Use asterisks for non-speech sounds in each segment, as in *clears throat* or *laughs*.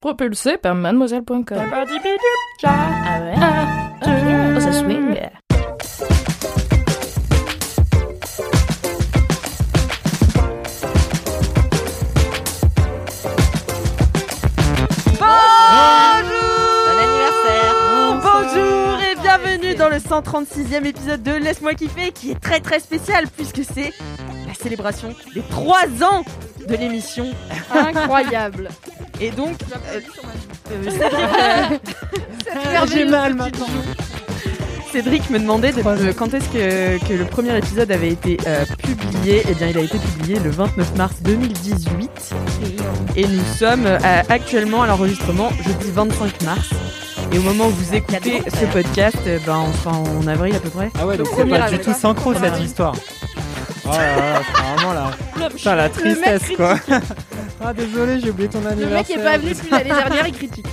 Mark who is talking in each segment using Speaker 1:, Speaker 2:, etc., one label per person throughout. Speaker 1: Propulsé par mademoiselle.com.
Speaker 2: Ah,
Speaker 1: Oh, Ça swing.
Speaker 3: Bon anniversaire Bonjour et bienvenue dans le 136e épisode de Laisse-moi kiffer qui est très très spécial puisque c'est la célébration des 3 ans de l'émission
Speaker 1: Incroyable.
Speaker 3: et donc euh, euh,
Speaker 1: Ah, J'ai mal maintenant.
Speaker 3: Cédric me demandait de- de- quand est-ce que, que le premier épisode avait été euh, publié. Eh bien, il a été publié le 29 mars 2018. Et nous sommes euh, actuellement à l'enregistrement jeudi 25 mars. Et au moment où vous écoutez ce podcast, euh, ben, on sera en avril à peu près.
Speaker 4: Ah ouais, donc c'est
Speaker 1: premier
Speaker 4: pas du
Speaker 1: avec
Speaker 4: tout synchro cette histoire. Oh là là, c'est vraiment la, putain, la tristesse quoi. *laughs* ah désolé, j'ai oublié ton
Speaker 1: Le mec est
Speaker 4: anniversaire.
Speaker 1: pas venu depuis l'année dernière, il critique.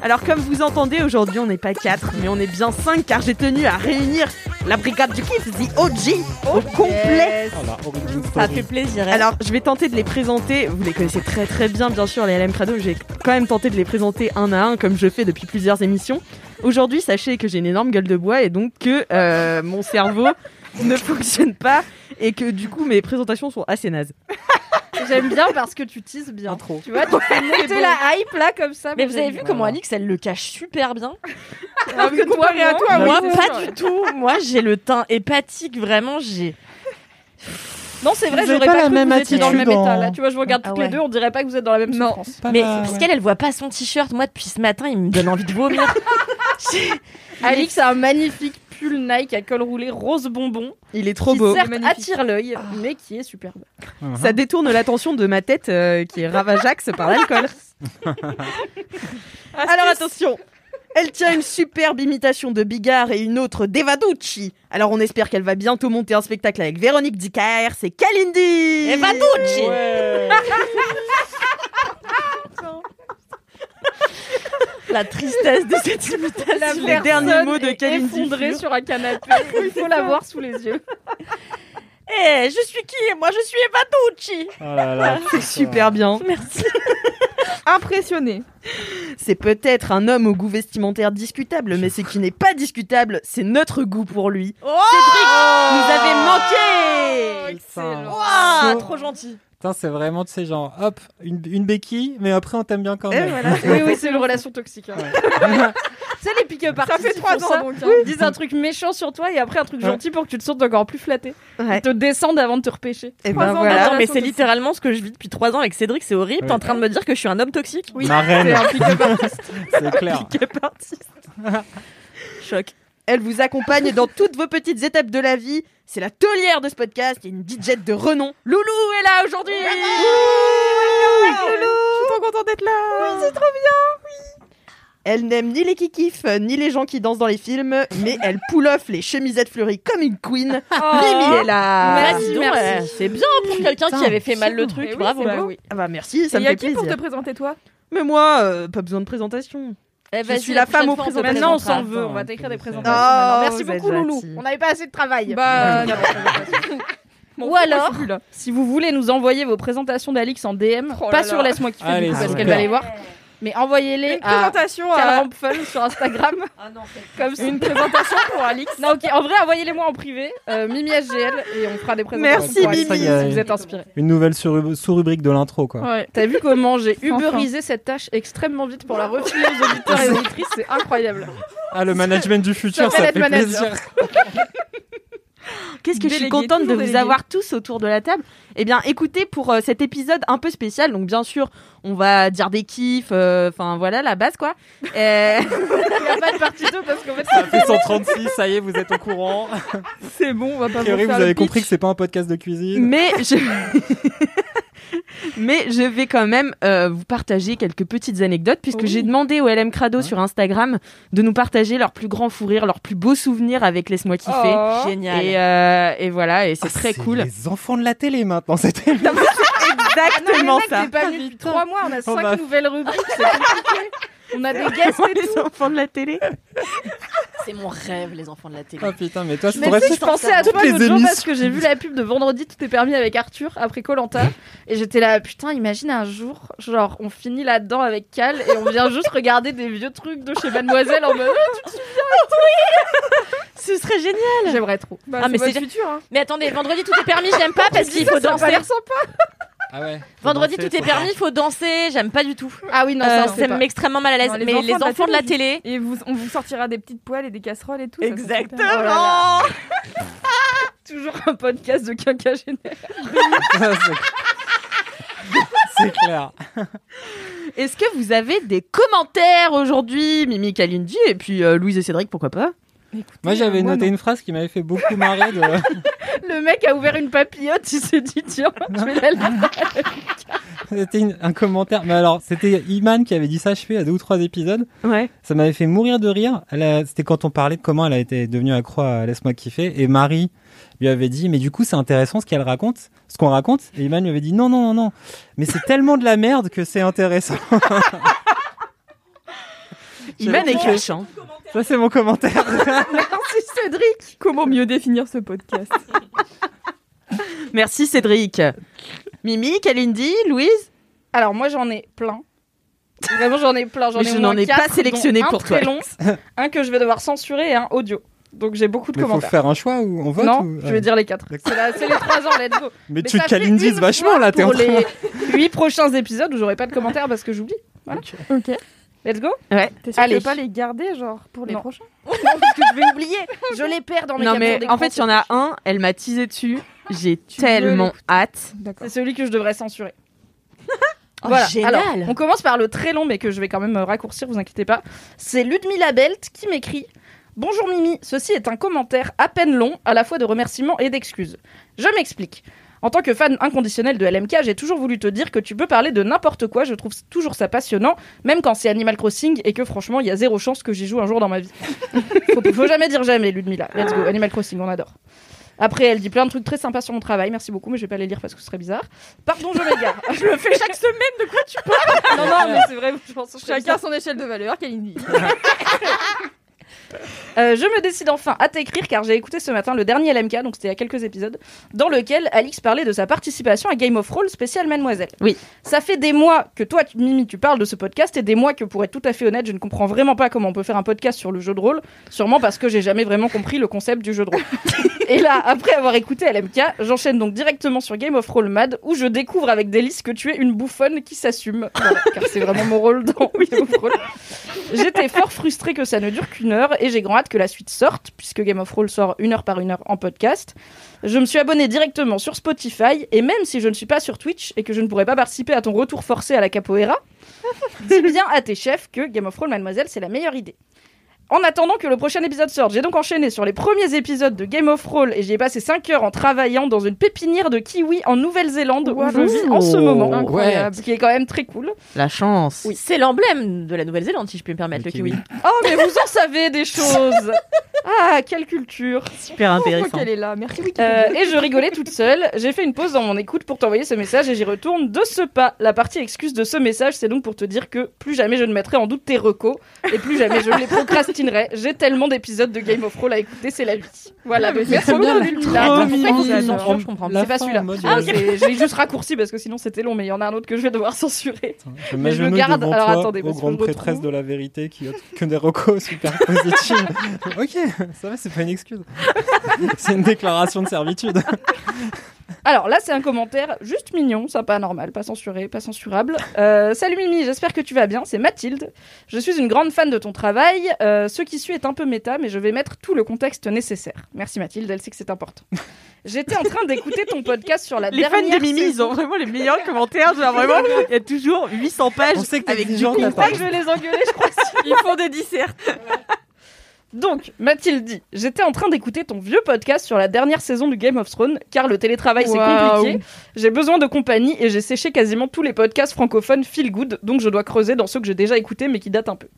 Speaker 3: Alors, comme vous entendez, aujourd'hui, on n'est pas 4, mais on est bien 5 car j'ai tenu à réunir la brigade du kiff, The OG, au complet.
Speaker 4: Oh, la origin
Speaker 2: Ça
Speaker 4: story.
Speaker 2: fait plaisir.
Speaker 1: hein.
Speaker 2: elle.
Speaker 3: Alors, je vais tenter de les présenter. Vous les connaissez très très bien, bien sûr, les LM Crado. J'ai quand même tenté de les présenter un à un, comme je fais depuis plusieurs émissions. Aujourd'hui, sachez que j'ai une énorme gueule de bois et donc que euh, mon cerveau *laughs* ne fonctionne pas et que du coup, mes présentations sont assez nazes.
Speaker 1: J'aime bien parce que tu teases bien.
Speaker 3: trop.
Speaker 1: Tu vois, tu fais
Speaker 3: *laughs*
Speaker 1: monter la hype là comme ça.
Speaker 2: mais vous avez vu comment
Speaker 4: Voilà.
Speaker 2: Alix, elle le cache super
Speaker 1: *laughs*
Speaker 2: bien.
Speaker 1: Alors que toi,
Speaker 2: Comparé à
Speaker 1: moi-
Speaker 2: toi,
Speaker 1: Oui,
Speaker 2: moi,
Speaker 1: c'est
Speaker 2: pas
Speaker 1: sûr.
Speaker 2: du tout. Moi, j'ai le teint hépatique, vraiment, j'ai.
Speaker 1: Non, c'est vrai,
Speaker 4: Vous avez pas
Speaker 1: j'aurais pas,
Speaker 4: la
Speaker 1: cru
Speaker 4: même
Speaker 1: que vous étiez dans le même
Speaker 4: attitude en-
Speaker 1: état là. Tu vois, je vous regarde
Speaker 2: Ah
Speaker 1: toutes les
Speaker 2: ouais.
Speaker 1: deux, on dirait pas que vous êtes dans la même
Speaker 4: Non.
Speaker 1: souffrance.
Speaker 4: Pas
Speaker 2: Mais
Speaker 4: mal.
Speaker 2: parce
Speaker 1: *laughs*
Speaker 2: qu'elle, elle voit pas son t-shirt. Moi, depuis ce matin, il me donne envie de vomir.
Speaker 1: Alix a un magnifique pull Nike à col roulé rose bonbon
Speaker 3: Il est trop
Speaker 1: qui
Speaker 3: beau.
Speaker 1: certes attire l'œil,
Speaker 4: Ah.
Speaker 1: mais qui est *laughs* superbe.
Speaker 4: Mhm.
Speaker 3: Ça détourne l'attention de ma tête euh, qui est ravageaxe
Speaker 4: *laughs*
Speaker 3: par l'alcool. Alors attention elle tient une superbe imitation de Bigard et une autre d'Evaducci. Alors on espère qu'elle va bientôt monter un spectacle avec Véronique Dicker, c'est Kalindi
Speaker 2: Et va donc, j'ai-
Speaker 3: *laughs*
Speaker 4: Ouais.
Speaker 2: La tristesse de cette *laughs*
Speaker 1: La
Speaker 2: imitation.
Speaker 3: Les derniers
Speaker 1: personne
Speaker 3: mots de
Speaker 1: est
Speaker 3: Kalindi
Speaker 1: effondrée
Speaker 3: Fur.
Speaker 1: sur
Speaker 2: *laughs*
Speaker 1: un canapé. Il faut la voir sous les yeux.
Speaker 2: Eh, je suis qui Moi, je suis Evadouchi.
Speaker 4: Oh là là,
Speaker 3: C'est super bien. *laughs*
Speaker 2: Merci.
Speaker 1: Impressionnée.
Speaker 3: C'est peut-être un homme au goût vestimentaire discutable, mais ce qui n'est pas discutable, c'est notre goût pour lui.
Speaker 2: Oh
Speaker 3: Cédric, nous avait manqué
Speaker 4: Excellent.
Speaker 1: Ah,
Speaker 2: Ouah,
Speaker 4: So-
Speaker 2: trop
Speaker 3: Eh,
Speaker 2: gentil.
Speaker 4: Putain, c'est vraiment de ces gens. Hop, une, une béquille, Oh, mais après on t'aime bien quand
Speaker 3: Et
Speaker 4: même. *laughs*
Speaker 3: voilà.
Speaker 1: Oui, oui, c'est une relation toxique. hein. *laughs* C'est les pick-up artists.
Speaker 3: fait
Speaker 1: ils
Speaker 3: trois
Speaker 1: font
Speaker 3: ans,
Speaker 1: ça.
Speaker 3: donc, hein.
Speaker 1: Ils disent un truc méchant sur toi et après un truc
Speaker 4: Ouais.
Speaker 1: gentil pour que tu te sentes encore plus flatté.
Speaker 3: Ouais.
Speaker 1: Ils te descendent avant de te repêcher.
Speaker 3: Et
Speaker 1: Trois
Speaker 3: ben
Speaker 1: ans
Speaker 3: voilà.
Speaker 1: d'attente.
Speaker 2: Attends, mais
Speaker 1: relation
Speaker 2: c'est
Speaker 1: toxique.
Speaker 2: littéralement ce que je vis depuis trois ans avec Cédric. C'est horrible. T'es en train de me dire que je suis un homme toxique.
Speaker 1: Oui.
Speaker 4: Ma reine,
Speaker 1: C'est un pick-up artist.
Speaker 4: *laughs*
Speaker 2: *laughs*
Speaker 4: c'est clair.
Speaker 3: Pick-up artist.
Speaker 2: Choc.
Speaker 3: Elle vous accompagne dans toutes vos petites étapes de la vie. C'est la taulière de ce podcast et une DJ de renom. Loulou est là aujourd'hui Loulou Je suis trop contente d'être là Oui, c'est trop bien Elle n'aime ni les kikifs, ni les gens qui dansent dans les films, mais
Speaker 1: *laughs*
Speaker 3: elle pull off les chemisettes fleuries comme une queen.
Speaker 1: Oh.
Speaker 3: Mimi est là
Speaker 2: Merci,
Speaker 1: donc,
Speaker 2: merci. bah, C'est bien pour quelqu'un qui
Speaker 4: Putain,
Speaker 2: avait fait mal le
Speaker 1: Eh
Speaker 2: truc.
Speaker 1: oui,
Speaker 2: Bravo.
Speaker 1: c'est vrai, oui.
Speaker 3: Ah bah merci, ça
Speaker 1: Et
Speaker 3: me
Speaker 1: y a
Speaker 3: fait
Speaker 1: qui
Speaker 3: plaisir.
Speaker 1: pour te présenter toi
Speaker 3: Mais moi, euh, pas besoin de présentation.
Speaker 2: Eh,
Speaker 3: Je
Speaker 1: ben,
Speaker 2: vas-y,
Speaker 3: suis la femme
Speaker 2: prochaine
Speaker 3: aux
Speaker 2: fois, on te
Speaker 3: présentations.
Speaker 1: Maintenant, on
Speaker 2: présentera.
Speaker 1: s'en veut. On va t'écrire des présentations.
Speaker 3: Oh,
Speaker 1: maintenant. Merci
Speaker 3: vous êtes euh,
Speaker 1: beaucoup, Loulou.
Speaker 3: gentil.
Speaker 1: On n'avait pas assez de travail.
Speaker 2: Bah,
Speaker 1: non.
Speaker 3: *laughs*
Speaker 1: Ou alors, si vous voulez nous envoyer vos présentations d'Alix en DM,
Speaker 2: Oh là
Speaker 1: pas
Speaker 2: là.
Speaker 1: sur Laisse-moi kiffer
Speaker 4: Allez,
Speaker 1: du coup, parce
Speaker 4: super.
Speaker 1: qu'elle va les voir, mais envoyez-les à
Speaker 3: présentation
Speaker 1: Karl Rampfel sur Instagram. *laughs* Comme c'est une présentation pour Alix. Non, ok, en vrai, envoyez-les-moi en privé, euh, Mimi HGL, et on fera des présentations.
Speaker 3: Merci,
Speaker 1: pour Alix,
Speaker 4: Mimi.
Speaker 1: Si vous êtes inspiré.
Speaker 4: Une nouvelle sous- sous-rubrique de l'intro quoi.
Speaker 1: T'as vu comment j'ai
Speaker 2: Sans fin.
Speaker 1: uberisé cette tâche extrêmement vite pour la refiler aux auditeurs *laughs* et auditrices, c'est incroyable.
Speaker 4: Ah le management du futur, ça
Speaker 1: s'appelle
Speaker 4: fait
Speaker 1: être manager.
Speaker 4: plaisir.
Speaker 3: Qu'est-ce que je suis
Speaker 1: Délégué,
Speaker 3: contente de
Speaker 1: toujours
Speaker 3: vous
Speaker 1: délégué.
Speaker 3: avoir tous autour de la table. Eh bien, écoutez, pour euh, cet épisode un peu spécial, donc bien sûr, on va dire des kiffs, euh, enfin voilà, la base quoi.
Speaker 1: *laughs*
Speaker 3: Euh,
Speaker 1: Il n'y a pas de partie 2 parce qu'en fait,
Speaker 4: Ça fait 136, ça y est, vous êtes au
Speaker 3: *laughs*
Speaker 4: courant.
Speaker 1: c'est bon, on va pas
Speaker 4: A priori, vous
Speaker 1: faire
Speaker 4: *laughs* avez compris que c'est pas un podcast de cuisine.
Speaker 3: mais je... Mais je vais quand même euh, vous partager quelques petites anecdotes, puisque j'ai demandé au LM Crado sur Instagram de nous partager leurs plus grands fous rires, leurs plus beaux souvenirs avec Laisse-moi kiffer.
Speaker 2: Génial.
Speaker 3: Et, euh, et voilà, et c'est très cool.
Speaker 4: Ah, Les enfants de la télé maintenant, *laughs* c'était
Speaker 3: Exactement
Speaker 1: Mec,
Speaker 3: ça.
Speaker 1: t'es pas venu depuis trois mois, on a cinq
Speaker 4: va-
Speaker 1: nouvelles rubriques, c'est compliqué. On a des guests et tout.
Speaker 3: *laughs* les enfants de la télé.
Speaker 5: *laughs* C'est mon rêve, les enfants de la télé.
Speaker 4: Oh putain, mais toi, je
Speaker 1: Mais
Speaker 4: pourrais
Speaker 1: tu sais, je pensais à
Speaker 4: toutes
Speaker 1: toi
Speaker 4: les
Speaker 1: l'autre jour parce
Speaker 4: émissions.
Speaker 1: que j'ai
Speaker 3: *laughs*
Speaker 1: vu la Bah, pub de Vendredi Tout est permis avec Arthur après Colanta et j'étais là putain imagine un jour genre on finit là-dedans avec Cal et on vient juste regarder des vieux trucs de chez Mademoiselle en mode Ah,
Speaker 2: *laughs* Ce serait génial.
Speaker 1: tu- j'aimerais trop.
Speaker 2: Ah, mais c'est
Speaker 1: futur hein.
Speaker 2: Mais attendez, vendredi tout est permis, j'aime pas parce qu'il faut
Speaker 1: Ça a pas
Speaker 2: danser.
Speaker 1: l'air sympa.
Speaker 4: Ah ouais.
Speaker 2: Vendredi tout est permis, il faut danser, j'aime pas du tout.
Speaker 1: Ah oui non
Speaker 2: Euh,
Speaker 1: ça
Speaker 2: ça me met extrêmement mal à l'aise.
Speaker 6: Non, les
Speaker 2: Mais
Speaker 6: enfants
Speaker 2: les
Speaker 6: de la
Speaker 2: enfants de la télé.
Speaker 6: Et vous, on vous sortira des petites poêles et des casseroles et tout. ça, ça, c'est
Speaker 1: Oh là
Speaker 2: Exactement. *laughs*
Speaker 1: toujours un podcast de quinquagénaire.
Speaker 6: *laughs*
Speaker 4: C'est clair.
Speaker 3: *laughs* Est-ce que vous avez des commentaires aujourd'hui, Mimi Kalindi et puis euh, Louise et Cédric, pourquoi pas
Speaker 4: Moi, j'avais
Speaker 6: moi,
Speaker 4: noté une phrase qui m'avait fait beaucoup marrer.
Speaker 3: *laughs*
Speaker 4: De...
Speaker 1: Le mec a ouvert une papillote, il s'est dit tiens, je vais la lire.
Speaker 4: c'était une- un commentaire. Mais alors, c'était Iman qui avait dit ça, je fais, il y a deux ou trois épisodes.
Speaker 3: Ouais.
Speaker 4: Ça m'avait fait mourir de rire. Elle a- C'était quand on parlait de comment elle a été devenue accro à Laisse-moi kiffer. Et Marie lui avait dit, mais du coup, c'est intéressant ce qu'elle raconte, ce qu'on raconte. Et Iman lui avait dit, non, non, non, non. Mais c'est tellement de la merde que c'est
Speaker 1: *laughs*
Speaker 4: intéressant.
Speaker 3: Iman
Speaker 4: J'avais-
Speaker 3: et Kyochant.
Speaker 4: Ça, c'est mon commentaire.
Speaker 1: Merci Cédric.
Speaker 6: Comment mieux définir ce podcast
Speaker 3: Merci Cédric. Mimi, Kalindi, Louise
Speaker 1: Alors moi j'en ai plein. Vraiment j'en ai plein. J'en
Speaker 3: Mais
Speaker 1: ai
Speaker 3: je
Speaker 1: au moins
Speaker 3: n'en ai pas
Speaker 1: quatre, dont
Speaker 3: sélectionné
Speaker 1: un
Speaker 3: pour
Speaker 1: très
Speaker 3: toi.
Speaker 4: *laughs*
Speaker 1: long, un que je vais devoir censurer et un audio. Donc j'ai beaucoup de
Speaker 4: Mais faut
Speaker 1: commentaires.
Speaker 4: faire un choix ou on vote
Speaker 1: non,
Speaker 4: ou-
Speaker 1: je vais dire les quatre.
Speaker 4: D'accord.
Speaker 1: C'est la- c'est les trois ans, let's go.
Speaker 4: Mais,
Speaker 1: Mais
Speaker 4: tu
Speaker 1: ça
Speaker 4: te
Speaker 1: fait
Speaker 4: calinises
Speaker 1: une
Speaker 4: vachement
Speaker 1: fois
Speaker 4: là, t'es en
Speaker 1: Pour
Speaker 4: train de-
Speaker 1: les huit prochains épisodes où j'aurai pas de commentaires parce que j'oublie. Voilà.
Speaker 6: Ok.
Speaker 1: Let's go.
Speaker 6: T'es sûr que tu
Speaker 1: Allez.
Speaker 6: peux pas les garder, genre, pour les
Speaker 1: Non.
Speaker 6: prochains
Speaker 1: Non, parce que je vais oublier. Je les perds dans mes
Speaker 3: Non
Speaker 1: captures
Speaker 3: mais
Speaker 1: d'écran,
Speaker 3: en fait, il y en a un, elle m'a teasé dessus. J'ai tellement hâte.
Speaker 6: D'accord.
Speaker 1: C'est celui que je devrais censurer.
Speaker 5: *laughs* Oh,
Speaker 1: Voilà.
Speaker 5: génial.
Speaker 1: Alors, on commence par le très long, mais que je vais quand même euh, raccourcir, vous inquiétez pas. C'est Ludmila Belt qui m'écrit Bonjour Mimi, ceci est un commentaire à peine long, à la fois de remerciements et d'excuses. Je m'explique. En tant que fan inconditionnel de LMK, j'ai toujours voulu te dire que tu peux parler de n'importe quoi, je trouve toujours ça passionnant, même quand c'est Animal Crossing et que franchement, il y a zéro chance que j'y joue un jour dans ma vie. *laughs* faut, faut jamais dire jamais, Ludmila. Let's go, Animal Crossing, on adore. Après, elle dit plein de trucs très sympas sur mon travail, merci beaucoup, mais je vais pas les lire parce que ce serait bizarre. Pardon, je m'égare.
Speaker 2: *laughs* Je le fais chaque semaine.
Speaker 1: Non, non,
Speaker 2: Euh,
Speaker 1: mais c'est vrai, je pense que
Speaker 6: Chacun son échelle de valeur, Kalindi.
Speaker 1: Euh, je me décide enfin à t'écrire car j'ai écouté ce matin le dernier LMK, donc c'était il y a quelques épisodes, dans lequel Alix parlait de sa participation à Game of Thrones spécial Mademoiselle.
Speaker 3: Oui.
Speaker 1: Ça fait des mois que toi, tu- Mimi, tu parles de ce podcast et des mois que, pour être tout à fait honnête, je ne comprends vraiment pas comment on peut faire un podcast sur le jeu de rôle, sûrement parce que j'ai jamais vraiment compris le concept du jeu de rôle. et là, après avoir écouté LMK, j'enchaîne donc directement sur Game of Thrones Mad où je découvre avec délice que tu es une bouffonne qui s'assume, Voilà, car c'est vraiment mon rôle dans Game of Thrones. J'étais fort frustrée que ça ne dure qu'une heure et j'ai grand hâte que la suite sorte, puisque Game of Thrones sort une heure par une heure en podcast. Je me suis abonnée directement sur Spotify et même si je ne suis pas sur Twitch et que je ne pourrais pas participer à ton retour forcé à la capoeira,
Speaker 3: *laughs*
Speaker 1: dis bien à tes chefs que Game of Thrones Mademoiselle, c'est la meilleure idée. En attendant que le prochain épisode sorte, j'ai donc enchaîné sur les premiers épisodes de Game of Thrones et j'y ai passé 5 heures en travaillant dans une pépinière de kiwi en Nouvelle-Zélande où je vis en ce moment.
Speaker 6: Incroyable.
Speaker 1: Ce qui est quand même très cool.
Speaker 3: La chance.
Speaker 2: C'est l'emblème de la Nouvelle-Zélande, si je peux me permettre, le
Speaker 4: Le
Speaker 2: kiwi.
Speaker 4: kiwi.
Speaker 1: Oh, mais vous en savez
Speaker 2: *laughs*
Speaker 1: des choses Ah, quelle culture
Speaker 3: Super
Speaker 6: Pourquoi
Speaker 3: intéressant.
Speaker 6: qu'elle est là
Speaker 1: Euh,
Speaker 6: Merci, Wikipédia.
Speaker 1: Et je rigolais toute seule. J'ai fait une pause dans mon écoute pour t'envoyer ce message et j'y retourne de ce pas. La partie excuse de ce message, c'est donc pour te dire que plus jamais je ne mettrai en doute tes recos et plus jamais je ne les procrastinerai. J'ai tellement d'épisodes de Game of Thrones à écouter, c'est la vie. Voilà, donc merci
Speaker 4: trop
Speaker 1: beaucoup
Speaker 4: Ah, bien, Oh,
Speaker 1: Ludmilla.
Speaker 3: trop
Speaker 1: Attends,
Speaker 3: mignon.
Speaker 1: pourquoi vous-
Speaker 2: Ils sont
Speaker 4: non.
Speaker 2: sûrs, je comprends.
Speaker 4: La
Speaker 1: C'est pas
Speaker 4: fin, en
Speaker 1: celui-là.
Speaker 4: mode, *laughs*
Speaker 1: Ah,
Speaker 4: euh,
Speaker 1: c'est- je l'ai juste raccourci parce que sinon c'était long, mais il y en a un autre que je vais devoir *laughs* censurer.
Speaker 4: Je
Speaker 1: Mais je
Speaker 4: me
Speaker 1: le garde.
Speaker 4: garde.
Speaker 1: Alors,
Speaker 4: toi,
Speaker 1: attendez,
Speaker 4: aux
Speaker 1: parce que
Speaker 4: grandes
Speaker 1: je retrouve.
Speaker 4: prêtresses de la vérité qui a que des *laughs* recos super positives. ok, ça va, c'est pas une excuse. *laughs* c'est une déclaration de servitude.
Speaker 1: Alors là, c'est un commentaire juste mignon, sympa, normal, pas censuré, pas censurable. Euh, Salut Mimi, j'espère que tu vas bien, c'est Mathilde. Je suis une grande fan de ton travail. Euh, ce qui suit est un peu méta, mais je vais mettre tout le contexte nécessaire. Merci Mathilde, elle sait que c'est important. J'étais en train d'écouter ton podcast sur la
Speaker 3: Les fans
Speaker 1: dernière
Speaker 3: de Mimi, ils
Speaker 1: saison.
Speaker 3: ont vraiment les meilleurs commentaires.
Speaker 1: *laughs*
Speaker 3: Genre vraiment, il y a toujours 800 pages
Speaker 4: On sait que t'es
Speaker 3: avec du
Speaker 4: exigeante,
Speaker 3: contenu.
Speaker 4: attends.
Speaker 1: Je vais les engueuler, je crois.
Speaker 2: Ils font des dissertes.
Speaker 1: Donc, Mathilde dit J'étais en train d'écouter ton vieux podcast sur la dernière saison du Game of Thrones, car le télétravail c'est
Speaker 6: Waouh.
Speaker 1: compliqué. J'ai besoin de compagnie et j'ai séché quasiment tous les podcasts francophones feel good, donc je dois creuser dans ceux que j'ai déjà écoutés mais qui datent un peu.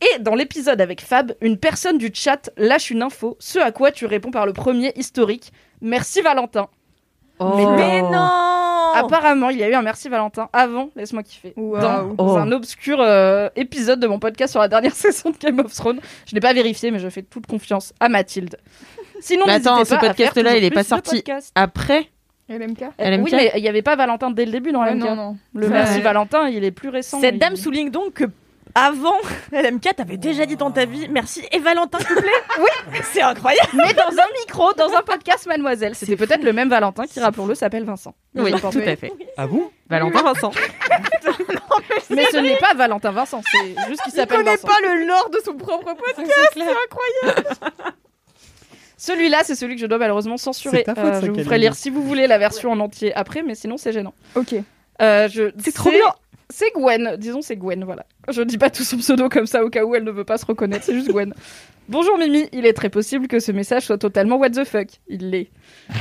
Speaker 1: Et dans l'épisode avec Fab, une personne du chat lâche une info, ce à quoi tu réponds par le premier historique Merci Valentin.
Speaker 2: Oh.
Speaker 1: Oh.
Speaker 2: Mais non
Speaker 1: Apparemment, il y a eu un merci Valentin avant, laisse-moi kiffer,
Speaker 6: Waouh.
Speaker 1: dans
Speaker 3: Oh.
Speaker 1: un obscur euh, épisode de mon podcast sur la dernière *laughs* saison de Game of Thrones. Je n'ai pas vérifié, mais je fais toute confiance à Mathilde. Sinon,
Speaker 2: Mais Bah, attends,
Speaker 1: n'hésitez
Speaker 2: ce
Speaker 1: pas à faire
Speaker 2: podcast-là, il
Speaker 1: toujours
Speaker 2: est pas
Speaker 1: plus de
Speaker 2: sorti.
Speaker 1: podcasts.
Speaker 2: Après
Speaker 6: LMK
Speaker 1: Euh, Oui,
Speaker 2: LMK.
Speaker 1: mais il n'y avait pas Valentin dès le début dans
Speaker 6: Ouais,
Speaker 1: LMK.
Speaker 6: Non, non.
Speaker 1: Le
Speaker 6: Ouais.
Speaker 1: merci Valentin, il est plus récent.
Speaker 2: Cette
Speaker 1: Il-
Speaker 2: dame souligne donc que avant *laughs* LMK, t'avais déjà dit dans ta vie merci et Valentin, s'il te plaît. oui, c'est incroyable.
Speaker 1: Mais dans un micro, dans un podcast, mademoiselle. C'était peut-être le même Valentin qui, rappelons-le, s'appelle Vincent.
Speaker 3: Oui,
Speaker 1: Je
Speaker 3: tout
Speaker 1: pense.
Speaker 3: à fait.
Speaker 4: Ah bon
Speaker 3: Valentin Vincent.
Speaker 1: Mais ce n'est pas Valentin Vincent, c'est juste qu'il s'appelle
Speaker 6: connaît
Speaker 1: Vincent. Ah,
Speaker 6: pas le lore de son propre podcast.
Speaker 1: Celui-là, c'est celui que je dois malheureusement censurer. Euh,
Speaker 4: C'est ta faute, ça,
Speaker 1: je vous ferai
Speaker 4: Camille.
Speaker 1: lire si vous voulez la version en entier après, mais sinon c'est gênant.
Speaker 6: Ok.
Speaker 1: Euh, je-
Speaker 3: C'est trop bien.
Speaker 1: C'est Gwen, disons c'est Gwen, voilà. Je dis pas tout son pseudo comme ça au cas où elle ne veut pas se reconnaître, c'est juste Gwen. Bonjour Mimi, il est très possible que ce message soit totalement what the fuck. Il l'est.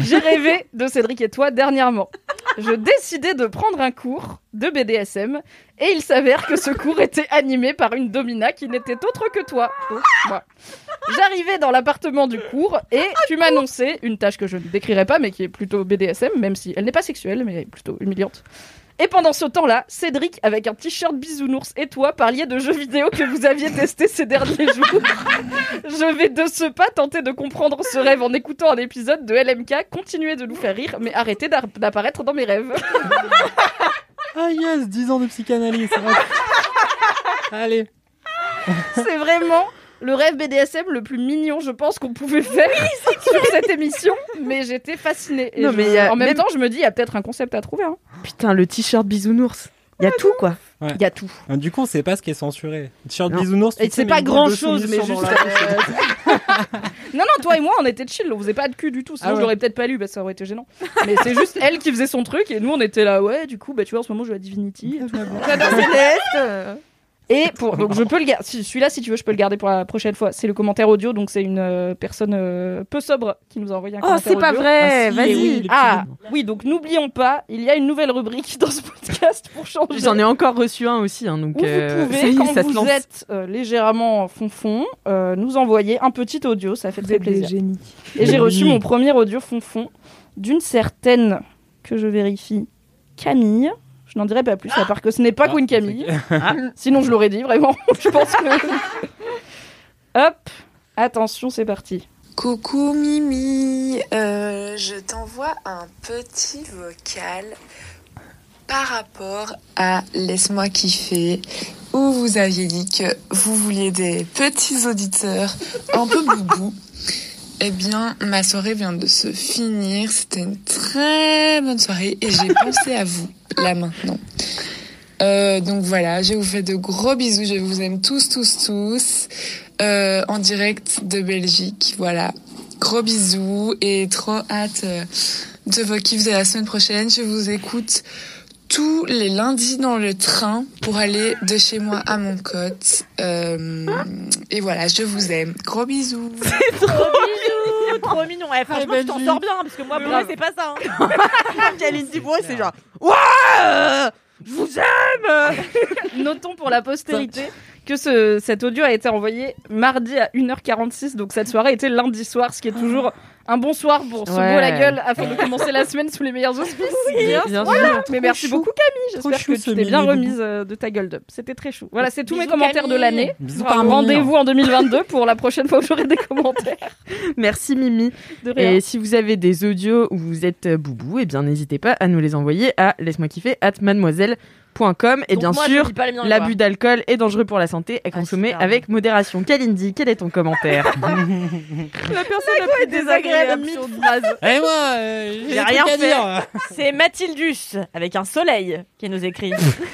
Speaker 1: J'ai rêvé de Cédric et toi dernièrement. Je décidais de prendre un cours de BDSM et il s'avère que ce cours était animé par une domina qui n'était autre que toi. Donc, moi. J'arrivais dans l'appartement du cours et tu m'annonçais une tâche que je ne décrirai pas mais qui est plutôt BDSM, même si elle n'est pas sexuelle mais elle est plutôt humiliante. Et pendant ce temps-là, Cédric, avec un t-shirt bisounours et toi, parliez de jeux vidéo que vous aviez testés ces derniers jours. Je vais de ce pas tenter de comprendre ce rêve en écoutant un épisode de LMK. Continuez de nous faire rire, mais arrêtez d'ar- d'apparaître dans mes rêves.
Speaker 4: Ah yes, 10 ans de psychanalyse.
Speaker 1: *laughs*
Speaker 4: Allez.
Speaker 1: C'est vraiment le rêve BDSM le plus mignon, je pense, qu'on pouvait faire sur cette émission. Mais j'étais fascinée. Et
Speaker 3: Non,
Speaker 1: je-
Speaker 3: mais il y a
Speaker 1: en même,
Speaker 3: même-
Speaker 1: temps, je me dis, il y a peut-être un concept à trouver. hein.
Speaker 3: Putain, le t-shirt bisounours. Il y a tout quoi.
Speaker 1: Il y a tout.
Speaker 4: Ah, Du coup, on sait pas ce qui est censuré. T-shirt
Speaker 3: Non.
Speaker 4: bisounours. tu
Speaker 1: Et
Speaker 4: sais,
Speaker 1: c'est
Speaker 4: mais
Speaker 1: pas
Speaker 4: une
Speaker 1: grand
Speaker 4: boule de
Speaker 1: chose, mais
Speaker 4: saucisson dans
Speaker 1: juste. *laughs*
Speaker 4: la-
Speaker 1: euh, *laughs* non, non, toi et moi, on était chill, on faisait pas de cul du tout. Sinon,
Speaker 4: Ah ouais.
Speaker 1: je l'aurais peut-être pas lu, parce que ça aurait été gênant. Mais c'est juste elle qui faisait son truc, et nous, on était là, ouais, du coup, bah tu vois, en ce moment, je joue à Divinity. et tout. *laughs* Et pour, donc je peux le garder. Celui-là, si tu veux, je peux le garder pour la prochaine fois. C'est le commentaire audio, donc c'est une euh, personne euh, peu sobre qui nous a envoyé un
Speaker 3: Oh,
Speaker 1: commentaire
Speaker 3: c'est pas
Speaker 1: audio.
Speaker 3: vrai.
Speaker 4: Ah, si,
Speaker 3: Vas-y.
Speaker 4: oui, les petits
Speaker 1: Ah
Speaker 4: bonbons.
Speaker 1: oui, donc n'oublions pas, il y a une nouvelle rubrique dans ce podcast pour changer.
Speaker 3: J'en ai encore reçu un aussi, hein, donc
Speaker 1: Où
Speaker 3: euh,
Speaker 1: vous
Speaker 3: ça y
Speaker 1: pouvez,
Speaker 3: est,
Speaker 1: quand
Speaker 3: ça se
Speaker 1: vous
Speaker 3: lance.
Speaker 1: êtes euh, légèrement fonfon, euh, nous envoyer un petit audio, ça fait très plaisir. Et j'ai reçu
Speaker 4: Oui.
Speaker 1: mon premier audio fonfon d'une certaine, que je vérifie, Camille. Je n'en dirai pas plus, à part que ce n'est pas
Speaker 4: Ah,
Speaker 1: Queen
Speaker 3: *laughs*
Speaker 1: Camille. Sinon, je l'aurais dit, vraiment. *laughs* je pense que... *laughs* Hop, attention, c'est parti.
Speaker 7: Coucou Mimi, Euh, je t'envoie un petit vocal par rapport à Laisse-moi kiffer où vous aviez dit que vous vouliez des petits auditeurs un peu boubou. Eh bien, ma soirée vient de se finir, c'était une très bonne soirée et j'ai pensé à vous là maintenant. Euh, donc voilà, je vous fais de gros bisous, je vous aime tous, tous, tous, euh, en direct de Belgique, voilà. Gros bisous et trop hâte euh, de vos kiffs de la semaine prochaine. Je vous écoute tous les lundis dans le train pour aller de chez moi à mon cote. Euh, et voilà, je vous aime. Gros bisous.
Speaker 2: trop mignon, trop mignon.
Speaker 1: Ah,
Speaker 2: Eh, franchement, tu t'en sors bien parce que moi, pour moi, c'est pas ça. Hein.
Speaker 1: *laughs*
Speaker 2: Camille Dubrow, c'est genre Ouah
Speaker 3: Ah
Speaker 2: euh, Je vous aime
Speaker 1: *laughs* Notons pour la postérité que ce, cet audio a été envoyé mardi à 1h46, donc cette soirée était lundi soir, ce qui est
Speaker 4: Ah.
Speaker 1: toujours un bon soir pour se
Speaker 3: Ouais.
Speaker 1: boire la gueule afin de commencer la semaine sous les meilleurs auspices.
Speaker 3: Bien sûr.
Speaker 1: Mais merci beaucoup Camille,
Speaker 4: Trop
Speaker 1: j'espère
Speaker 4: chou,
Speaker 1: que
Speaker 4: ce
Speaker 1: tu t'es bien
Speaker 4: mini
Speaker 1: remise euh, de ta gueule d'up. C'était très chou. Voilà, c'est tous mes
Speaker 2: Bisous,
Speaker 1: commentaires de
Speaker 2: Camille.
Speaker 1: l'année.
Speaker 4: Bisous
Speaker 1: Enfin,
Speaker 4: par mignon.
Speaker 1: Rendez-vous en 2022 pour la prochaine fois où j'aurai des commentaires.
Speaker 3: *laughs* Merci Mimi.
Speaker 1: De rien.
Speaker 3: Et si vous avez des audios où vous êtes euh, boubou, eh bien n'hésitez pas à nous les envoyer à laisse-moi kiffer at mademoiselle.com et
Speaker 2: Donc
Speaker 3: bien
Speaker 2: moi, je
Speaker 3: sûr
Speaker 2: lis pas les miens, quoi.
Speaker 3: l'abus d'alcool est dangereux pour la santé à
Speaker 2: Ah,
Speaker 3: consommer
Speaker 2: super.
Speaker 3: avec modération. Kalindi, quel est ton
Speaker 2: *laughs*
Speaker 3: commentaire
Speaker 4: *laughs*
Speaker 6: La personne la plus désagréable.
Speaker 2: désagréable.
Speaker 6: sur phrase.
Speaker 4: Eh moi, euh, j'ai des
Speaker 2: rien
Speaker 4: trucs à
Speaker 2: fait. *laughs*
Speaker 4: dire.
Speaker 2: C'est Mathildus, avec un soleil, qui nous écrit.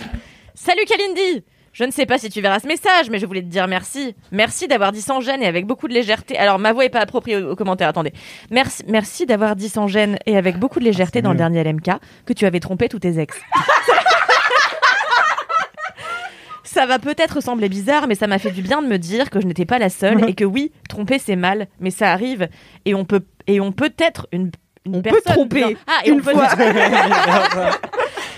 Speaker 2: *laughs* Salut Kalindi Je ne sais pas si tu verras ce message, mais je voulais te dire merci. Merci d'avoir dit sans gêne et avec beaucoup de légèreté. Alors, ma voix est pas appropriée aux, aux commentaires, attendez. Merci, merci d'avoir dit sans gêne et avec beaucoup de
Speaker 4: Ah,
Speaker 2: légèreté dans le dernier LMK que tu avais trompé tous tes ex. Ça ça va peut-être sembler bizarre, mais ça m'a fait du bien de me dire que je n'étais pas la seule et que oui, tromper c'est mal, mais ça arrive et on peut et on peut être une, une personne
Speaker 3: tromper
Speaker 2: bien. Ah, et
Speaker 3: une
Speaker 2: on peut
Speaker 4: *laughs*
Speaker 3: fois.
Speaker 2: *laughs*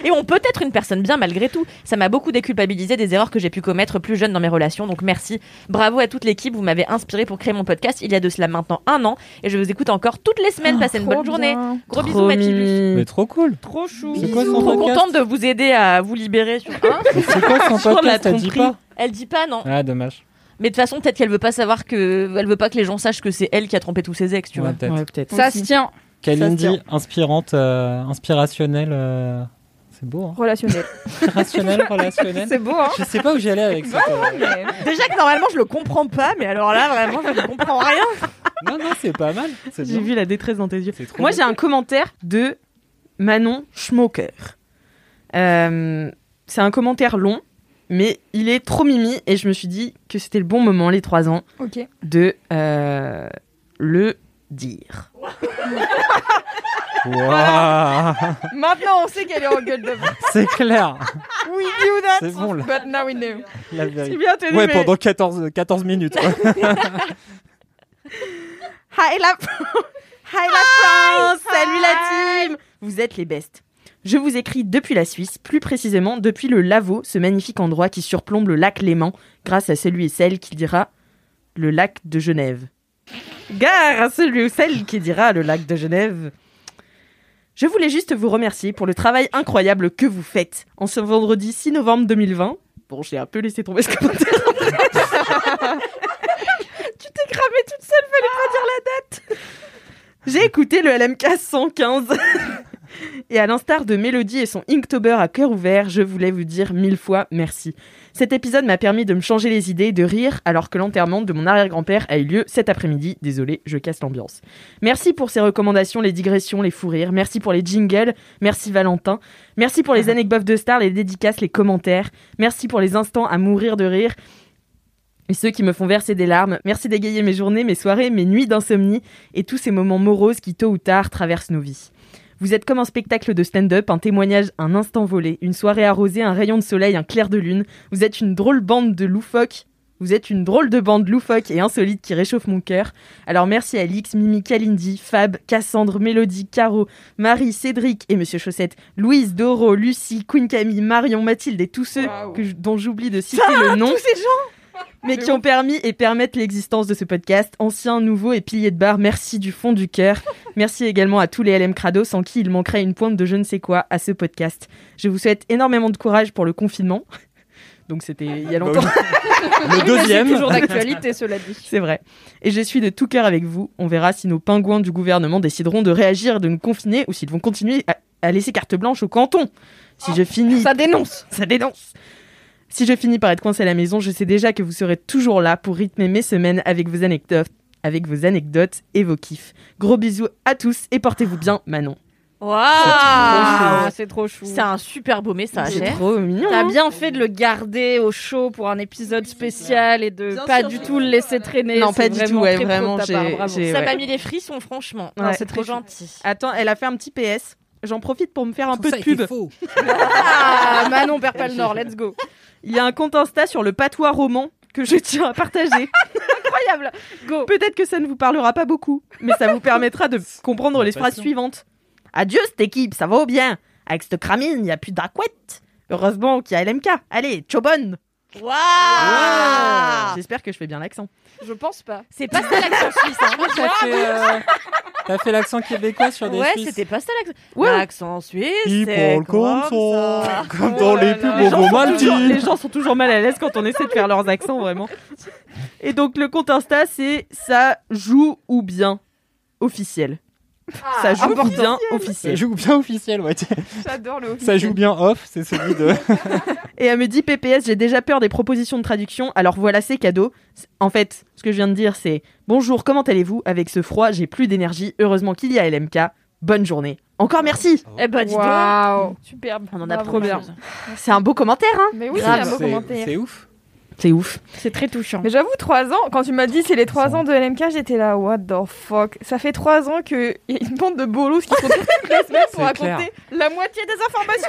Speaker 2: et on peut être une personne bien malgré tout. Ça m'a beaucoup déculpabilisé des erreurs que j'ai pu commettre plus jeune dans mes relations, donc merci. Bravo à toute l'équipe, vous m'avez inspiré pour créer mon podcast il y a de cela maintenant un an et je vous écoute encore toutes les semaines.
Speaker 4: Ah,
Speaker 2: Passez une bonne journée. Gros bisous,
Speaker 3: Trop
Speaker 2: Mathilde.
Speaker 3: mignon.
Speaker 4: Mais trop cool.
Speaker 1: Trop chou.
Speaker 4: C'est quoi son
Speaker 2: Trop
Speaker 4: podcast
Speaker 2: contente de vous aider à vous libérer sur un.
Speaker 4: C'est quoi
Speaker 2: *laughs*
Speaker 4: son
Speaker 2: Sur la
Speaker 4: podcast Elle dit
Speaker 2: tromperie.
Speaker 4: pas
Speaker 2: Elle dit pas non.
Speaker 4: Ah, dommage.
Speaker 2: Mais de toute façon, peut-être qu'elle veut pas savoir que, elle veut pas que les gens sachent que c'est elle qui a trompé tous ses ex, tu vois.
Speaker 4: Ouais, peut-être.
Speaker 3: Ouais, peut-être.
Speaker 1: Ça se tient.
Speaker 4: Kalindi, inspirante, euh, inspirationnelle. euh, C'est beau, hein *laughs*
Speaker 6: Relationnel.
Speaker 4: Inspirationnelle, relationnelle.
Speaker 1: C'est beau, hein
Speaker 4: Je sais pas où j'allais avec
Speaker 3: *laughs*
Speaker 4: euh, ça.
Speaker 2: Déjà que normalement, je le comprends pas, mais alors là, vraiment, je ne comprends rien.
Speaker 4: *laughs* Non, non, c'est pas mal. C'est
Speaker 3: J'ai
Speaker 4: bien.
Speaker 3: vu la détresse dans tes yeux.
Speaker 4: C'est trop
Speaker 3: Moi,
Speaker 4: bien.
Speaker 3: j'ai un commentaire de Manon Schmoker. Euh, c'est un commentaire long, mais il est trop mimi et je me suis dit que c'était le bon moment, les trois ans,
Speaker 6: Ok.
Speaker 3: de euh, le dire.
Speaker 4: Waouh
Speaker 1: Maintenant, on sait qu'elle est en gueule de *laughs* bois.
Speaker 4: C'est clair.
Speaker 1: We knew that,
Speaker 4: C'est bon, là.
Speaker 1: but now we know.
Speaker 4: La vérité.
Speaker 3: bien, t'es
Speaker 4: Ouais, pendant 14, 14 minutes. quoi.
Speaker 3: Hi la, *laughs* Hi, la France Salut la team Vous êtes les bestes. Je vous écris depuis la Suisse, plus précisément depuis le Lavaux, ce magnifique endroit qui surplombe le lac Léman, grâce à celui et celle qui dira le lac de Genève. Gare à celui ou celle qui dira le lac de Genève. Je voulais juste vous remercier pour le travail incroyable que vous faites en ce vendredi 6 novembre 2020. Bon, j'ai un peu laissé tomber ce *laughs* commentaire. *laughs* tu t'es cramé toute seule, fallait pas dire la date. J'ai écouté le LMK 115. Et à l'instar de Mélodie et son Inktober à cœur ouvert, je voulais vous dire mille fois merci. Cet épisode m'a permis de me changer les idées, de rire, alors que l'enterrement de mon arrière-grand-père a eu lieu cet après-midi. Désolé, je casse l'ambiance. Merci pour ces recommandations, les digressions, les fous rires. Merci pour les jingles. Merci Valentin. Merci pour les anecdotes de stars, les dédicaces, les commentaires. Merci pour les instants à mourir de rire. Et ceux qui me font verser des larmes, merci d'égayer mes journées, mes soirées, mes nuits d'insomnie et tous ces moments moroses qui tôt ou tard traversent nos vies. Vous êtes comme un spectacle de stand-up, un témoignage, un instant volé, une soirée arrosée, un rayon de soleil, un clair de lune. Vous êtes une drôle bande de loufoques. Vous êtes une drôle de bande loufoque et insolite qui réchauffe mon cœur. Alors merci à Lix, Mimi, Kalindi, Fab, Cassandre, Mélodie, Caro, Marie, Cédric et Monsieur Chaussette, Louise, Doro, Lucie, Queen Camille, Marion, Mathilde et tous ceux que je- dont j'oublie de citer le nom mais qui ont permis et permettent l'existence de ce podcast. Anciens, nouveaux et piliers de bar, merci du fond du cœur. Merci également à tous les LM Crado sans qui il manquerait une pointe de je ne sais quoi à ce podcast. Je vous souhaite énormément de courage pour le confinement. Donc c'était il y
Speaker 1: *laughs*
Speaker 3: a longtemps,
Speaker 4: Bah
Speaker 3: *laughs*
Speaker 4: Le
Speaker 1: C'est
Speaker 4: deuxième.
Speaker 1: toujours *laughs* d'actualité, cela
Speaker 4: *laughs*
Speaker 1: dit.
Speaker 3: c'est vrai. Et je suis de tout cœur avec vous. On verra si nos pingouins du gouvernement décideront de réagir et de nous confiner ou s'ils vont continuer à, à laisser carte blanche au canton. Si je finis
Speaker 1: Ça dénonce.
Speaker 3: ça dénonce. Si je finis par être coincé à la maison, je sais déjà que vous serez toujours là pour rythmer mes semaines avec vos anecdotes, avec vos anecdotes et vos kiffs. Gros bisous à tous et portez-vous bien, Manon.
Speaker 2: Waouh
Speaker 1: c'est trop chou.
Speaker 2: C'est un super beau message.
Speaker 3: C'est
Speaker 2: hein.
Speaker 3: trop mignon.
Speaker 1: T'as bien fait de le garder au chaud pour un épisode spécial et de
Speaker 5: Bien
Speaker 1: pas
Speaker 5: sûr,
Speaker 1: du
Speaker 5: j'ai-
Speaker 1: tout le laisser traîner.
Speaker 3: Non,
Speaker 1: C'est
Speaker 3: pas du tout, ouais,
Speaker 1: très pro de
Speaker 3: vraiment,
Speaker 1: ta part,
Speaker 3: j'ai-
Speaker 1: bravo.
Speaker 3: j'ai-
Speaker 2: Ça
Speaker 3: ouais.
Speaker 2: m'a mis les frissons, franchement.
Speaker 3: Ouais.
Speaker 2: Non, c'est trop
Speaker 3: Très
Speaker 2: gentil.
Speaker 3: Attends, elle a fait un petit PS. J'en profite pour me faire un peu de pub. *laughs*
Speaker 1: Ah, Manon perd pas le nord, let's go.
Speaker 3: Il y a un compte Insta sur le patois roman que je tiens à partager.
Speaker 1: *laughs* Incroyable. Go.
Speaker 3: Peut-être que ça ne vous parlera pas beaucoup, mais ça vous
Speaker 4: *laughs*
Speaker 3: permettra de comprendre
Speaker 4: La
Speaker 3: les phrases
Speaker 4: passion.
Speaker 3: suivantes. Adieu cette équipe, ça va au bien. Avec cette cramine, il n'y a plus d'aquette. Heureusement qu'il y a LMK. Allez, ciao bonne.
Speaker 1: Ah.
Speaker 2: Waouh
Speaker 3: J'espère que je fais bien l'accent.
Speaker 1: Je pense pas.
Speaker 2: C'est pas ça l'accent suisse. hein.
Speaker 4: T'as fait, euh, t'as fait l'accent québécois sur des
Speaker 2: Ouais,
Speaker 4: Suisses.
Speaker 2: c'était pas ça l'accent. Bah,
Speaker 3: Ouais.
Speaker 2: L'accent suisse.
Speaker 4: Ils
Speaker 2: c'est
Speaker 4: parlent comme ça, comme dans
Speaker 1: Oh là
Speaker 4: les
Speaker 1: là.
Speaker 4: pubs
Speaker 1: Les
Speaker 4: au
Speaker 1: gens
Speaker 4: bon
Speaker 3: sont toujours,
Speaker 4: Maltine. *laughs*
Speaker 3: les gens sont toujours mal à l'aise quand on essaie de faire leurs accents, vraiment. Et donc, le compte Insta, c'est ça joue ou bien officiel.
Speaker 2: Ah.
Speaker 3: Ça joue ou bien
Speaker 4: Ça
Speaker 3: officiel.
Speaker 4: joue bien officiel, ouais. t'sais.
Speaker 6: J'adore le
Speaker 4: Ça joue bien off, c'est celui de.
Speaker 3: Et elle me dit PPS, j'ai déjà peur des propositions de traduction, alors voilà c'est cadeau. En fait, ce que je viens de dire c'est Bonjour, comment allez-vous Avec ce froid, j'ai plus d'énergie, heureusement qu'il y a LMK. Bonne journée. Encore merci
Speaker 2: Eh ben, dis donc.
Speaker 1: Waouh.
Speaker 6: Superbe.
Speaker 2: On en
Speaker 6: Bravo.
Speaker 2: apprend Trop bien.
Speaker 3: C'est un beau commentaire, hein
Speaker 6: Mais oui,
Speaker 4: C'est-
Speaker 6: c'est un beau
Speaker 4: c'est-
Speaker 6: commentaire.
Speaker 4: C'est ouf.
Speaker 3: C'est ouf.
Speaker 1: C'est très touchant.
Speaker 6: Mais j'avoue, 3 ans, quand tu m'as dit c'est les 3 ans de LMK, j'étais là, what the fuck. Ça fait 3 ans qu'il y a une bande de bolos qui se retrouvent toutes les semaines pour
Speaker 4: C'est clair.
Speaker 6: raconter la moitié des informations.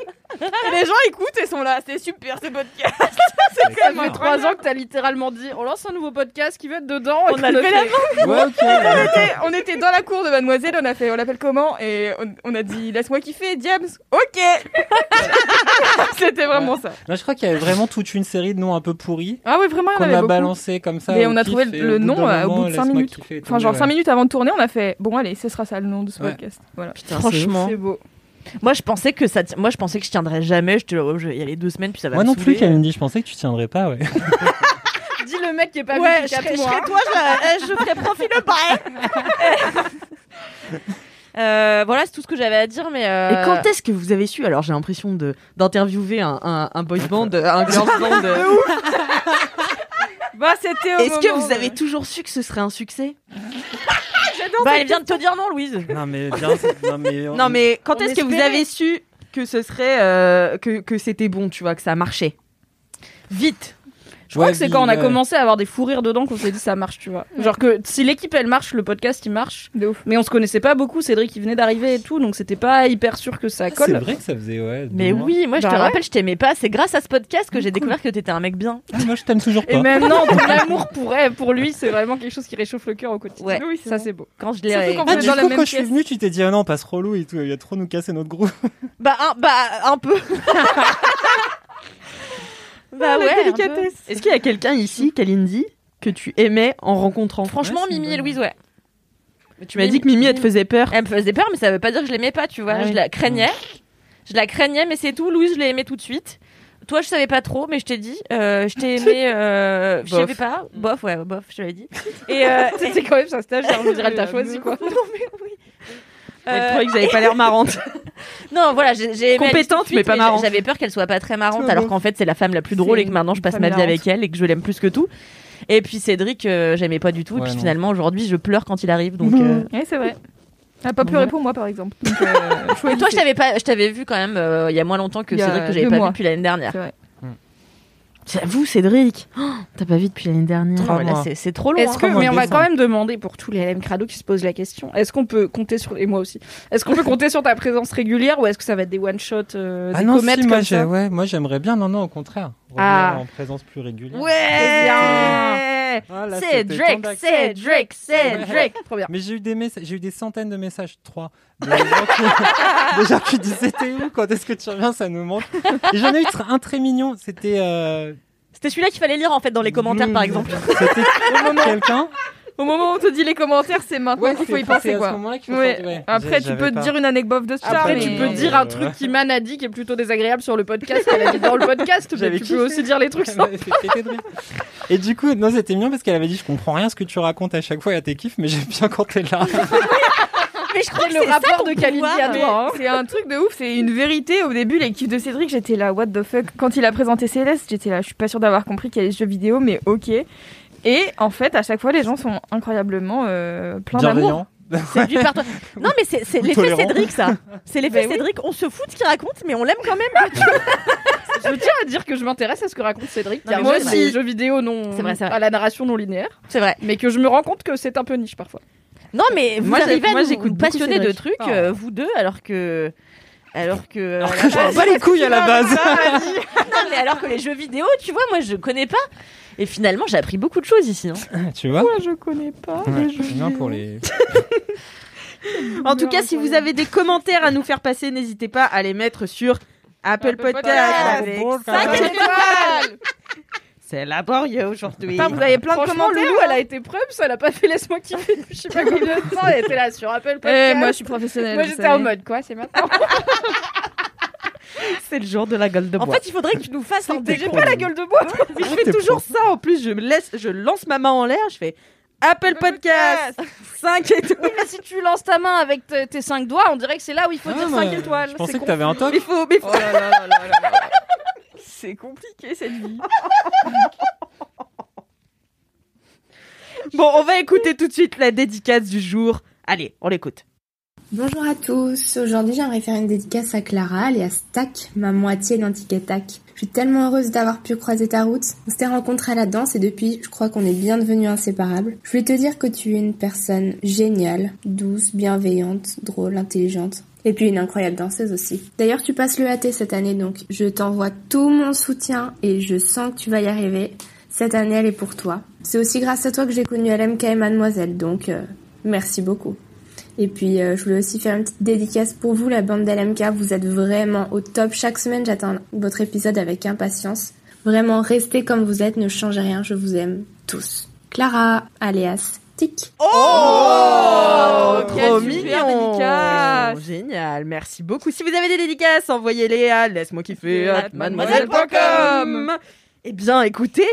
Speaker 1: *laughs*
Speaker 6: Et les gens écoutent et sont là, c'est super ce podcast. c'est
Speaker 1: Ça
Speaker 6: quand
Speaker 1: fait
Speaker 6: même
Speaker 1: trois ans que t'as littéralement dit on lance un nouveau podcast qui va être dedans. et
Speaker 6: On
Speaker 1: qu'on
Speaker 6: a
Speaker 1: le
Speaker 6: levé
Speaker 1: fait.
Speaker 6: la main.
Speaker 4: Ouais, ok.
Speaker 6: *laughs* On était, on était dans la cour de Mademoiselle, on a fait, on l'appelle comment Et on, on a dit, laisse-moi kiffer, Diams. Ok. C'était vraiment ça.
Speaker 4: Là, je crois qu'il y avait vraiment toute une série de noms un peu pourris
Speaker 6: Ah oui, vraiment, il y en
Speaker 4: qu'on
Speaker 6: avait
Speaker 4: a
Speaker 6: beaucoup.
Speaker 4: balancé comme ça.
Speaker 6: Et
Speaker 4: au
Speaker 6: on a
Speaker 4: pif,
Speaker 6: trouvé le-
Speaker 4: et
Speaker 6: le nom,
Speaker 4: d'un
Speaker 6: euh, au
Speaker 4: moment,
Speaker 6: bout de cinq
Speaker 4: laisse-moi
Speaker 6: minutes.
Speaker 4: kiffer euh, et
Speaker 6: Enfin,
Speaker 4: tout,
Speaker 6: genre
Speaker 4: ouais.
Speaker 6: 5 minutes avant de tourner, on a fait, bon allez, ce sera ça le nom de ce
Speaker 4: Ouais.
Speaker 6: podcast. Voilà.
Speaker 2: Franchement,
Speaker 1: C'est beau.
Speaker 2: moi je pensais que ça, ti- moi je pensais que je tiendrais jamais. Je te, oh, je vais y aller deux semaines puis ça va.
Speaker 4: Moi
Speaker 2: me
Speaker 4: non plus,
Speaker 2: saouler.
Speaker 4: Kalindi, je pensais que tu tiendrais pas, ouais.
Speaker 1: Dis le mec qui est pas venu
Speaker 2: Ouais,
Speaker 1: depuis
Speaker 2: je
Speaker 1: quatre
Speaker 2: serais, je
Speaker 1: mois.
Speaker 2: serais toi, je, je ferais profil le bail.
Speaker 1: *laughs*
Speaker 2: Euh, voilà, c'est tout ce que j'avais à dire, mais euh,
Speaker 3: Et quand est-ce que vous avez su Alors j'ai l'impression de d'interviewer un, un, un boy band, euh, un girl
Speaker 2: *laughs*
Speaker 3: band. euh. *laughs*
Speaker 6: Bah, c'était au
Speaker 3: Est-ce que
Speaker 6: moment
Speaker 3: vous
Speaker 6: de-
Speaker 3: avez toujours su que ce serait un *laughs* succès
Speaker 2: bah, elle vient de te dire non, Louise.
Speaker 4: non, mais bien, non, mais.
Speaker 3: Non mais quand
Speaker 1: On
Speaker 3: est-ce que vous
Speaker 1: espérait.
Speaker 3: avez su que ce serait euh, que que c'était bon, tu vois, que ça marchait Vite.
Speaker 1: Je crois que c'est quand on a commencé à avoir des fous rires dedans qu'on s'est dit ça marche, tu vois. Genre que si l'équipe elle marche, le podcast il marche.
Speaker 6: De ouf.
Speaker 1: Mais on se connaissait pas beaucoup, Cédric il venait d'arriver et tout, donc c'était pas hyper sûr que ça colle.
Speaker 4: Ah, C'est vrai que ça faisait, ouais. deux
Speaker 2: Mais
Speaker 4: mois.
Speaker 2: oui, moi je
Speaker 1: Bah
Speaker 2: te
Speaker 1: ouais.
Speaker 2: rappelle, je t'aimais pas. C'est grâce à ce podcast que j'ai découvert que t'étais un mec bien.
Speaker 4: Ah, Moi, je t'aime toujours
Speaker 1: Et
Speaker 4: pas.
Speaker 1: maintenant, ton amour pour elle, pour lui, c'est vraiment quelque chose qui réchauffe le cœur au quotidien.
Speaker 2: Ouais.
Speaker 6: Oui, c'est
Speaker 1: ça
Speaker 6: vrai.
Speaker 1: c'est beau.
Speaker 2: Quand je
Speaker 6: Surtout
Speaker 2: l'ai.
Speaker 6: quand
Speaker 4: Ah,
Speaker 6: on est
Speaker 4: du
Speaker 6: dans
Speaker 4: coup,
Speaker 6: la
Speaker 4: quand
Speaker 6: même
Speaker 4: je suis
Speaker 6: pièce.
Speaker 4: venu, tu t'es dit, ah non, passe relou et tout, il a trop nous casser notre groupe.
Speaker 2: Bah un, bah un peu. bah
Speaker 6: Ah, la
Speaker 2: ouais. un peu.
Speaker 6: délicatesse.
Speaker 3: Est-ce qu'il y a quelqu'un ici, Kalindi, que tu aimais en rencontrant
Speaker 2: Franchement,
Speaker 4: Ouais, c'est une
Speaker 2: Mimi et
Speaker 4: bonne-
Speaker 2: Louise, ouais.
Speaker 3: Tu m'as dit que Mimi elle te faisait peur.
Speaker 2: Elle me faisait peur, mais ça veut pas dire que je l'aimais pas, tu vois.
Speaker 3: Ah
Speaker 2: je
Speaker 3: oui.
Speaker 2: la craignais. Je la craignais, mais c'est tout. Louise, je l'ai aimée tout de suite. Toi, je savais pas trop, mais je t'ai dit. euh, je
Speaker 3: *laughs*
Speaker 2: t'ai aimé. Euh, je
Speaker 3: Bof.
Speaker 2: savais pas. Bof, ouais, bof, je te l'avais
Speaker 1: *laughs*
Speaker 2: dit. Et, euh,
Speaker 1: C'était quand même Mm. ça stage, ça on
Speaker 2: *laughs*
Speaker 1: dirait que t'as choisi quoi.
Speaker 2: non, mais oui.
Speaker 3: Elle
Speaker 2: Euh,
Speaker 3: trouvait que j'avais
Speaker 2: *laughs*
Speaker 3: pas l'air marrante.
Speaker 2: non, voilà, j'ai j'ai aimé Alice
Speaker 3: Compétente,
Speaker 2: tout de suite,
Speaker 3: mais pas
Speaker 2: j'a-
Speaker 3: marrante.
Speaker 2: J'avais peur qu'elle soit pas très marrante,
Speaker 1: Ah
Speaker 4: Toi,
Speaker 2: alors
Speaker 4: bof.
Speaker 2: qu'en fait, c'est la femme la plus drôle
Speaker 6: C'est
Speaker 2: et que maintenant, je passe
Speaker 6: une
Speaker 2: ma
Speaker 6: femme
Speaker 2: vie avec elle et que je l'aime plus que tout. Et puis Cédric, euh, j'aimais pas du tout.
Speaker 4: Ouais,
Speaker 2: et puis
Speaker 4: non.
Speaker 2: finalement, aujourd'hui, je pleure quand il arrive. Donc, euh,
Speaker 6: Ouais, c'est vrai. Elle a pas pleuré pour moi, par exemple. Donc, euh, choix
Speaker 2: Et toi, je
Speaker 6: évité.
Speaker 2: t'avais pas, je t'avais vu quand même euh, il y a moins longtemps que
Speaker 6: Il y a
Speaker 2: Cédric que j'avais
Speaker 6: deux
Speaker 2: pas
Speaker 6: mois.
Speaker 2: vu depuis l'année dernière.
Speaker 6: C'est vrai.
Speaker 4: Hmm.
Speaker 2: J'avoue, Cédric, oh, t'as pas vu depuis l'année dernière.
Speaker 4: Trois
Speaker 2: Non, mais là,
Speaker 4: mois.
Speaker 2: c'est- c'est trop long.
Speaker 1: Ah Est-ce
Speaker 2: hein.
Speaker 1: que,
Speaker 4: Comment
Speaker 1: mais on va
Speaker 4: descendre
Speaker 1: quand même demander pour tous les LM Crado qui se posent la question, est-ce qu'on peut compter sur, et moi aussi, est-ce qu'on peut compter sur ta présence régulière ou est-ce que ça va être des one-shots, euh,
Speaker 4: Ah
Speaker 1: des
Speaker 4: non,
Speaker 1: comètes
Speaker 4: si, moi,
Speaker 1: comme
Speaker 4: j'ai-
Speaker 1: ça
Speaker 4: ouais, moi, j'aimerais bien, non, non, au contraire. Revenir
Speaker 1: Ah.
Speaker 4: En présence plus régulière.
Speaker 2: Ouais
Speaker 4: Ah, là, c'était tant
Speaker 2: Cédric,
Speaker 4: d'ac-
Speaker 2: Cédric, Cédric.
Speaker 1: Trop bien.
Speaker 4: Mais j'ai eu des messa- j'ai eu des centaines de messages, trois, de gens qui, de gens qui disaient t'es où, quand est-ce que tu reviens, ça nous manque. Et j'en ai eu tr- un très mignon, c'était euh,
Speaker 2: C'était celui-là qu'il fallait lire en fait dans les commentaires, par
Speaker 4: Blue-
Speaker 2: exemple. *laughs*
Speaker 4: C'était quelqu'un.
Speaker 6: Au moment où on te dit les commentaires, c'est maintenant qu'il Hein, faut y penser, quoi. Ouais. Après, tu peux te dire une anecdote de star.
Speaker 1: Après,
Speaker 6: mais-
Speaker 1: tu peux
Speaker 4: mais-
Speaker 1: dire euh, un truc qui m'en a dit qui est plutôt désagréable sur le podcast qu'elle a dit dans le podcast, mais
Speaker 4: J'avais
Speaker 1: tu
Speaker 4: kiffé.
Speaker 1: peux aussi dire les trucs sans.
Speaker 4: Et du coup, non, c'était mignon parce qu'elle avait dit je comprends rien à ce que tu racontes à chaque fois et à tes kiffs, mais j'aime bien quand t'es là.
Speaker 2: Mais je crois que
Speaker 1: Le rapport de qualité à
Speaker 6: Mais
Speaker 1: toi. hein.
Speaker 6: C'est un truc de ouf, c'est une vérité. Au début, l'équipe de Cédric, j'étais là, what the fuck. Quand il a présenté Céleste, j'étais là, je suis pas sûre d'avoir compris qu'il y a les jeux vidéo, mais ok. Et en fait, à chaque fois, les gens sont incroyablement euh, pleins d'amour.
Speaker 4: Bienveillant.
Speaker 2: C'est du
Speaker 1: *laughs*
Speaker 2: parto- Non, mais c'est c'est l'effet
Speaker 4: Tolérant.
Speaker 2: Cédric, ça. C'est l'effet Cédric. On se fout de ce qu'il raconte, mais on l'aime quand même.
Speaker 1: Je tiens à dire que je m'intéresse à ce que raconte Cédric.
Speaker 2: Non, mais
Speaker 1: car
Speaker 2: moi
Speaker 1: moi aussi,
Speaker 2: aussi.
Speaker 1: les jeux vidéo non,
Speaker 2: C'est vrai, c'est vrai.
Speaker 1: à la narration non linéaire,
Speaker 2: C'est vrai.
Speaker 1: mais que je me rends compte que c'est un peu niche parfois.
Speaker 2: Non, mais vous
Speaker 3: Moi, j'ai-
Speaker 2: arrivez à
Speaker 3: moi,
Speaker 2: nous
Speaker 3: j'écoute beaucoup
Speaker 2: passionner de
Speaker 3: Cédric.
Speaker 2: trucs,
Speaker 4: Ah.
Speaker 2: euh, vous deux, alors que. Alors que.
Speaker 4: Alors que je vois pas les couilles à la base.
Speaker 2: Non, mais alors que les jeux vidéo, tu vois, moi je connais pas. Et finalement, j'ai appris beaucoup de choses ici. hein.
Speaker 4: *laughs* tu vois
Speaker 6: Je connais pas
Speaker 4: Ouais, *laughs*
Speaker 6: les jeux
Speaker 4: bien
Speaker 6: vidéo.
Speaker 4: pour les.
Speaker 3: En tout cas, si vous avez des commentaires à nous faire passer, n'hésitez pas à les mettre sur Apple
Speaker 6: Apple
Speaker 3: Podcast.
Speaker 6: Podcast.
Speaker 3: avec cinq
Speaker 2: Cinq
Speaker 3: étoiles.
Speaker 6: étoiles.
Speaker 3: C'est laborieux aujourd'hui.
Speaker 6: Putain, vous avez plein de
Speaker 1: Franchement,
Speaker 6: commentaires.
Speaker 1: Loulou,
Speaker 3: hein.
Speaker 1: elle a été preuve, ça l'a pas fait laisse-moi kiffer. Je sais pas combien de temps, elle était là sur Apple Podcast.
Speaker 6: Eh, moi, je suis professionnelle.
Speaker 1: Moi,
Speaker 6: vous
Speaker 1: j'étais
Speaker 6: savez.
Speaker 1: en mode quoi, c'est maintenant.
Speaker 3: C'est le jour de la gueule de
Speaker 2: En
Speaker 3: bois.
Speaker 2: fait, il faudrait que tu nous fasses un
Speaker 1: J'ai
Speaker 2: DG.
Speaker 1: pas
Speaker 3: *laughs*
Speaker 1: la gueule de bois.
Speaker 3: je fais toujours ça. En plus, je me laisse, je lance ma main en l'air. Je fais Apple Podcast. 5 étoiles.
Speaker 1: Mais si tu lances ta main avec te- tes cinq doigts, on dirait que c'est là où il faut
Speaker 4: Ah,
Speaker 1: dire
Speaker 4: mais
Speaker 1: 5 étoiles.
Speaker 4: Je pensais
Speaker 1: C'est Oh
Speaker 4: que t'avais un toc.
Speaker 3: Il faut, mais il faut-
Speaker 6: C'est compliqué cette vie.
Speaker 3: Bon, on va écouter tout de suite la dédicace du jour. Allez, on l'écoute.
Speaker 8: Bonjour à tous, aujourd'hui j'aimerais faire une dédicace à Clara et à Stack, ma moitié d'Antique Tac. Je suis tellement heureuse d'avoir pu croiser ta route. On s'était rencontrés à la danse et depuis, je crois qu'on est bien devenus inséparables. Je voulais te dire que tu es une personne géniale, douce, bienveillante, drôle, intelligente. Et puis une incroyable danseuse aussi. D'ailleurs, tu passes le AT cette année, donc je t'envoie tout mon soutien et je sens que tu vas y arriver. Cette année, elle est pour toi. C'est aussi grâce à toi que j'ai connu LMK et Mademoiselle, donc euh, merci beaucoup. Et puis, euh, je voulais aussi faire une petite dédicace pour vous, la bande d'LMK. Vous êtes vraiment au top. Chaque semaine, j'attends votre épisode avec impatience. Vraiment, restez comme vous êtes, ne changez rien. Je vous aime tous. Clara, alias Tic.
Speaker 3: Oh,
Speaker 2: quel
Speaker 3: Trop
Speaker 2: super
Speaker 3: mignon.
Speaker 2: dédicace.
Speaker 3: Génial, merci beaucoup. Si vous avez des dédicaces, envoyez-les à laisse-moi kiffer at mademoiselle.com. Eh bien, écoutez,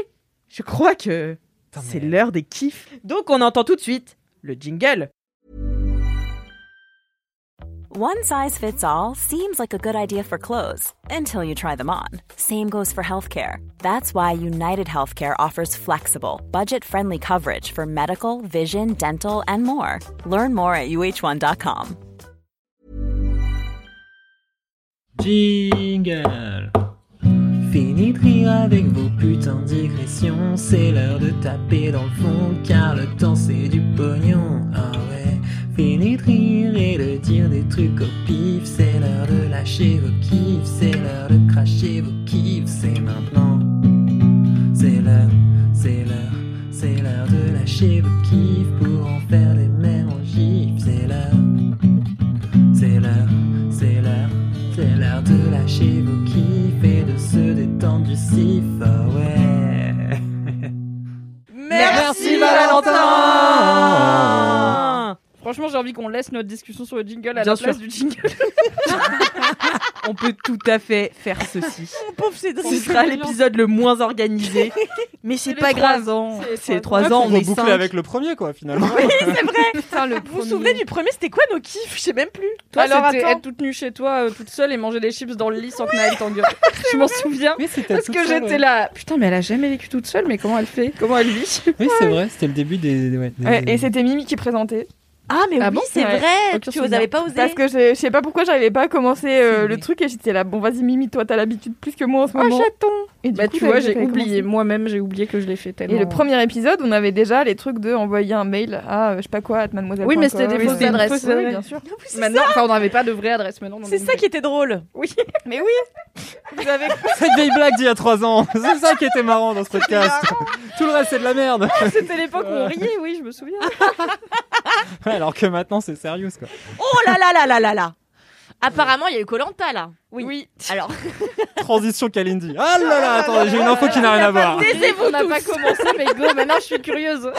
Speaker 3: je crois que c'est l'heure des kiffs. Donc, on entend tout de suite le jingle.
Speaker 9: One size fits all seems like a good idea for clothes until you try them on. Same goes for healthcare. That's why United Healthcare offers flexible, budget friendly coverage for medical, vision, dental, and more. Learn more at
Speaker 3: *laughs*
Speaker 9: uh1.com.
Speaker 10: Jingle Fini de rire avec vos putains de digressions, c'est l'heure de taper dans le fond, car le temps c'est du pognon. Ah ouais, fini de rire et de dire des trucs au pif, c'est l'heure de lâcher vos kiffs, c'est l'heure de cracher vos kiffs, c'est maintenant. C'est l'heure, c'est l'heure, c'est l'heure de lâcher vos kiffs pour en faire des mêmes en gif, c'est l'heure, c'est l'heure, c'est l'heure. C'est l'heure de lâcher vos kiffs et de se détendre du sif, ah ouais.
Speaker 3: Merci,
Speaker 1: Valentin Franchement, j'ai envie qu'on laisse notre discussion sur le jingle à
Speaker 3: Bien
Speaker 1: la place
Speaker 3: sûr.
Speaker 1: du jingle.
Speaker 3: On peut tout à fait faire ceci.
Speaker 1: Pauvre
Speaker 3: *laughs* Ce sera l'épisode le moins organisé, mais c'est pas grave. C'est les trois ans, on est cinq.
Speaker 4: boucler *laughs* avec le premier, quoi, finalement.
Speaker 1: *laughs*
Speaker 2: Vous vous souvenez du premier, c'était quoi nos kiffs Je sais même plus.
Speaker 1: Toi,
Speaker 2: Alors,
Speaker 1: c'était
Speaker 2: attends.
Speaker 1: être toute nue chez toi, euh, toute seule et manger des chips dans le lit sans que Naël t'engueule. *laughs* Je m'en souviens.
Speaker 4: Oui, c'était
Speaker 1: *laughs* Parce
Speaker 4: toute
Speaker 1: que
Speaker 4: seule,
Speaker 1: j'étais
Speaker 4: ouais.
Speaker 1: là. Putain, mais elle a jamais vécu toute seule, mais comment elle fait Comment elle vit
Speaker 4: *laughs* Oui, c'est vrai, c'était le début des. ouais, des-
Speaker 6: Ouais, et c'était Mimi qui présentait.
Speaker 2: Ah, mais
Speaker 1: Ah
Speaker 2: oui,
Speaker 1: bon
Speaker 2: c'est
Speaker 6: Ouais.
Speaker 2: vrai.
Speaker 1: Aucun
Speaker 2: Tu
Speaker 1: souvenir.
Speaker 2: n'avais pas osé.
Speaker 6: Parce que je je sais pas pourquoi j'arrivais pas à commencer euh, le truc et j'étais là, bon vas-y Mimi, toi t'as l'habitude plus que moi en ce
Speaker 1: Oh,
Speaker 6: moment.
Speaker 1: chaton
Speaker 6: et du
Speaker 1: Bah,
Speaker 6: coup,
Speaker 1: tu vois,
Speaker 6: j'avais
Speaker 1: j'ai
Speaker 6: commencé.
Speaker 1: oublié. Moi-même, j'ai oublié que je l'ai fait tellement.
Speaker 6: Et le premier épisode, on avait déjà les trucs de envoyer un mail à euh, je sais pas quoi, at mademoiselle.
Speaker 1: Oui, mais c'était des
Speaker 6: Oui,
Speaker 1: fausses
Speaker 6: c'était une
Speaker 1: adresses.
Speaker 6: fausse
Speaker 1: Oui,
Speaker 6: adresse,
Speaker 1: oui.
Speaker 6: bien sûr.
Speaker 2: Non, mais Ah c'est
Speaker 1: Maintenant, enfin, on
Speaker 2: *laughs*
Speaker 1: n'avait pas de vraie adresse maintenant. on en
Speaker 2: C'est
Speaker 1: a
Speaker 2: ça
Speaker 1: une
Speaker 2: qui était drôle.
Speaker 1: *laughs*
Speaker 6: Mais oui, vous avez
Speaker 4: *laughs* Cette vieille blague d'il y a 3 ans, c'est ça qui était marrant dans ce podcast. Tout le reste, c'est de la merde.
Speaker 6: Ah,
Speaker 1: vraie. C'était l'époque où on riait, oui, je me souviens.
Speaker 4: Ouais, Alors que maintenant, c'est sérieux, quoi.
Speaker 2: Oh là là là là là là. Apparemment, il y a eu Colanta là. Oui. Alors,
Speaker 4: Transition Kalindi. Ah là là, attendez, j'ai une info qui n'a rien à voir.
Speaker 2: taisez-vous
Speaker 1: on n'a
Speaker 2: tous.
Speaker 1: pas commencé, mais go, *laughs* maintenant je suis curieuse.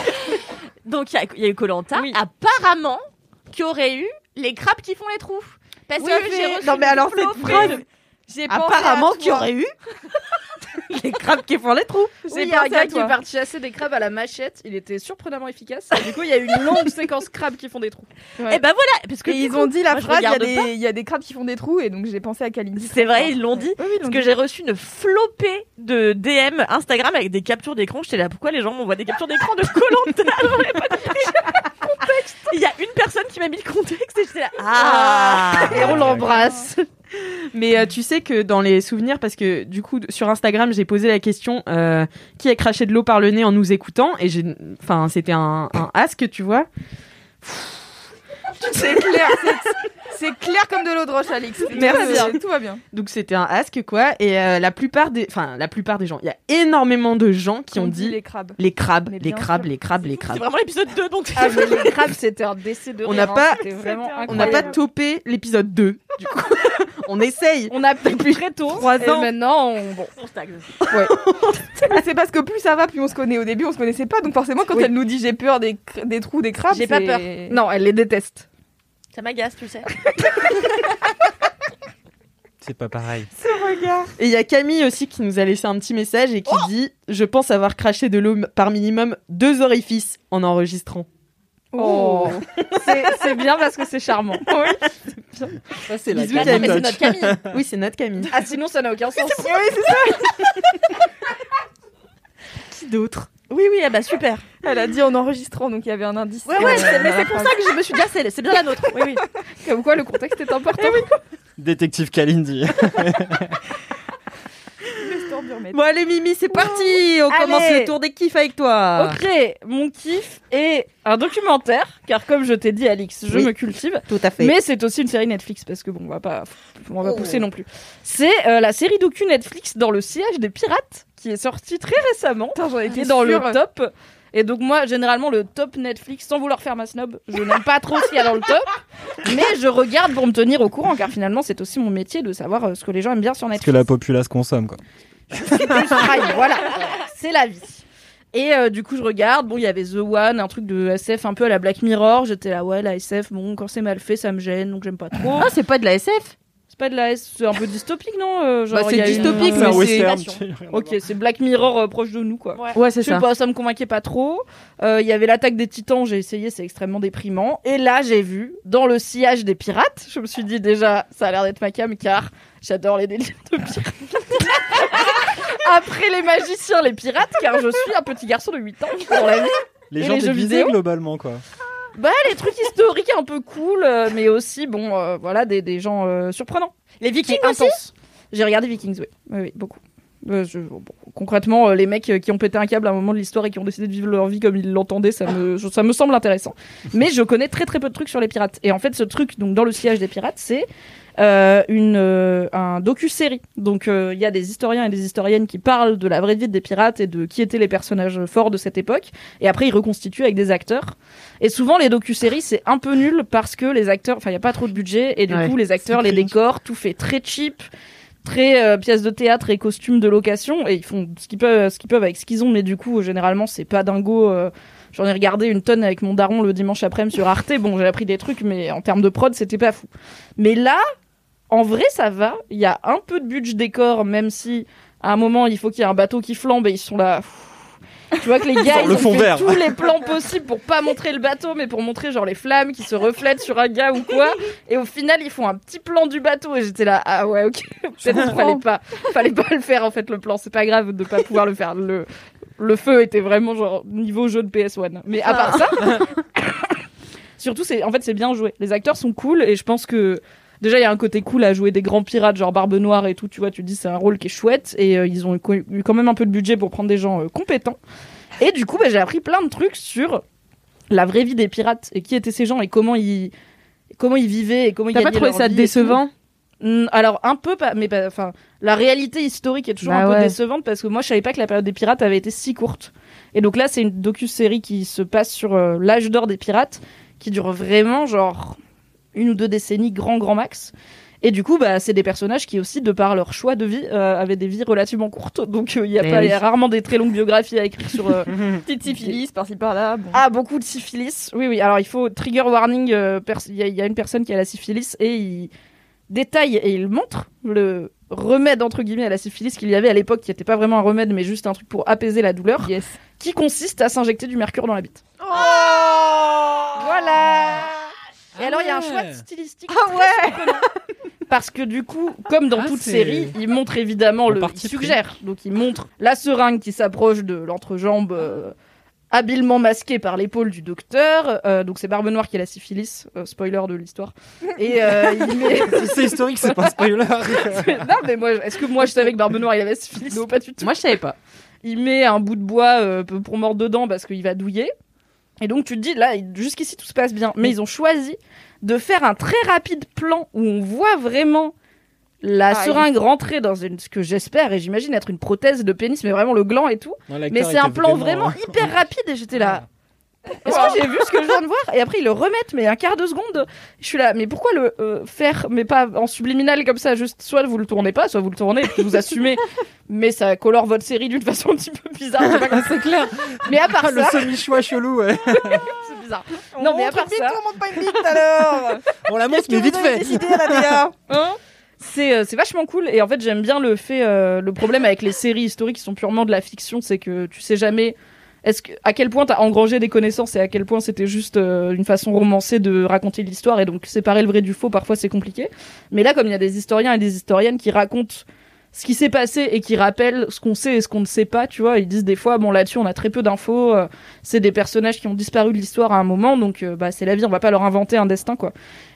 Speaker 2: Donc, il y a- il y, a eu Colanta. Apparemment, qui aurait eu les crabes qui font les trous. Parce que
Speaker 3: Oui, mais-
Speaker 2: j'ai reçu
Speaker 3: non, mais
Speaker 2: une
Speaker 3: alors, cette
Speaker 2: flopée
Speaker 3: phrase,
Speaker 2: de-
Speaker 3: J'ai
Speaker 2: Apparemment, qui aurait
Speaker 1: *laughs*
Speaker 2: eu
Speaker 3: les crabes qui font les trous.
Speaker 1: Oui, il y a un gars qui est parti chasser des crabes à la machette. Il était surprenamment efficace. Et du coup, il y a eu une *laughs* longue séquence crabes qui font des trous.
Speaker 2: Eh ben *laughs* voilà, parce que
Speaker 6: Et
Speaker 2: du
Speaker 6: ils
Speaker 2: coup,
Speaker 6: ont dit la
Speaker 2: moi, je
Speaker 6: phrase, il y a
Speaker 2: regarde pas.
Speaker 6: des- il y, a des crabes qui font des trous et donc j'ai pensé à Kalindi.
Speaker 2: C'est vrai, ils l'ont dit.
Speaker 6: Oui, oui, ils l'ont
Speaker 2: Parce que
Speaker 6: dit.
Speaker 2: j'ai reçu une flopée de DM Instagram avec des captures d'écran. J'étais là, pourquoi les gens m'envoient des captures d'écran de Colanta *laughs* Il y a une personne qui m'a mis le contexte et j'étais là, ah
Speaker 1: Et on l'embrasse.
Speaker 3: Mais euh, tu sais que dans les souvenirs, parce que du coup, d- sur Instagram, j'ai posé la question euh, qui a craché de l'eau par le nez en nous écoutant Et j'ai. Enfin, c'était un, un ask, tu vois.
Speaker 6: C'est clair, c'est- c'est clair comme de l'eau de roche, Alix.
Speaker 3: Merci.
Speaker 6: Tout va bien, tout va bien.
Speaker 3: Donc c'était un ask, quoi. Et euh, la plupart des. Enfin, la plupart des gens. Il y a énormément de gens qui ont dit les,
Speaker 6: les crabes.
Speaker 3: crabes,
Speaker 6: Mais bien
Speaker 3: les crabes,
Speaker 6: sûr.
Speaker 3: les crabes, les crabes.
Speaker 2: C'est vraiment l'épisode 2, donc
Speaker 1: Ah, mais
Speaker 2: *laughs*
Speaker 1: les crabes, c'était un décès de
Speaker 3: On
Speaker 1: rire,
Speaker 3: n'a
Speaker 1: hein.
Speaker 3: pas-
Speaker 1: C'était vraiment
Speaker 3: On n'a pas
Speaker 1: incroyable.
Speaker 3: topé l'épisode 2. Du coup, *laughs* on essaye.
Speaker 1: On a pris très tôt.
Speaker 3: trois
Speaker 1: et
Speaker 3: ans.
Speaker 1: maintenant, on... bon.
Speaker 2: on stagne.
Speaker 6: Mais c'est parce que plus ça va, plus on se connaît. Au début, on se connaissait pas, donc forcément, quand
Speaker 1: Oui.
Speaker 6: elle nous dit j'ai peur des, cr- des trous, des crabes,
Speaker 2: J'ai pas
Speaker 6: c'est-
Speaker 2: peur.
Speaker 1: Non, elle les déteste.
Speaker 2: Ça m'agace, tu le sais.
Speaker 4: C'est pas pareil.
Speaker 3: Et il y a Camille aussi qui nous a laissé un petit message et qui dit Je pense avoir craché de l'eau m- par minimum deux orifices en enregistrant.
Speaker 1: Oh. C'est c'est bien parce que
Speaker 2: *laughs*
Speaker 1: c'est charmant.
Speaker 4: Ça, c'est
Speaker 3: la
Speaker 4: la
Speaker 3: Bisous,
Speaker 2: Bah non, mais c'est notre Camille.
Speaker 3: *laughs* Oui, c'est notre Camille.
Speaker 1: Ah, sinon, ça n'a aucun sens.
Speaker 3: *laughs* Qui d'autre
Speaker 2: Oui, oui, ah bah super.
Speaker 6: Elle a dit en enregistrant, donc il y avait un indice. Euh,
Speaker 2: Ouais, ouais, c'est- mais c'est pour ça que je me suis dit, ah, c'est c'est bien la nôtre. Oui, oui.
Speaker 1: Comme quoi,
Speaker 4: *laughs*
Speaker 1: le contexte est important.
Speaker 4: Détective Kalindi.
Speaker 6: temps de remettre.
Speaker 3: Bon allez Mimi, c'est parti On
Speaker 1: Allez.
Speaker 3: commence le tour des kiffs avec toi
Speaker 1: Ok, mon kiff est un documentaire, car comme je t'ai dit, Alix, je
Speaker 3: Oui,
Speaker 1: me cultive.
Speaker 3: tout à fait. Oh.
Speaker 1: Mais c'est aussi une série Netflix, parce que bon, on va pas, on va pas pousser non plus. C'est euh, la série docu Netflix dans le sillage des pirates, qui est sortie très récemment.
Speaker 6: été
Speaker 1: et dans
Speaker 6: sûre.
Speaker 1: le top. Et donc moi, généralement, le top Netflix, sans vouloir faire ma snob, je n'aime pas trop ce qu'il y a dans le top, mais je regarde pour me tenir au courant, car finalement, c'est aussi mon métier de savoir euh, ce que les gens aiment bien sur
Speaker 4: Parce que
Speaker 1: Netflix.
Speaker 4: la populace consomme, quoi.
Speaker 1: Plus trahi, *laughs* voilà, c'est la vie. Et euh, du coup, je regarde. Bon, il y avait The One, un truc de SF un peu à la Black Mirror. J'étais là, ouais, la SF, bon, quand c'est mal fait, ça me gêne, donc j'aime Oh, pas trop.
Speaker 3: Ah c'est pas de la SF
Speaker 1: c'est pas de la SF, c'est un peu dystopique, non Euh, genre,
Speaker 3: Bah, c'est
Speaker 1: il y a une-
Speaker 3: dystopique, C'est un mais c'est- western.
Speaker 1: Ok, c'est Black Mirror euh, proche de nous, quoi.
Speaker 3: Ouais, c'est
Speaker 1: Je sais
Speaker 3: ça.
Speaker 1: pas, ça me convainquait pas trop. Euh, Il y avait l'attaque des titans, j'ai essayé, c'est extrêmement déprimant. Et là, j'ai vu, dans le sillage des pirates, je me suis dit déjà, ça a l'air d'être ma cam, car j'adore les délires de pirates. *laughs* Après les magiciens, les pirates, car je suis un petit garçon de 8 ans dans la vie.
Speaker 4: Les
Speaker 1: Et
Speaker 4: gens
Speaker 1: les jeux
Speaker 4: déguisés,
Speaker 1: vidéo
Speaker 4: globalement, quoi.
Speaker 1: bah, les trucs historiques un peu cool, euh, mais aussi, bon, euh, voilà, des, des gens euh, surprenants. Les Vikings intenses. J'ai regardé Vikings, oui. Oui, oui, beaucoup. Euh, je- bon, concrètement, euh, les mecs euh, qui ont pété un câble à un moment de l'histoire et qui ont décidé de vivre leur vie comme ils l'entendaient, ça me, je- ça me semble intéressant. Mais je connais très très peu de trucs sur les pirates. Et en fait, ce truc, donc dans le sillage des pirates, c'est euh, une euh, un docu-série. Donc euh, il y a des historiens et des historiennes qui parlent de la vraie vie des pirates et de qui étaient les personnages forts de cette époque. Et après, ils reconstituent avec des acteurs. Et souvent, les docu-séries, c'est un peu nul parce que les acteurs, enfin, il y a pas trop de budget et du
Speaker 3: Ouais.
Speaker 1: coup, les acteurs, les décors, tout fait très cheap très euh, pièces de théâtre et costumes de location et ils font ce qu'ils peuvent ce qu'ils peuvent avec ce qu'ils ont mais du coup euh, généralement c'est pas dingo euh, j'en ai regardé une tonne avec mon daron le dimanche après-midi sur Arte bon j'ai appris des trucs mais en termes de prod c'était pas fou mais là en vrai ça va il y a un peu de budget décor même si à un moment il faut qu'il y ait un bateau qui flambe et ils sont là pff. tu
Speaker 4: *laughs*
Speaker 1: vois que les gars
Speaker 4: Genre
Speaker 1: ils
Speaker 4: le
Speaker 1: ont
Speaker 4: fond
Speaker 1: fait
Speaker 4: vert.
Speaker 1: tous les plans possibles pour pas montrer le bateau mais pour montrer genre les flammes qui se reflètent sur un gars ou quoi et au final ils font un petit plan du bateau et j'étais là ah ouais ok peut-être qu'il fallait pas fallait pas le faire en fait le plan c'est pas grave de pas pouvoir le faire le le feu était vraiment genre niveau jeu de PS1 mais à part ça surtout c'est en fait c'est bien joué les acteurs sont cool et je pense que déjà il y a un côté cool à jouer des grands pirates genre barbe noire et tout tu vois tu te dis c'est un rôle qui est chouette et euh, ils ont eu co- eu quand même un peu de budget pour prendre des gens euh, compétents et du coup bah, j'ai appris plein de trucs sur la vraie vie des pirates et qui étaient ces gens et comment ils comment ils vivaient et comment ils
Speaker 3: T'as pas
Speaker 1: gagnaient
Speaker 3: trouvé
Speaker 1: leur
Speaker 3: ça
Speaker 1: vie et tout.
Speaker 3: décevant
Speaker 1: Mm, alors un peu pas mais pas- enfin la réalité historique est toujours
Speaker 3: Bah
Speaker 1: un peu
Speaker 3: ouais.
Speaker 1: décevante parce que moi je savais pas que la période des pirates avait été si courte. Et donc là c'est une docu-série qui se passe sur euh, l'âge d'or des pirates qui dure vraiment genre une ou deux décennies grand grand max. Et du coup bah c'est des personnages qui aussi de par leur choix de vie euh, avaient des vies relativement courtes *laughs* donc euh, il y a
Speaker 3: Eh
Speaker 1: pas il y a
Speaker 3: oui.
Speaker 1: rarement des très longues biographies à écrire sur *laughs* euh,
Speaker 6: Petite syphilis par-ci par-là. Bon.
Speaker 1: ah, beaucoup de syphilis. Oui, oui. Alors, il faut trigger warning. euh, pers- Il y, a- il y a une personne qui a la syphilis et il détaille et il montre le remède, entre guillemets, à la syphilis qu'il y avait à l'époque, qui n'était pas vraiment un remède, mais juste un truc pour apaiser la douleur,
Speaker 6: Yes.
Speaker 1: qui consiste à s'injecter du mercure dans la bite.
Speaker 3: Oh,
Speaker 1: Voilà Et alors, il y a un choix
Speaker 4: ouais.
Speaker 1: stylistique. Ah ouais Parce que du coup, comme dans
Speaker 4: Ah,
Speaker 1: toute
Speaker 4: c'est-
Speaker 1: série, il montre évidemment
Speaker 4: Le
Speaker 1: le.
Speaker 4: parti
Speaker 1: Il suggère. Donc, il montre la seringue qui s'approche de l'entrejambe. euh, habilement masquée par l'épaule du docteur, Euh, donc c'est Barbe Noire qui a la syphilis, euh, spoiler de l'histoire. Et euh,
Speaker 4: *laughs*
Speaker 1: il met...
Speaker 4: Si c'est historique, c'est pas un
Speaker 1: *laughs*
Speaker 4: spoiler.
Speaker 1: non mais moi, est-ce que moi je savais que Barbe Noire il avait la syphilis Pas du tout.
Speaker 3: Moi je savais pas.
Speaker 1: Il met un bout de bois euh, pour mordre dedans parce qu'il va douiller. Et donc tu te dis là, jusqu'ici tout se passe bien, mais ils ont choisi de faire un très rapide plan où on voit vraiment la
Speaker 6: Ah,
Speaker 1: seringue rentrer dans une ce que j'espère et j'imagine être une prothèse de pénis, mais vraiment le gland et tout.
Speaker 4: Non, l'acteur
Speaker 1: Mais c'est
Speaker 4: était
Speaker 1: un plan vraiment hyper rapide et j'étais là. Est-ce que j'ai vu ce que je viens de voir Et après ils le remettent, mais un quart de seconde. Je suis là, mais pourquoi le euh, faire, mais pas en subliminal comme ça Juste soit vous le tournez pas, soit vous le tournez, et puis vous assumez. mais ça colore votre série d'une façon un petit peu bizarre. je
Speaker 4: *laughs*
Speaker 1: sais pas comment-
Speaker 4: Ah, C'est clair.
Speaker 1: mais à part
Speaker 4: Ah, le
Speaker 1: ça,
Speaker 4: semi-choix chelou,
Speaker 1: *laughs*
Speaker 4: ouais.
Speaker 1: c'est bizarre. Non, mais à part ça,
Speaker 4: On la monte, mais vite fait. *laughs*
Speaker 1: hein, c'est euh, c'est vachement cool. Et en fait, j'aime bien le fait. euh, le problème avec les séries historiques qui sont purement de la fiction, c'est que tu sais jamais. Est-ce que, à quel point t'as engrangé des connaissances et à quel point c'était juste euh, une façon romancée de raconter l'histoire et donc séparer le vrai du faux parfois c'est compliqué. Mais là comme il y a des historiens et des historiennes qui racontent ce qui s'est passé et qui rappellent ce qu'on sait et ce qu'on ne sait pas, tu vois, ils disent des fois bon là-dessus on a très peu d'infos, euh, c'est des personnages qui ont disparu de l'histoire à un moment donc euh, bah c'est la vie, on va pas leur inventer un destin quoi.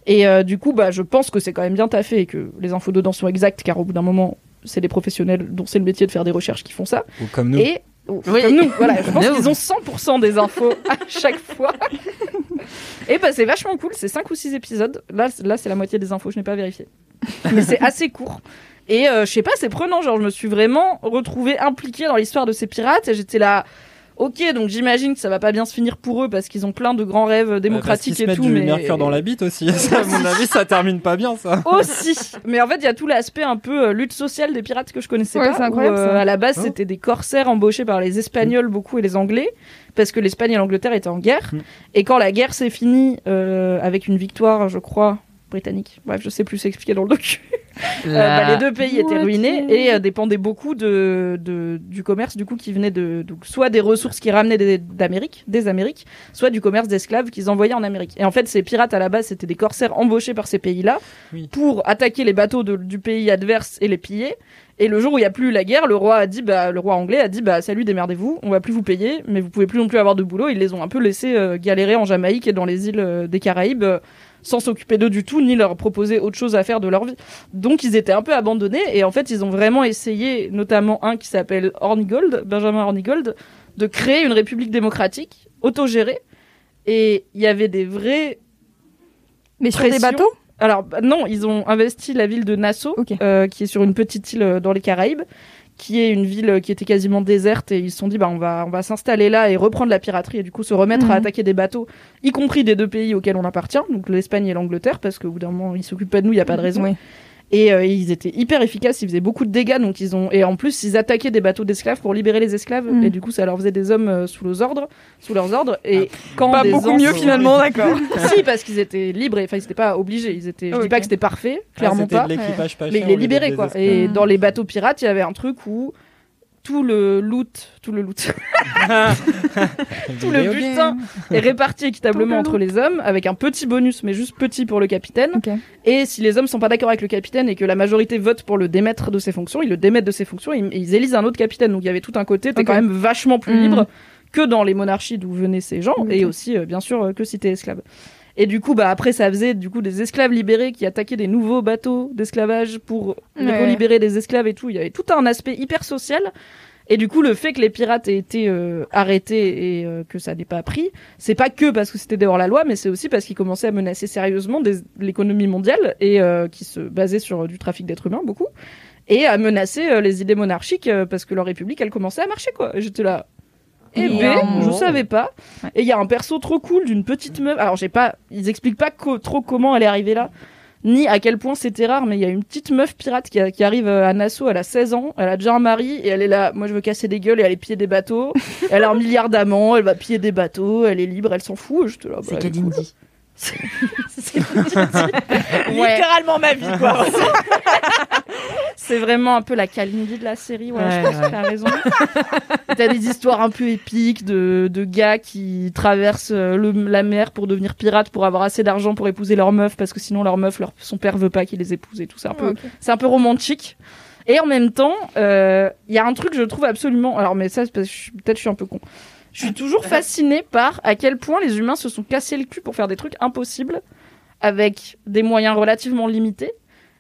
Speaker 1: Et euh, du coup bah je pense que c'est quand même bien taffé et que les infos dedans sont exactes car au bout d'un moment c'est les professionnels dont c'est le métier de faire des recherches qui font ça.
Speaker 4: Ou comme nous.
Speaker 1: Et ou-
Speaker 4: Oui.
Speaker 1: comme nous, voilà, je pense
Speaker 4: Nous.
Speaker 1: qu'ils ont 100% des infos *laughs* à chaque
Speaker 4: *laughs*
Speaker 1: fois. Et bah c'est vachement cool, c'est 5 ou 6 épisodes. Là, c- là c'est la moitié des infos, je n'ai pas vérifié.
Speaker 4: *laughs*
Speaker 1: Mais c'est assez court. Et euh, je sais pas, c'est prenant, genre je me suis vraiment retrouvée impliquée dans l'histoire de ces pirates et j'étais là OK, donc j'imagine que ça va pas bien se finir pour eux parce qu'ils ont plein de grands rêves
Speaker 4: Bah, parce qu'ils
Speaker 1: démocratiques
Speaker 4: se
Speaker 1: et
Speaker 4: mettent
Speaker 1: tout
Speaker 4: du
Speaker 1: mais
Speaker 4: mercure dans la bite aussi. *laughs* Ça, à mon avis, ça termine pas bien, ça.
Speaker 1: aussi. Mais en fait, il y a tout l'aspect un peu euh, lutte sociale des pirates que je connaissais
Speaker 6: Ouais,
Speaker 1: pas.
Speaker 6: c'est incroyable,
Speaker 1: où, euh,
Speaker 6: ça.
Speaker 1: À la base,
Speaker 6: Oh.
Speaker 1: c'était des corsaires embauchés par les Espagnols beaucoup et les Anglais, parce que l'Espagne et l'Angleterre étaient en guerre. Et quand la guerre s'est finie euh, avec une victoire, je crois, britannique. Bref, je sais plus s'expliquer dans le docu. *laughs* Euh,
Speaker 2: La-
Speaker 1: bah, les deux pays étaient
Speaker 2: Moitié.
Speaker 1: ruinés et euh, dépendaient beaucoup de, de- du commerce du coup qui venait de donc, soit des ressources qui ramenaient des- d'Amérique, des Amériques, soit du commerce d'esclaves qu'ils envoyaient en Amérique. Et en fait, ces pirates à la base c'était des corsaires embauchés par ces pays-là pour attaquer les bateaux de- du pays adverse et les piller. Et le jour où il n'y a plus eu la guerre, le roi a dit, bah, le roi anglais a dit, bah, salut, démerdez-vous, on va plus vous payer, mais vous pouvez plus non plus avoir de boulot. Ils les ont un peu laissés euh, galérer en Jamaïque et dans les îles euh, des Caraïbes, euh, sans s'occuper d'eux du tout, ni leur proposer autre chose à faire de leur vie. Donc ils étaient un peu abandonnés, et en fait, ils ont vraiment essayé, notamment un qui s'appelle Hornigold, Benjamin Hornigold, de créer une république démocratique, autogérée, et il y avait des vrais
Speaker 6: Mais sur des
Speaker 1: pressions.
Speaker 6: bateaux
Speaker 1: Alors bah, non, ils ont investi la ville de Nassau, euh, qui est sur une petite île euh, dans les Caraïbes, qui est une ville euh, qui était quasiment déserte, et ils se sont dit bah on va on va s'installer là et reprendre la piraterie et du coup se remettre
Speaker 6: Mhm.
Speaker 1: à attaquer des bateaux, y compris des deux pays auxquels on appartient, donc l'Espagne et l'Angleterre, parce qu'au bout d'un moment ils s'occupent pas de nous, il y a pas de raison.
Speaker 6: Oui.
Speaker 1: Et euh, ils étaient hyper efficaces, ils faisaient beaucoup de dégâts, donc ils ont et en plus ils attaquaient des bateaux d'esclaves pour libérer les esclaves,
Speaker 6: Mhm.
Speaker 1: et du coup ça leur faisait des hommes euh, sous leurs ordres, sous leurs ordres, et quand
Speaker 6: Pas
Speaker 1: des
Speaker 6: beaucoup
Speaker 1: ans-
Speaker 6: mieux, finalement, d'accord.
Speaker 1: *laughs* si parce qu'ils étaient libres, et- enfin ils étaient pas obligés, ils étaient. Je dis pas que c'était parfait, clairement
Speaker 4: Ah, c'était
Speaker 1: pas.
Speaker 4: de l'équipage pas
Speaker 1: mais
Speaker 4: cher
Speaker 1: il est
Speaker 4: au lieu
Speaker 1: libéré
Speaker 4: d'être
Speaker 1: quoi.
Speaker 4: des
Speaker 1: Et
Speaker 6: Mm.
Speaker 4: esclaves.
Speaker 1: dans les bateaux pirates, il y avait un truc où tout le loot, tout le loot, *laughs* tout le
Speaker 6: Vidéo
Speaker 1: butin
Speaker 6: game.
Speaker 1: est réparti équitablement
Speaker 6: Tout
Speaker 1: entre les hommes, avec un petit bonus, mais juste petit pour le capitaine. Et si les hommes sont pas d'accord avec le capitaine et que la majorité vote pour le démettre de ses fonctions, ils le démettent de ses fonctions et ils- et ils élisent un autre capitaine. Donc il y avait tout un côté, t'es
Speaker 6: Ok.
Speaker 1: quand même vachement plus
Speaker 6: Mhm.
Speaker 1: libre que dans les monarchies d'où venaient ces gens,
Speaker 6: Ok.
Speaker 1: et aussi euh, bien sûr euh, que si t'es esclave. Et du coup, bah après, ça faisait du coup des esclaves libérés qui attaquaient des nouveaux bateaux d'esclavage pour les
Speaker 6: Ouais.
Speaker 1: relibérer des esclaves et tout. Il y avait tout un aspect hyper social. Et du coup, le fait que les pirates aient été euh, arrêtés et euh, que ça n'ait pas pris, c'est pas que parce que c'était dehors la loi, mais c'est aussi parce qu'ils commençaient à menacer sérieusement des- l'économie mondiale et euh, qui se basait sur euh, du trafic d'êtres humains beaucoup et à menacer euh, les idées monarchiques euh, parce que leur république elle commençait à marcher quoi. Et J'étais là. Eh
Speaker 6: Mmh.
Speaker 1: ben,
Speaker 6: Mmh.
Speaker 1: je savais pas. Et il y a un perso trop cool d'une petite meuf. Alors j'ai pas, ils expliquent pas co- trop comment elle est arrivée là, ni à quel point c'était rare. Mais il y a une petite meuf pirate qui, a- qui arrive euh, à Nassau. Elle a 16 ans, elle a déjà un mari et elle est là. Moi je veux casser des gueules et aller piller des bateaux. elle a un milliard d'amants, elle va piller des bateaux, elle est libre, elle s'en fout. Et J'étais là.
Speaker 2: C'est
Speaker 1: Kadindi. *laughs*
Speaker 2: Littéralement ma vie, quoi.
Speaker 1: C'est vraiment un peu la calmie de la série, ouais,
Speaker 2: Ouais,
Speaker 1: je pense
Speaker 2: ouais.
Speaker 1: que t'as raison. Et *laughs* t'as des histoires un peu épiques de, de gars qui traversent euh, le- la mer pour devenir pirates, pour avoir assez d'argent pour épouser leur meuf, parce que sinon leur meuf, leur, son père veut pas qu'ils les épousent et tout. C'est un peu,
Speaker 6: Ok.
Speaker 1: c'est un peu romantique. Et en même temps, euh, il y a un truc que je trouve absolument. Alors, mais ça, c'est parce que je suis- peut-être je suis un peu con. Je suis toujours fascinée par à quel point les humains se sont cassés le cul pour faire des trucs impossibles avec des moyens relativement limités.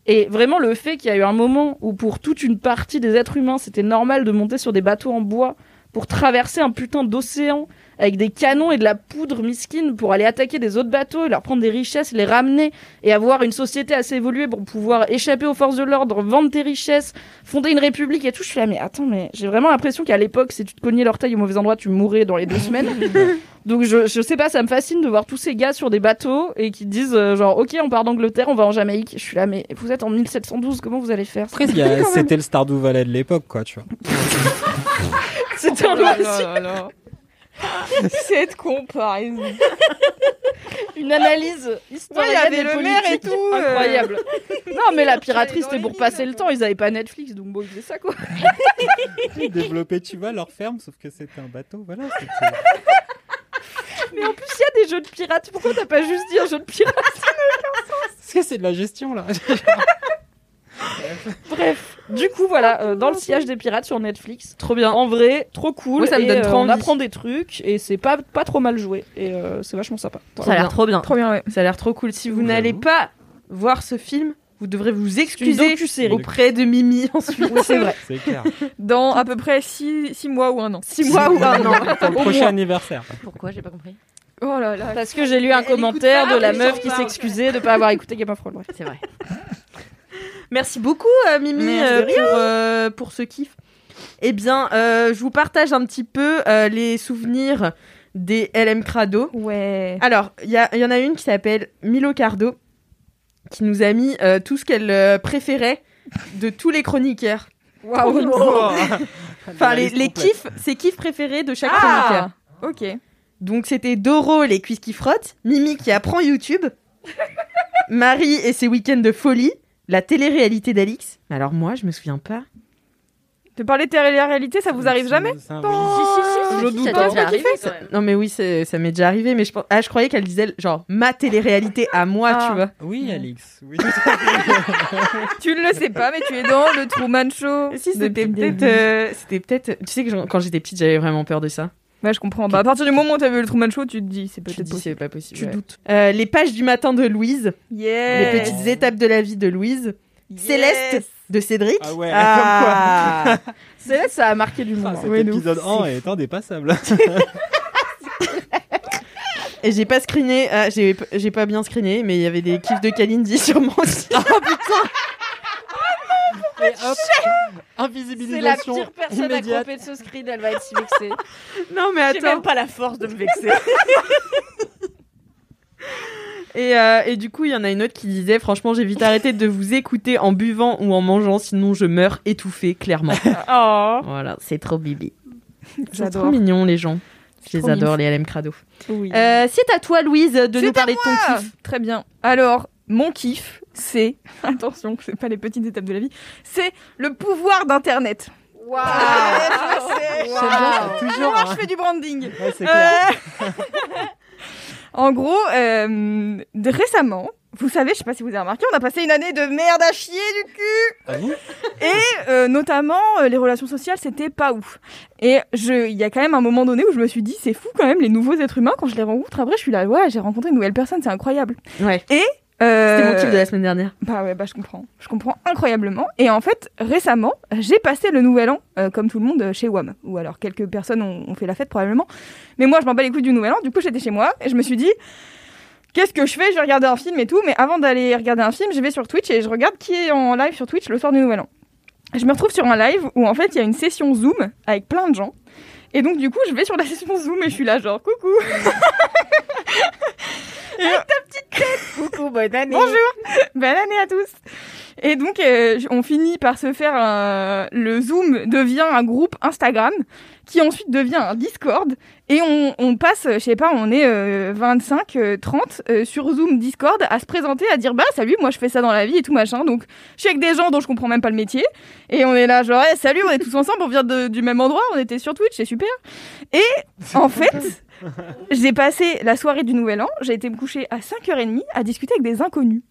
Speaker 1: Et vraiment, le fait qu'il y a eu un moment où, pour toute une partie des êtres humains, c'était normal de monter sur des bateaux en bois pour traverser un putain d'océan avec des canons et de la poudre miskine pour aller attaquer des autres bateaux et leur prendre des richesses, les ramener et avoir une société assez évoluée pour pouvoir échapper aux forces de l'ordre, vendre tes richesses, fonder une république et tout. Je suis là, mais attends, mais j'ai vraiment l'impression qu'à l'époque, si tu te cognais l'orteil au mauvais endroit, tu mourais dans les deux semaines. Donc je, je sais pas, ça me fascine de voir tous ces gars sur des bateaux et qui disent euh, genre ok on part d'Angleterre, on va en Jamaïque. Je suis là mais vous êtes en 1712, comment vous allez faire
Speaker 4: Après,
Speaker 1: *laughs*
Speaker 4: il y a- c'était le Stardew Valley de l'époque, quoi, tu vois.
Speaker 1: C'était un
Speaker 6: Oh *laughs* là
Speaker 1: loisir.
Speaker 6: là là là. Cette comparaison.
Speaker 1: Une analyse historienne
Speaker 6: Ouais, il y avait
Speaker 1: et
Speaker 6: le maire et
Speaker 1: politique
Speaker 6: tout, euh. *laughs*
Speaker 1: incroyable. non mais la piraterie c'était pour passer le temps, ils avaient pas Netflix donc bon ils faisaient ça quoi.
Speaker 4: Ils développaient, tu vois, leur ferme, sauf que c'était un bateau, voilà.
Speaker 1: mais en plus il y a des jeux de pirates, pourquoi t'as pas juste dit un jeu de pirates
Speaker 4: Parce que c'est de la gestion, là.
Speaker 1: Bref, du coup voilà, euh, dans le sillage des pirates sur Netflix. Trop bien. En vrai, trop cool.
Speaker 6: Moi, ça me
Speaker 1: et,
Speaker 6: donne
Speaker 1: euh,
Speaker 6: trop
Speaker 1: On
Speaker 6: envie.
Speaker 1: apprend des trucs et c'est pas, pas trop mal joué et euh, c'est vachement sympa.
Speaker 3: Ça a l'air
Speaker 2: trop bien.
Speaker 3: Trop bien, ouais. Ça a l'air trop cool. Si vous n'allez pas voir ce film, Vous devrez vous
Speaker 6: Une
Speaker 3: excuser
Speaker 6: docu-série.
Speaker 3: auprès de Mimi ensuite.
Speaker 6: Oui, c'est vrai.
Speaker 4: C'est
Speaker 3: *laughs*
Speaker 4: clair.
Speaker 6: Dans à peu près 6 mois ou un an.
Speaker 4: *laughs*
Speaker 1: 6 mois ou un an.
Speaker 4: Pour le
Speaker 1: Au
Speaker 4: prochain
Speaker 1: moins.
Speaker 4: anniversaire.
Speaker 2: Pourquoi J'ai pas *laughs* compris.
Speaker 6: Oh là là.
Speaker 1: Parce que j'ai lu un commentaire de la meuf qui s'excusait de pas avoir écouté Game of Thrones.
Speaker 2: C'est vrai.
Speaker 3: Merci beaucoup, euh, Mimi,
Speaker 1: Merci de
Speaker 3: euh, pour, euh, pour ce kiff. Eh bien, euh, je vous partage un petit peu euh, les souvenirs des LM Crado.
Speaker 6: Ouais.
Speaker 3: Alors, il y, a- il y en a une qui s'appelle Milo Cardo, qui nous a mis euh, tout ce qu'elle euh, préférait de tous les chroniqueurs.
Speaker 6: Oh,
Speaker 3: *laughs* Oh,
Speaker 1: Waouh.
Speaker 3: Enfin, les, les kiffs, ses kiffs préférés de chaque chroniqueur.
Speaker 6: Ah Ok.
Speaker 3: Donc c'était Doro les cuisses qui frottent, Mimi qui apprend YouTube, Marie et ses week-ends de folie, la télé-réalité d'Alix. Mais alors moi, je me souviens pas.
Speaker 6: De parler de télé-réalité, ça vous arrive jamais
Speaker 3: Ah, Je
Speaker 2: doute, hein.
Speaker 3: pas qu'il
Speaker 2: arrivé,
Speaker 3: fait, ça. Non mais oui, c'est- ça m'est déjà arrivé, mais je pense... ah, je croyais qu'elle disait genre ma télé-réalité à moi,
Speaker 6: Ah.
Speaker 3: tu vois.
Speaker 4: Oui,
Speaker 3: *laughs*
Speaker 4: Alix. Oui.
Speaker 6: *laughs* Tu ne le sais pas, mais tu es dans
Speaker 3: *laughs*
Speaker 6: le Truman Show.
Speaker 3: Si c'était
Speaker 6: Depuis le
Speaker 3: peut-être,
Speaker 6: début.
Speaker 3: euh, c'était peut-être. Tu sais que j'en- quand j'étais petite, j'avais vraiment peur de ça.
Speaker 6: Ouais, je comprends. Bah, à partir du moment où t'as vu le Truman Show, tu te dis, c'est
Speaker 3: Je
Speaker 6: peut-être
Speaker 3: dis, c'est
Speaker 6: possible.
Speaker 3: pas possible.
Speaker 6: Tu
Speaker 3: ouais.
Speaker 6: doutes.
Speaker 3: Euh, les pages du matin de Louise,
Speaker 6: Yeah.
Speaker 3: les petites étapes de la vie de Louise, Céleste de Cédric.
Speaker 4: Ah ouais, *laughs*
Speaker 3: Ah. *laughs*
Speaker 1: Céleste, ça a marqué du
Speaker 4: comme
Speaker 1: monde.
Speaker 4: quoi. Cet épisode 1 est indépassable. *laughs*
Speaker 3: Et j'ai pas screené, ah, j'ai p- j'ai pas bien screené, mais il y avait des kiffs de Kalindi *laughs* sur mon site.
Speaker 4: Et hop,
Speaker 1: C'est la
Speaker 4: invisibilisation
Speaker 1: pire personne à
Speaker 4: immédiate.
Speaker 1: couper de ce screen, elle va être si vexée.
Speaker 3: non mais
Speaker 2: J'ai
Speaker 3: attends.
Speaker 2: même pas la force de me
Speaker 6: *laughs*
Speaker 2: vexer.
Speaker 3: Et, euh, et du coup, il y en a une autre qui disait, franchement, j'ai vite arrêté de vous écouter en buvant ou en mangeant, sinon je meurs
Speaker 6: *laughs*
Speaker 3: étouffée, clairement.
Speaker 1: oh.
Speaker 3: voilà, c'est trop bibi. C'est trop
Speaker 6: J'adore.
Speaker 3: mignon les gens. Je les
Speaker 6: trop
Speaker 3: adore les LM Crado.
Speaker 6: Oui.
Speaker 3: Euh, c'est à toi Louise de nous parler de ton
Speaker 6: Ah,
Speaker 3: kiff.
Speaker 6: Très bien. Alors, mon kiff, c'est. *laughs* Attention, c'est pas les petites étapes de la vie. C'est le pouvoir d'Internet.
Speaker 1: Ah,
Speaker 4: J'aime bien, c'est toujours.
Speaker 6: Alors,
Speaker 4: hein.
Speaker 6: je fais du branding.
Speaker 4: Ouais, c'est clair.
Speaker 6: Euh, *laughs* en gros, euh, de- récemment, vous savez, je sais pas si vous avez remarqué, on a passé une année de merde à chier du cul.
Speaker 4: Ah bon
Speaker 6: Et euh, notamment, euh, les relations sociales, c'était pas ouf. Et je- il y a quand même un moment donné où je me suis dit, c'est fou quand même, les nouveaux êtres humains, quand je les rencontre, après, je suis là, ouais, j'ai rencontré une nouvelle personne, c'est incroyable.
Speaker 3: Ouais.
Speaker 6: Euh,
Speaker 3: C'était mon kiff de la semaine dernière.
Speaker 6: Bah ouais, bah je comprends. Je comprends incroyablement. Et en fait, récemment, j'ai passé le nouvel an, euh, comme tout le monde, euh, chez WAM. Ou alors, quelques personnes ont, ont fait la fête probablement. Mais moi, je m'en bats les couilles du nouvel an. Du coup, j'étais chez moi et je me suis dit, qu'est-ce que je fais Je vais regarder un film et tout. Mais avant d'aller regarder un film, je vais sur Twitch et je regarde qui est en live sur Twitch le soir du nouvel an. Je me retrouve sur un live où en fait, il y a une session Zoom avec plein de gens. Et donc, du coup, je vais sur la *laughs* session Zoom et je suis là, genre, coucou
Speaker 1: *laughs* Coucou, bonne année.
Speaker 6: Bonjour Bonne année à tous Et donc, euh, on finit par se faire un- le Zoom devient un groupe Instagram, qui ensuite devient un Discord, et on, on passe, je sais pas, on est euh, 25, euh, 30 euh, sur Zoom Discord à se présenter, à dire bah salut, moi je fais ça dans la vie et tout machin, donc je suis avec des gens dont je comprends même pas le métier, et on est là genre Eh, salut, on est tous ensemble, on vient de- du même endroit, on était sur Twitch, c'est super Et
Speaker 1: *laughs*
Speaker 6: en fait... *laughs* J'ai passé la soirée du Nouvel An, j'ai été me coucher à 5h30 à discuter avec des inconnus.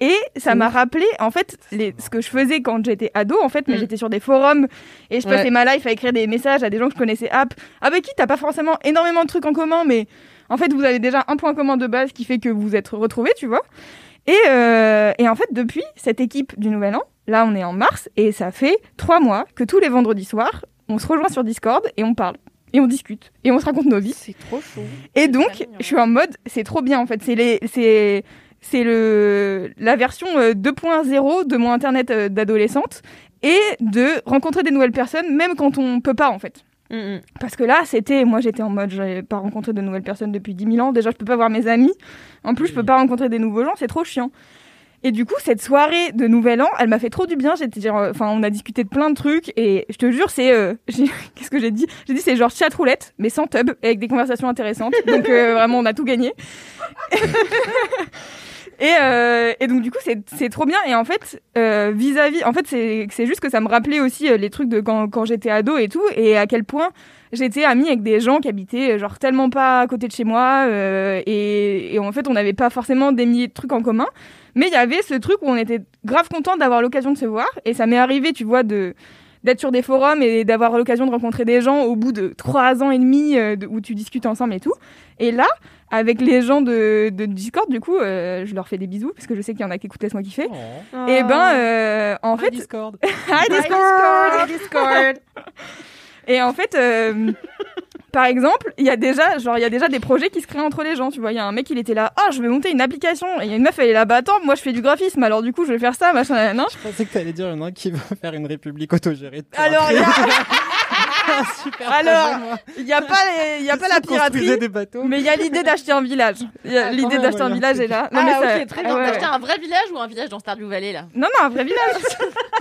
Speaker 6: Et ça m'a rappelé, en fait, les- ce que je faisais quand j'étais ado, en fait, mais
Speaker 3: Mm.
Speaker 6: j'étais sur des forums et je passais
Speaker 3: Ouais.
Speaker 6: ma life à écrire des messages à des gens que je connaissais app. Ah bah qui, t'as pas forcément énormément de trucs en commun, mais en fait, vous avez déjà un point commun de base qui fait que vous êtes retrouvés, tu vois. Et, euh, et en fait, depuis cette équipe du Nouvel An, là, on est en mars et ça fait trois mois que tous les vendredis soirs, on se rejoint sur Discord et on parle. Et on discute. Et on se raconte nos vies.
Speaker 1: C'est trop chaud.
Speaker 6: Et donc, je suis en mode, c'est trop bien en fait. C'est les, c'est, c'est le, la version euh, 2.0 de mon internet euh, d'adolescente et de rencontrer des nouvelles personnes, même quand on peut pas en fait. Parce que là, c'était, moi j'étais en mode, j'avais pas rencontré de nouvelles personnes depuis 10 000 ans. Déjà, je peux pas voir mes amis. En plus, je peux pas rencontrer des nouveaux gens, c'est trop chiant. Et du coup, cette soirée de Nouvel An, elle m'a fait trop du bien. J'étais, genre, euh, enfin, on a discuté de plein de trucs et je te jure, c'est, euh, *laughs* j'ai- qu'est-ce que j'ai dit J'ai dit c'est genre chat roulette, mais sans tub et avec des conversations intéressantes. Donc euh, vraiment, on a tout gagné. Et, euh, et donc du coup c'est c'est trop bien et en fait euh, vis-à-vis en fait c'est c'est juste que ça me rappelait aussi euh, les trucs de quand quand j'étais ado et tout et à quel point j'étais amie avec des gens qui habitaient euh, genre tellement pas à côté de chez moi euh, et, et en fait on n'avait pas forcément des milliers de trucs en commun mais il y avait ce truc où on était grave content d'avoir l'occasion de se voir et ça m'est arrivé tu vois de d'être sur des forums et d'avoir l'occasion de rencontrer des gens au bout de trois ans et demi euh, de- où tu discutes ensemble et tout. Et là, avec les gens de, de Discord, du coup, euh, je leur fais des bisous parce que je sais qu'il y en a qui écoutent Laisse-moi kiffer. Et ben, euh, en fait. *laughs*
Speaker 4: Discord.
Speaker 6: Hi Discord. *laughs* Et en fait, euh, par exemple, il y a déjà, genre, il y a déjà des projets qui se créent entre les gens. Tu vois, il y a un mec, il était là, ah, je vais monter une application. Et il y a une meuf, elle est là, bah attends, moi je fais du graphisme, alors du coup, je vais faire ça, machin, nan, nan.
Speaker 4: Je pensais que t'allais dire, il y en a un qui veut faire une république autogérée.
Speaker 6: Alors, il y
Speaker 4: *laughs* Super
Speaker 6: a, alors, il y a pas, les- il y a pas la
Speaker 4: Construisez
Speaker 6: piraterie,
Speaker 4: des bateaux.
Speaker 6: mais il y a l'idée d'acheter un village. Il y a
Speaker 5: Ah,
Speaker 6: L'idée
Speaker 4: quand
Speaker 6: d'acheter
Speaker 4: même,
Speaker 6: un village est là.
Speaker 5: Ah,
Speaker 6: mais ça-
Speaker 5: ok, très bien.
Speaker 6: ah, ouais,
Speaker 5: T'as acheté
Speaker 6: ouais.
Speaker 5: un vrai village ou un village dans Stardew Valley là
Speaker 6: Non, non, un vrai
Speaker 5: *laughs*
Speaker 6: village.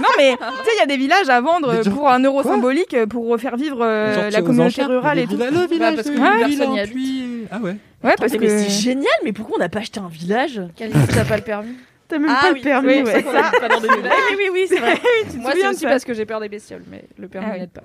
Speaker 6: non, mais tu sais, il y a des villages à vendre
Speaker 4: Mais
Speaker 6: euh,
Speaker 4: genre,
Speaker 6: pour un euro
Speaker 4: quoi
Speaker 6: symbolique euh, pour refaire vivre euh,
Speaker 4: Genre, tu es
Speaker 6: la
Speaker 4: aux
Speaker 6: communauté
Speaker 4: enchères,
Speaker 6: rurale
Speaker 4: mais
Speaker 6: et
Speaker 4: le
Speaker 6: tout.
Speaker 4: village- Le village,
Speaker 5: parce que
Speaker 4: euh,
Speaker 5: personne
Speaker 4: ville
Speaker 5: n'y
Speaker 4: en
Speaker 5: habite.
Speaker 4: puits. Ah ouais.
Speaker 6: Ouais,
Speaker 5: Attends,
Speaker 6: parce
Speaker 5: mais
Speaker 6: que.
Speaker 5: c'est génial, mais pourquoi on n'a pas acheté un village
Speaker 1: Calice, t'as pas
Speaker 2: *laughs*
Speaker 1: le permis.
Speaker 3: T'as même
Speaker 5: Ah
Speaker 3: pas
Speaker 5: oui,
Speaker 3: le permis,
Speaker 5: oui,
Speaker 3: ouais.
Speaker 5: c'est ça. Pas dans des villages.
Speaker 2: Oui, oui, oui, c'est
Speaker 1: *laughs*
Speaker 2: *laughs* vrai.
Speaker 1: Moi, c'est
Speaker 6: souviens de
Speaker 1: aussi
Speaker 6: ça
Speaker 1: parce que j'ai peur des bestioles, mais le permis
Speaker 6: Ah oui.
Speaker 1: n'aide pas.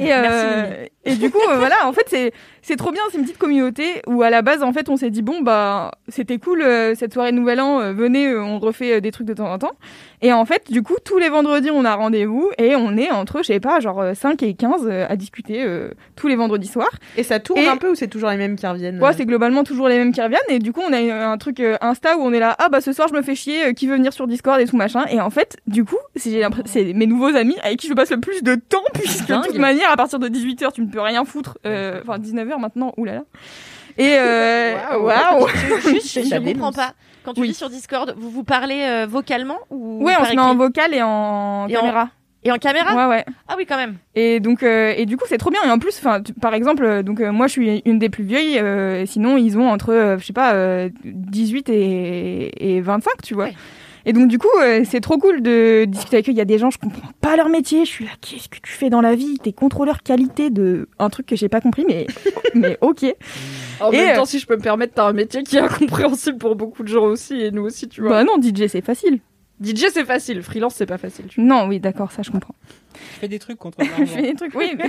Speaker 6: Et, euh, et du coup, euh, voilà, en fait, c'est, c'est trop bien, c'est une petite communauté où à la base, en fait, on s'est dit, bon, bah, c'était cool, euh, cette soirée de Nouvel An, euh, venez, euh, on refait euh, des trucs de temps en temps. Et en fait, du coup, tous les vendredis, on a rendez-vous et on est entre, je sais pas, genre euh, 5 et 15 euh, à discuter euh, tous les vendredis soirs.
Speaker 3: Et ça tourne
Speaker 6: Et-
Speaker 3: un peu ou c'est toujours les mêmes qui reviennent euh
Speaker 6: Ouais, c'est globalement toujours les mêmes qui reviennent. Et du coup, on a euh, un truc euh, Insta où on est là, ah bah ce soir je me fais chier, euh, qui veut venir sur Discord et tout machin. Et en fait, du coup, c'est j'ai
Speaker 3: Ah.
Speaker 6: l'impr- c'est mes nouveaux amis avec qui je passe le plus de temps, puisque de
Speaker 2: Dingue.
Speaker 6: toute manière, à partir de 18h, tu ne peux rien foutre. Euh, Enfin, 19h maintenant, oulala. Et euh, waouh!
Speaker 2: Juste, je
Speaker 3: Ça
Speaker 2: ne comprends
Speaker 3: dénonce.
Speaker 2: pas. Quand tu
Speaker 6: Oui.
Speaker 2: dis sur Discord, vous vous parlez euh, vocalement ou
Speaker 6: Ouais, on
Speaker 2: par
Speaker 6: se met en
Speaker 2: écrit
Speaker 6: vocal et en
Speaker 2: Et en
Speaker 6: caméra.
Speaker 2: Et en caméra
Speaker 6: Ouais, ouais.
Speaker 2: Ah oui, quand même.
Speaker 6: Et donc euh, et du coup c'est trop bien et en plus enfin tu- par exemple euh, donc euh, moi je suis une des plus vieilles euh, sinon ils ont entre euh, je sais pas euh, 18 et, et 25 tu vois.
Speaker 2: Ouais.
Speaker 6: Et donc du coup euh, c'est trop cool de discuter avec eux, il y a des gens je comprends pas leur métier, je suis là qu'est-ce que tu fais dans la vie T'es contrôleur qualité de un truc que j'ai pas compris mais *laughs* mais OK.
Speaker 1: En
Speaker 6: Et,
Speaker 1: même
Speaker 6: euh,
Speaker 1: temps, si je peux me permettre, t'as un métier qui est incompréhensible pour beaucoup de gens aussi, et nous aussi, tu vois.
Speaker 6: Bah non, DJ c'est facile.
Speaker 1: DJ, c'est facile. Freelance, c'est pas facile. tu
Speaker 6: Non, oui, d'accord, ça je comprends.
Speaker 4: Je fais des trucs contre
Speaker 6: Je fais des trucs oui mais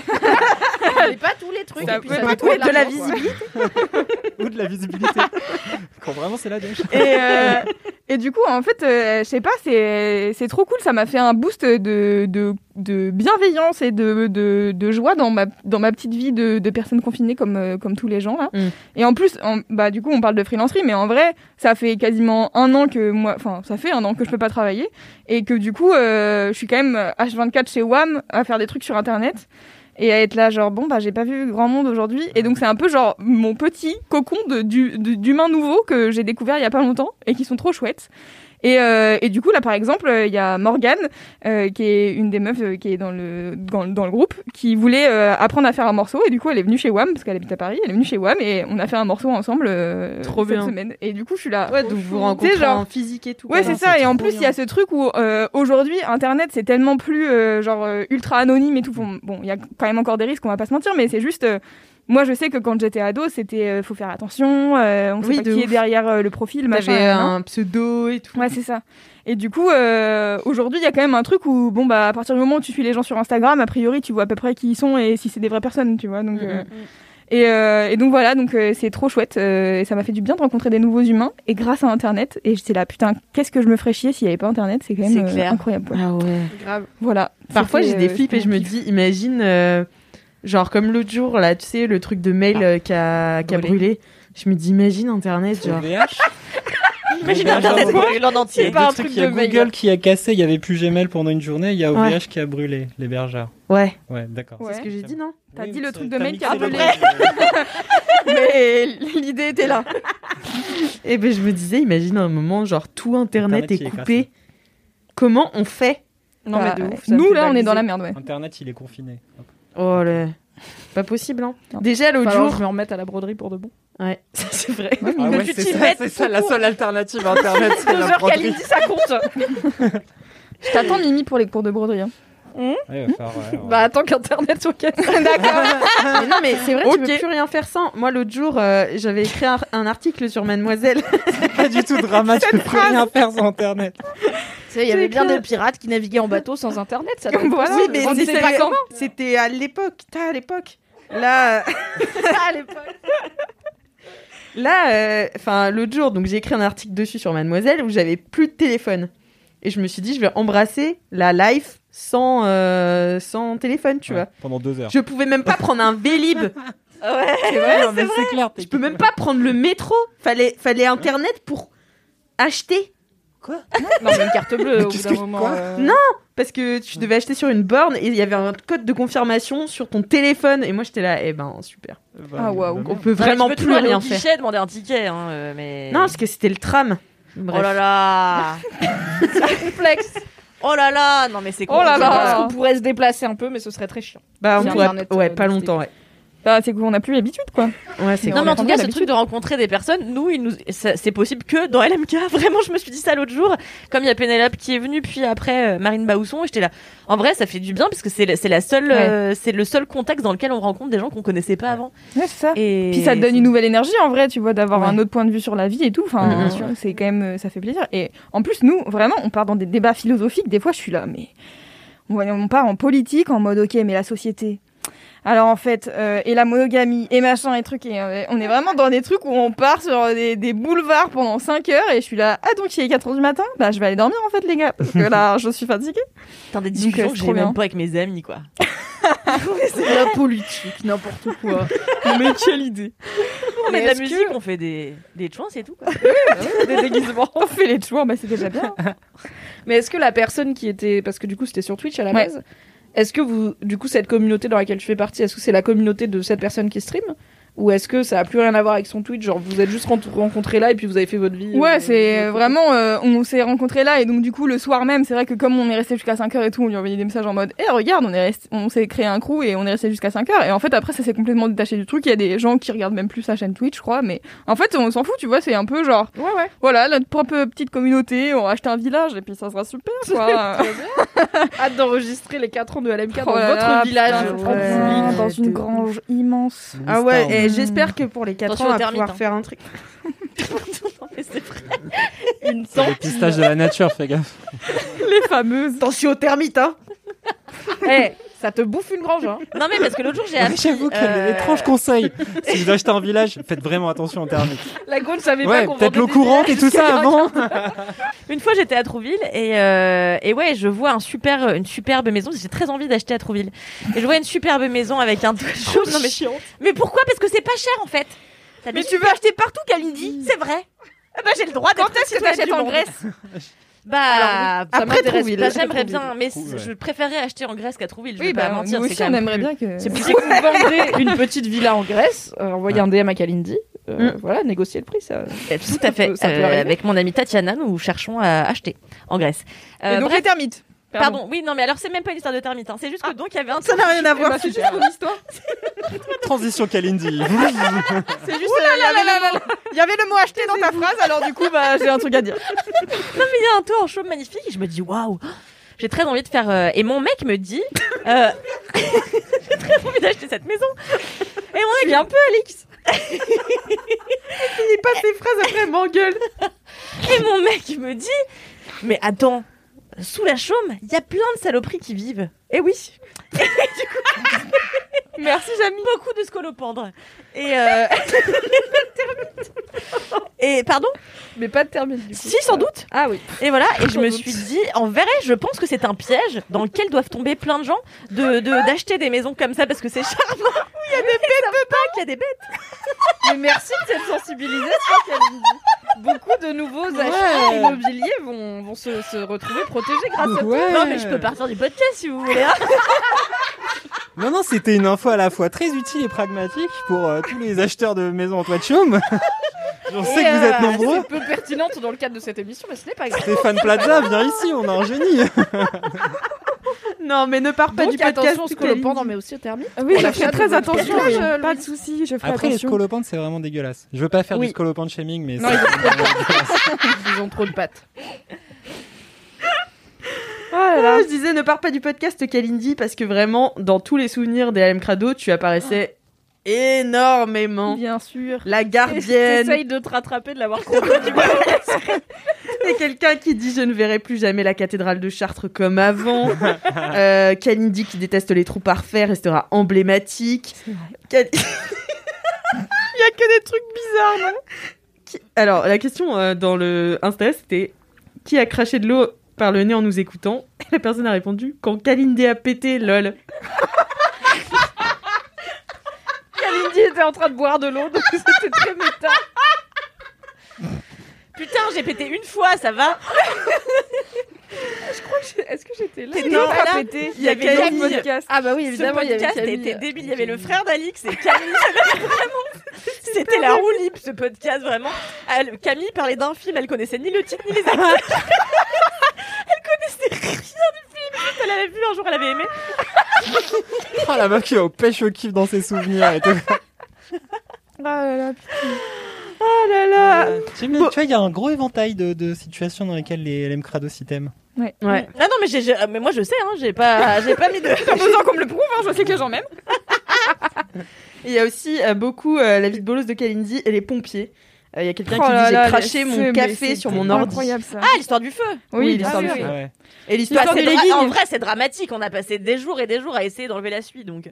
Speaker 5: Mais pas tous les trucs.
Speaker 6: Ça
Speaker 5: et puis
Speaker 6: peut
Speaker 5: ça
Speaker 6: pas
Speaker 5: nous
Speaker 6: tout être
Speaker 5: coûte
Speaker 6: de la
Speaker 5: l'argent, quoi.
Speaker 4: Ou de la visibilité. Quand vraiment c'est la dèche.
Speaker 6: et,
Speaker 4: *laughs*
Speaker 6: euh, et du coup, en fait, euh, je sais pas, c'est c'est trop cool. Ça m'a fait un boost de, de, de bienveillance et de, de, de joie dans ma, dans ma petite vie de, de personne confinée comme, euh, comme tous les gens là.
Speaker 3: Mm.
Speaker 6: Et en plus, en- bah, du coup, on parle de freelancerie, mais en vrai, ça fait quasiment un an que moi, enfin, ça fait un an que je peux pas travailler et que du coup, euh, je suis quand même H24 chez WAM à faire des trucs sur internet et à être là genre bon bah j'ai pas vu grand monde aujourd'hui et donc c'est un peu genre mon petit cocon de- du- de- d'humains nouveaux que j'ai découvert il y a pas longtemps et qui sont trop chouettes et, euh, et du coup là par exemple euh, il y a Morgane euh, qui est une des meufs euh, qui est dans le dans, dans le groupe qui voulait euh, apprendre à faire un morceau et du coup elle est venue chez Wam parce qu'elle habite à Paris elle est venue chez Wam et on a fait un morceau ensemble euh,
Speaker 3: Trop
Speaker 6: cette
Speaker 3: bien.
Speaker 6: semaine et du coup je suis là
Speaker 3: Ouais, donc vous rencontrez
Speaker 6: Tu sais, genre-
Speaker 3: en physique et tout.
Speaker 6: Ouais,
Speaker 3: quoi.
Speaker 6: c'est ça. Et en
Speaker 3: trop
Speaker 6: plus, il y a ce truc où euh, aujourd'hui, Internet, c'est tellement plus euh, genre euh, ultra anonyme et tout. Bon, bon, il y a quand même encore des risques, on va pas se mentir, mais c'est juste. euh, moi, je sais que quand j'étais ado, c'était euh, faut faire attention, euh, on sait
Speaker 3: Oui,
Speaker 6: pas
Speaker 3: de
Speaker 6: qui
Speaker 3: ouf.
Speaker 6: est derrière euh, le profil, machin.
Speaker 3: T'avais
Speaker 6: hein.
Speaker 3: un pseudo et tout.
Speaker 6: Ouais, c'est ça. Et du coup, euh, aujourd'hui, il y a quand même un truc où, bon, bah, à partir du moment où tu suis les gens sur Instagram, a priori, tu vois à peu près qui ils sont et si c'est des vraies personnes, tu vois. Donc,
Speaker 3: Mm,
Speaker 6: euh, et, euh, et donc voilà, donc euh, c'est trop chouette. euh, et ça m'a fait du bien de rencontrer des nouveaux humains et grâce à Internet. Et j'étais là, putain, qu'est-ce que je me ferais chier s'il n'y avait pas Internet C'est quand
Speaker 2: C'est
Speaker 6: même euh,
Speaker 2: clair.
Speaker 6: incroyable. ouais.
Speaker 3: Ah ouais.
Speaker 1: vois. Grave.
Speaker 6: Voilà.
Speaker 3: Parfois, j'ai
Speaker 6: C'était,
Speaker 3: des
Speaker 6: euh,
Speaker 3: flips et je
Speaker 6: c'était
Speaker 3: me
Speaker 6: mon
Speaker 3: dis, imagine, euh, genre comme l'autre jour, là, tu sais, le truc de
Speaker 6: Ah.
Speaker 3: mail euh, qui a, qui a
Speaker 2: Brûlé.
Speaker 3: brûlé. Je me dis, imagine Internet, genre.
Speaker 4: VH.
Speaker 2: Imagine
Speaker 4: Genre,
Speaker 2: Internet
Speaker 4: ouais.
Speaker 2: brûle en
Speaker 4: Il y a
Speaker 2: entier.
Speaker 4: des trucs, il y a Google qui a cassé, il y avait plus Gmail pendant une journée, il y a OVH
Speaker 3: hein. Ouais.
Speaker 4: qui a brûlé, l'hébergeur.
Speaker 3: Ouais.
Speaker 4: Ouais, d'accord.
Speaker 6: Ouais.
Speaker 3: C'est ce que j'ai dit, non
Speaker 6: T'as
Speaker 4: Oui,
Speaker 6: dit le
Speaker 4: ça-
Speaker 6: truc de
Speaker 4: t'as
Speaker 6: mail qui a
Speaker 4: mixé les
Speaker 6: brûlé.
Speaker 4: deux.
Speaker 6: *laughs* Mais l'idée était
Speaker 3: *laughs*
Speaker 6: là.
Speaker 3: Et ben, je me disais, imagine un moment, genre, tout Internet,
Speaker 4: Internet qui
Speaker 3: est
Speaker 4: est
Speaker 3: coupé. Comment on fait
Speaker 1: Non,
Speaker 6: Bah,
Speaker 1: mais de ouf. ça me
Speaker 6: Nous,
Speaker 1: fait
Speaker 6: là, on est
Speaker 1: baliser.
Speaker 6: dans la merde, ouais.
Speaker 4: Internet, il est confiné.
Speaker 3: Oh là. Pas possible, hein.
Speaker 6: Non.
Speaker 3: Déjà, l'autre
Speaker 1: Falloir que
Speaker 3: jour.
Speaker 1: je me remette à la broderie pour de bon.
Speaker 3: Ouais, *laughs* ça, c'est vrai.
Speaker 4: Ah
Speaker 3: *laughs*
Speaker 4: ouais,
Speaker 2: tu
Speaker 4: c'est
Speaker 2: t'y
Speaker 4: ça,
Speaker 2: mettes
Speaker 4: c'est ça la seule
Speaker 1: *laughs*
Speaker 4: alternative à
Speaker 6: *laughs*
Speaker 4: Internet, c'est la broderie.
Speaker 1: ça compte
Speaker 6: Je t'attends, Mimi, pour les cours de broderie. hein.
Speaker 3: Hmm
Speaker 4: Ouais, il va falloir, ouais, ouais.
Speaker 1: Bah, attends qu'Internet
Speaker 4: *laughs*
Speaker 1: soit cassé.
Speaker 3: Mais non, mais c'est vrai, tu peux
Speaker 6: Ok.
Speaker 3: plus rien faire sans. Moi, l'autre jour, euh, j'avais écrit un, un article
Speaker 4: *laughs*
Speaker 3: sur Mademoiselle.
Speaker 4: pas du tout dramatique, je peux plus rien faire sans Internet.
Speaker 1: Tu sais, il y avait
Speaker 3: C'est
Speaker 1: bien
Speaker 3: clair.
Speaker 1: des pirates qui naviguaient en bateau sans Internet, ça doit être
Speaker 6: Voilà.
Speaker 1: possible. on ne sait pas comment.
Speaker 3: C'était à l'époque. T'as à l'époque. *laughs* Là.
Speaker 1: Ah, les potes.
Speaker 3: Là, euh, enfin, l'autre jour, donc j'ai écrit un article dessus sur Mademoiselle où j'avais plus de téléphone. Et je me suis dit, je vais embrasser la life sans, euh, sans téléphone, tu vois.
Speaker 4: Pendant deux heures.
Speaker 3: Je pouvais même pas prendre un Vélib.
Speaker 2: Ouais,
Speaker 3: C'est vrai, non, mais c'est clair. Je peux même pas prendre le métro. Fallait, fallait internet pour acheter.
Speaker 4: Quoi
Speaker 1: Non, mais une carte bleue au bout d'un moment. euh,
Speaker 3: Non, parce que tu devais acheter sur une borne et il y avait un code de confirmation sur ton téléphone. Et moi, j'étais là, eh ben super.
Speaker 2: Bah,
Speaker 6: Ah, waouh.
Speaker 3: On peut vraiment
Speaker 2: tu peux
Speaker 3: plus
Speaker 2: toujours aller
Speaker 3: rien
Speaker 2: au
Speaker 3: faire.
Speaker 2: guichet demander un ticket, hein, euh, mais.
Speaker 3: Non, parce que c'était le tram. Bref.
Speaker 2: Oh là
Speaker 3: *laughs*
Speaker 2: là
Speaker 1: complexe.
Speaker 2: Oh là là Non mais c'est
Speaker 1: Oh là
Speaker 2: compliqué.
Speaker 1: là. On pourrait se déplacer un peu, mais ce serait très chiant.
Speaker 3: Bah,
Speaker 1: Sur
Speaker 3: on pourra...
Speaker 1: Internet,
Speaker 3: Ouais,
Speaker 1: euh,
Speaker 3: pas
Speaker 1: donc
Speaker 3: longtemps, ouais.
Speaker 6: Bah, c'est qu'on n'a plus l'habitude, quoi.
Speaker 3: Ouais, c'est
Speaker 2: Non mais en tout
Speaker 6: on
Speaker 2: cas
Speaker 6: a
Speaker 2: ce truc de rencontrer des personnes, nous, il nous... ça- c'est possible que dans LMK, *laughs* vraiment je me suis dit ça l'autre jour, comme il y a Pénélope qui est venue, puis après euh, Marine Baousson, et j'étais là, en vrai ça fait du bien parce que c'est la, c'est la seule, euh, c'est le seul contexte dans lequel on rencontre des gens qu'on connaissait pas avant.
Speaker 6: Ouais, c'est ça.
Speaker 2: Et
Speaker 6: Puis ça te donne une nouvelle énergie en vrai, tu vois, d'avoir
Speaker 2: Ouais.
Speaker 6: un autre point de vue sur la vie et tout. Enfin,
Speaker 2: Mhm.
Speaker 6: tu vois, c'est quand même, *laughs* euh, ça fait plaisir. Et en plus, nous, vraiment, on part dans des débats philosophiques. Des fois, je suis là, mais on va- on part en politique en mode, ok, mais la société. Alors en fait, euh, *laughs* et la monogamie, et machin, et truc, et euh, on est vraiment dans des trucs où on part sur des, des boulevards pendant 5 heures, et je suis là, ah donc il est 4 heures du matin, bah je vais aller dormir en fait les gars, parce que là je suis fatiguée.
Speaker 2: Putain, des
Speaker 6: Donc, euh,
Speaker 2: discussions
Speaker 6: c'est
Speaker 2: que j'ai
Speaker 6: trop bien.
Speaker 2: même pas avec mes amis quoi.
Speaker 5: La politique, n'importe quoi.
Speaker 3: Mais quelle idée
Speaker 2: *laughs* On
Speaker 6: Mais
Speaker 2: met de la
Speaker 6: est-ce que-
Speaker 2: musique, on fait des, des chants et tout quoi.
Speaker 6: Des déguisements. *laughs* on fait les tours, bah c'est déjà bien.
Speaker 1: *laughs* Mais est-ce que la personne qui était, parce que du coup c'était sur Twitch à la
Speaker 6: Ouais.
Speaker 1: base, est-ce que vous, du coup cette communauté dans laquelle tu fais partie, est-ce que c'est la communauté de cette personne qui stream ou est-ce que ça a plus rien à voir avec son Twitch Genre vous êtes juste ren- rencontrés là et puis vous avez fait votre vie. *laughs*
Speaker 6: Ouais,
Speaker 1: euh,
Speaker 6: c'est
Speaker 1: euh,
Speaker 6: euh, vraiment, euh, on s'est rencontrés là et donc du coup le soir même, c'est vrai que comme on est resté jusqu'à 5 heures et tout, on lui a envoyé des messages en mode, eh regarde, on est resté- on s'est créé un crew et on est resté jusqu'à 5 heures et en fait après ça s'est complètement détaché du truc. Il y a des gens qui regardent même plus sa chaîne Twitch, je crois, mais en fait on s'en fout, tu vois, c'est un peu genre,
Speaker 1: Ouais, ouais.
Speaker 6: voilà notre propre petite communauté, on va acheter un village et puis ça sera super quoi.
Speaker 1: Hâte d'enregistrer les 4 ans de LMK dans
Speaker 6: Oh là
Speaker 1: votre
Speaker 6: là,
Speaker 1: village.
Speaker 6: putain,
Speaker 1: en
Speaker 3: ouais.
Speaker 1: public.
Speaker 6: dans une grange immense.
Speaker 3: Ah ouais, et
Speaker 6: Mm.
Speaker 3: j'espère que pour les 4
Speaker 2: Attention
Speaker 3: ans, on
Speaker 2: aux
Speaker 3: va
Speaker 2: termites,
Speaker 3: pouvoir
Speaker 2: hein.
Speaker 3: faire un truc.
Speaker 2: Non, mais c'est vrai.
Speaker 1: Une
Speaker 4: C'est
Speaker 1: tente.
Speaker 4: le pistage de
Speaker 1: *laughs*
Speaker 4: la nature, fais gaffe.
Speaker 6: Les fameuses.
Speaker 3: Attention aux termites, hein
Speaker 1: *laughs* Eh, ça te bouffe une grange, hein.
Speaker 2: Non mais parce que l'autre jour j'ai appris...
Speaker 4: Ah, J'avoue quel
Speaker 2: euh,
Speaker 4: étrange *laughs* conseil. Si vous achetez un village, faites vraiment attention aux termites.
Speaker 1: La gauche savait pas
Speaker 4: Ouais,
Speaker 1: qu'on
Speaker 4: peut-être
Speaker 1: vendait
Speaker 4: l'eau
Speaker 1: des
Speaker 4: courante et
Speaker 1: villages
Speaker 4: tout
Speaker 1: jusqu'à
Speaker 4: ça avant.
Speaker 2: Une fois, j'étais à Trouville et, euh, et ouais, je vois un super, une superbe maison. J'ai très envie d'acheter à Trouville. Et je vois une superbe maison avec un toit jaune. Non, mais, mais pourquoi Parce que c'est pas cher en fait. T'as
Speaker 3: Mais
Speaker 2: des-
Speaker 3: tu veux acheter partout, Kalindi
Speaker 2: C'est vrai. Ah bah, j'ai le droit d'être
Speaker 6: Quand *laughs* est-ce que
Speaker 2: citoyenne
Speaker 6: t'achètes
Speaker 2: du
Speaker 6: en
Speaker 2: monde.
Speaker 6: Grèce
Speaker 2: *laughs* Bah,
Speaker 3: Ah,
Speaker 1: Ça
Speaker 3: Après
Speaker 1: m'intéresse
Speaker 3: Trouville.
Speaker 1: pas,
Speaker 2: bah, j'aimerais bien, mais
Speaker 4: Trouville,
Speaker 2: c'est-
Speaker 4: ouais.
Speaker 2: je préférais acheter en Grèce qu'à Trouville. Je
Speaker 6: Oui,
Speaker 2: vais pas
Speaker 6: bah
Speaker 2: mentir,
Speaker 6: nous
Speaker 2: c'est
Speaker 6: aussi
Speaker 2: quand
Speaker 6: on
Speaker 2: même
Speaker 6: aimerait
Speaker 2: plus-
Speaker 6: bien
Speaker 1: *laughs*
Speaker 6: que.
Speaker 1: C'est plus si vous vendez une petite villa en Grèce, euh, envoyez
Speaker 4: Ah.
Speaker 1: un DM à Kalindi. euh, Voilà, négociez le prix, ça.
Speaker 2: Eh, Tout à fait. *laughs*
Speaker 1: Ça peut
Speaker 2: Euh,
Speaker 1: arriver.
Speaker 2: avec mon amie Tatiana, nous cherchons à acheter en Grèce. Euh,
Speaker 6: Et donc
Speaker 2: bref,
Speaker 6: les termites. Ah.
Speaker 2: pardon. Oui, non, mais alors c'est même pas une histoire de termite. hein. C'est juste que donc il y avait un
Speaker 3: Ça n'a rien à voir.
Speaker 6: Bah, c'est juste mon histoire.
Speaker 4: *laughs*
Speaker 2: *laughs*
Speaker 4: Transition Kalindi.
Speaker 3: C'est
Speaker 6: euh,
Speaker 3: juste.
Speaker 6: Il y avait le mot- Il y avait le mot acheté dans ta phrase, alors du coup,
Speaker 2: *laughs*
Speaker 6: bah, j'ai un truc à dire.
Speaker 2: il y a un toit en chaume magnifique et je me dis waouh j'ai très envie de faire euh, et mon mec me dit euh, *laughs* j'ai très envie d'acheter cette maison et mon mec il est un peu
Speaker 6: *laughs*
Speaker 2: Alix
Speaker 3: Il passe ses phrases après, elle m'engueule.
Speaker 2: et mon mec il me dit mais attends sous la chaume il y a plein de saloperies qui vivent et
Speaker 1: *laughs*
Speaker 2: oui
Speaker 6: Merci, Jamy.
Speaker 2: beaucoup de scolopendres et euh, *laughs* et pardon
Speaker 1: Mais pas de termine, du coup.
Speaker 2: si sans doute
Speaker 1: Ah oui.
Speaker 2: Et voilà, et je
Speaker 1: Sans
Speaker 2: me
Speaker 1: doute.
Speaker 2: suis dit, en vrai, je pense que c'est un piège dans lequel doivent tomber plein de gens de de- d'acheter des maisons comme ça parce que c'est charmant. Où il y a des bêtes de pas qu'il y a des bêtes.
Speaker 1: Mais merci de cette sensibilisation, Kalindi. Beaucoup de nouveaux achats immobiliers vont, vont se, se retrouver protégés grâce à toi.
Speaker 2: Non, mais je peux partir du podcast si vous voulez. hein.
Speaker 4: *laughs* Non, non, c'était une info à la fois très utile et pragmatique pour euh, tous les acheteurs de maisons en toit de chaume. *laughs* J'en sais que vous êtes nombreux.
Speaker 1: euh, C'est peu pertinente dans le cadre de cette émission, mais ce n'est pas grave.
Speaker 4: Stéphane Plaza, viens ici, on a un
Speaker 1: *laughs*
Speaker 4: génie.
Speaker 3: Non, mais ne pars pas
Speaker 1: Donc
Speaker 3: du podcast.
Speaker 1: attention aux
Speaker 3: Kalindi.
Speaker 1: scolopendres, mais aussi aux termites.
Speaker 6: Oui, je
Speaker 1: L'achat
Speaker 6: ferai
Speaker 1: de
Speaker 6: très
Speaker 1: votre
Speaker 6: attention.
Speaker 1: podcast.
Speaker 6: oui. Pas de soucis, je ferai
Speaker 4: Après, les
Speaker 6: attention.
Speaker 4: scolopendres, c'est vraiment dégueulasse. Je veux pas faire
Speaker 1: Oui.
Speaker 4: du scolopendre shaming, mais
Speaker 1: Non,
Speaker 4: c'est-
Speaker 1: *laughs* Ils ont trop de pattes. Oh
Speaker 6: Ah là là.
Speaker 3: Ah, je disais, ne pars pas du podcast, Kalindi, parce que vraiment, dans tous les souvenirs des LM Crado, tu apparaissais
Speaker 1: Oh.
Speaker 3: énormément.
Speaker 6: Bien sûr.
Speaker 3: La
Speaker 1: *laughs*
Speaker 3: gardienne,
Speaker 1: T'essayes de te rattraper de l'avoir
Speaker 3: et quelqu'un qui dit je ne verrai plus jamais la cathédrale de Chartres comme avant. Euh, Kalindi qui déteste les trous parfaits restera emblématique. Kal- *laughs* Il y a que des trucs bizarres, non Qui- Alors la question euh, dans le Insta c'était qui a craché de l'eau par le nez en nous écoutant. Et la personne a répondu Quand Kalindé a pété, lol.
Speaker 1: Kalindi était en train de boire de l'eau, donc *laughs* c'était très méta.
Speaker 2: Putain, j'ai pété une fois, ça va
Speaker 1: Je crois que j'ai- Est-ce que j'étais là
Speaker 2: T'étais
Speaker 1: Non,
Speaker 2: pas là.
Speaker 1: pas pété.
Speaker 2: Il y avait Camille.
Speaker 1: Camille. Ah bah oui, évidemment,
Speaker 2: ce
Speaker 1: il y avait
Speaker 2: podcast
Speaker 1: Camille.
Speaker 2: était débile. Il y avait le frère d'Alix et Camille. *laughs* Vraiment, C'était la roue libre, ce podcast, vraiment. Elle- Camille parlait d'un film, elle connaissait ni le titre ni les
Speaker 1: *laughs*
Speaker 2: acteurs. elle connaissait rien du film. Juste, Elle l'avait vu un jour, elle avait aimé.
Speaker 4: *laughs* Oh la meuf qui est au pêche au kiff dans ses souvenirs et tout.
Speaker 1: Oh là là, putain.
Speaker 6: Ah
Speaker 1: Oh là là.
Speaker 4: Euh, Tu vois, il y a un gros éventail de, de situations dans lesquelles les LM Crado s'y
Speaker 6: *laughs*
Speaker 4: t'aiment.
Speaker 1: Ouais.
Speaker 2: Ouais. Ah non, mais, j'ai- j'ai- ah, mais moi je sais, hein, j'ai pas, j'ai pas mis de.
Speaker 3: *laughs*
Speaker 6: Pas besoin qu'on me le prouve, hein, je sais que les gens m'aiment.
Speaker 3: Et Il y a aussi euh, beaucoup euh, la vie de bolos de Kalindi et les pompiers. Euh, Il y a quelqu'un
Speaker 6: Oh
Speaker 3: qui
Speaker 6: là
Speaker 3: dit
Speaker 6: là,
Speaker 3: J'ai craché
Speaker 6: mais
Speaker 3: mon
Speaker 6: c'est-
Speaker 3: café
Speaker 6: mais
Speaker 3: sur
Speaker 6: c'était
Speaker 3: mon ordi.
Speaker 6: incroyable, ça.
Speaker 2: Ah, l'histoire du feu
Speaker 3: Oui, Oui, l'histoire
Speaker 2: ah
Speaker 3: du
Speaker 2: oui,
Speaker 3: feu.
Speaker 2: oui.
Speaker 3: Et l'histoire
Speaker 2: Bah,
Speaker 3: des
Speaker 2: c'est dra-
Speaker 3: leggings.
Speaker 2: En vrai, c'est dramatique. On a passé des jours et des jours à essayer d'enlever la suie, donc.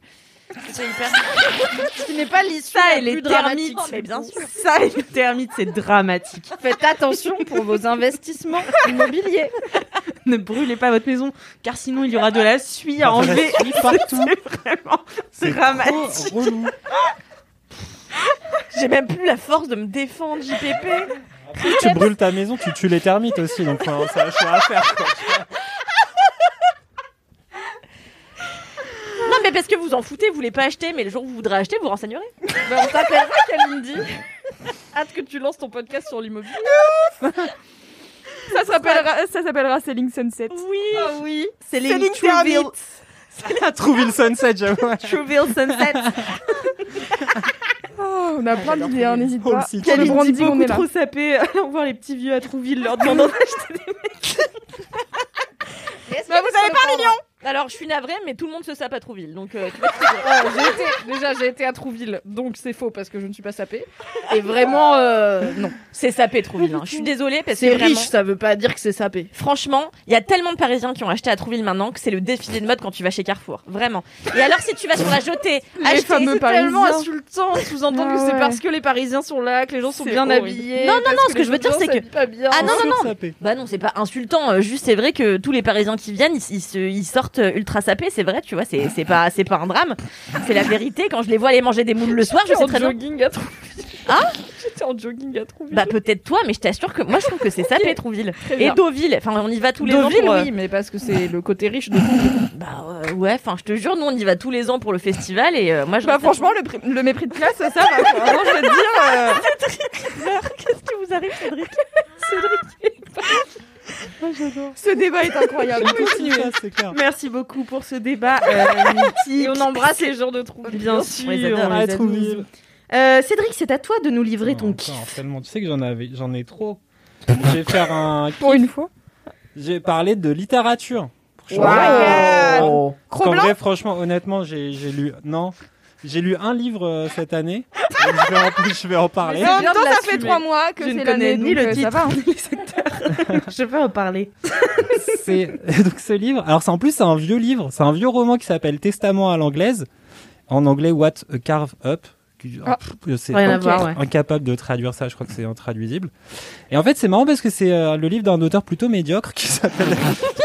Speaker 2: C'est hyper. *laughs*
Speaker 1: Ce qui n'est pas l'issue
Speaker 2: Ça
Speaker 1: la
Speaker 2: et les
Speaker 1: plus dramatique.
Speaker 2: termites. Mais bien sûr.
Speaker 3: Ça et les termites,
Speaker 6: *laughs*
Speaker 3: c'est dramatique.
Speaker 1: Faites attention pour vos investissements immobiliers.
Speaker 3: ne brûlez pas votre maison, car sinon il y aura de la suie à
Speaker 4: Il y aura de la
Speaker 3: enlever. *laughs*
Speaker 4: suie
Speaker 6: *laughs*
Speaker 4: partout.
Speaker 3: C'est vraiment dramatique.
Speaker 2: J'ai même plus la force de me défendre, JPP.
Speaker 4: tu brûles ta maison, tu tues les termites aussi, donc enfin, c'est un choix à faire. quoi.
Speaker 2: Non, mais parce que vous en foutez, vous voulez pas acheter, mais le jour où vous voudrez acheter, vous renseignerez.
Speaker 1: Ben, on t'appellera *laughs* Kalindi. Hâte que tu lances ton podcast sur l'immobilier.
Speaker 6: Ça s'appellera, ça s'appellera Selling Sunset.
Speaker 2: Oui.
Speaker 3: oui, c'est les
Speaker 6: Ah Selling
Speaker 3: Trouville,
Speaker 4: Trouville Sunset, j'avoue.
Speaker 3: Trouville Sunset.
Speaker 6: Oh, on a plein d'idées, hein, n'hésite
Speaker 4: Home
Speaker 6: pas.
Speaker 4: City.
Speaker 6: Pour le
Speaker 3: Kalindi
Speaker 6: branding, on
Speaker 3: beaucoup
Speaker 6: est là.
Speaker 3: trop sapée. *laughs* Allons voir les petits vieux à Trouville
Speaker 6: *laughs*
Speaker 3: leur demandant d'acheter des
Speaker 2: Bah, vous avez pas un million Alors, je suis navrée, mais tout le monde se sape à Trouville, donc euh, tu vois,
Speaker 1: Euh, j'ai été- déjà, j'ai été à Trouville, donc c'est faux parce que je ne suis pas sapée. Et vraiment, euh, non.
Speaker 2: c'est sapé Trouville. hein. Je suis désolée parce que
Speaker 1: C'est
Speaker 2: vraiment,
Speaker 1: riche, ça veut pas dire que c'est sapé.
Speaker 2: Franchement, il y a tellement de Parisiens qui ont acheté à Trouville maintenant que c'est le défilé de mode quand tu vas chez Carrefour, vraiment. Et alors si tu vas sur la jetée, acheter
Speaker 1: C'est tellement insultant, sous-entendu
Speaker 6: Ah
Speaker 1: que c'est
Speaker 6: ouais.
Speaker 1: parce que les Parisiens sont là, que les gens sont
Speaker 3: C'est
Speaker 1: bien
Speaker 3: horrible.
Speaker 1: habillés.
Speaker 2: Non, non,
Speaker 1: parce
Speaker 2: non, ce que
Speaker 1: les
Speaker 2: je veux
Speaker 1: autres
Speaker 2: dire,
Speaker 1: gens
Speaker 2: c'est que-
Speaker 1: s'habillent pas bien.
Speaker 2: Ah non, non, non.
Speaker 4: Sapé.
Speaker 2: Bah non, c'est pas insultant. euh, juste, c'est vrai que tous les Parisiens qui viennent, ils, ils se- ils sortent euh, ultra sapés. C'est vrai, tu vois, c'est c'est pas, c'est pas un drame. C'est la vérité. Quand je les vois aller manger des moules le soir, je
Speaker 1: J'étais
Speaker 2: sais
Speaker 1: en
Speaker 2: très bien.
Speaker 1: jogging à Trouville.
Speaker 2: Ah
Speaker 1: J'étais en jogging à Trouville.
Speaker 2: Bah peut-être toi, mais je t'assure que moi je trouve que c'est sapé Trouville et
Speaker 1: bien.
Speaker 2: Deauville. Enfin, on y va tous les
Speaker 1: Deauville,
Speaker 2: ans pour. euh,
Speaker 1: oui, mais parce que c'est le côté riche de
Speaker 2: Bah euh, ouais, enfin, je te jure, nous on y va tous les ans pour le festival et euh, moi je.
Speaker 6: Bah franchement, le, prix- le mépris de classe, ça va. quoi. Vraiment, je vais te dire.
Speaker 3: *laughs*
Speaker 6: euh,
Speaker 2: qu'est-ce qui vous arrive, Cédric
Speaker 1: euh,
Speaker 2: *laughs*
Speaker 6: ce débat est incroyable.
Speaker 4: J'aime aussi ça, c'est clair.
Speaker 3: Merci beaucoup pour ce débat. euh, mythique.
Speaker 1: Et on embrasse les gens de Trouville.
Speaker 3: Bien sûr,
Speaker 2: On les adore.
Speaker 3: on les
Speaker 4: Ah,
Speaker 3: adore.
Speaker 4: Trouville.
Speaker 3: Euh, Cédric, c'est à toi de nous livrer ton
Speaker 4: Oh,
Speaker 3: kiff.
Speaker 4: putain, tellement. Tu sais que j'en avais, j'en ai trop. Je vais faire un.
Speaker 6: Pour une fois.
Speaker 4: J'ai parlé de littérature.
Speaker 6: Wow.
Speaker 4: Parce qu'en vrai, franchement, honnêtement, j'ai j'ai lu. Non. J'ai lu un livre euh, cette année. Donc, je, vais en, *laughs* je vais en parler.
Speaker 6: Mais en
Speaker 1: bien
Speaker 6: même
Speaker 1: de
Speaker 6: temps, ça
Speaker 1: l'assumer.
Speaker 6: fait trois mois que
Speaker 3: Je ne
Speaker 6: c'est l'année,
Speaker 3: connais ni
Speaker 6: donc,
Speaker 3: le
Speaker 6: euh, ça
Speaker 3: titre,
Speaker 6: va. hein.
Speaker 3: ni les acteurs. *laughs* Je vais en parler.
Speaker 4: *laughs* C'est donc ce livre. Alors c'est en plus c'est un vieux livre, c'est un vieux roman qui s'appelle Testament à l'anglaise, en anglais What a Carve Up. qui-
Speaker 6: Ah.
Speaker 4: pff, euh, c'est
Speaker 3: Rien à
Speaker 4: inc-
Speaker 3: voir, ouais.
Speaker 4: incapable de traduire ça, je crois que c'est intraduisible. Et en fait c'est marrant parce que c'est euh, le livre d'un auteur plutôt médiocre qui s'appelle *laughs*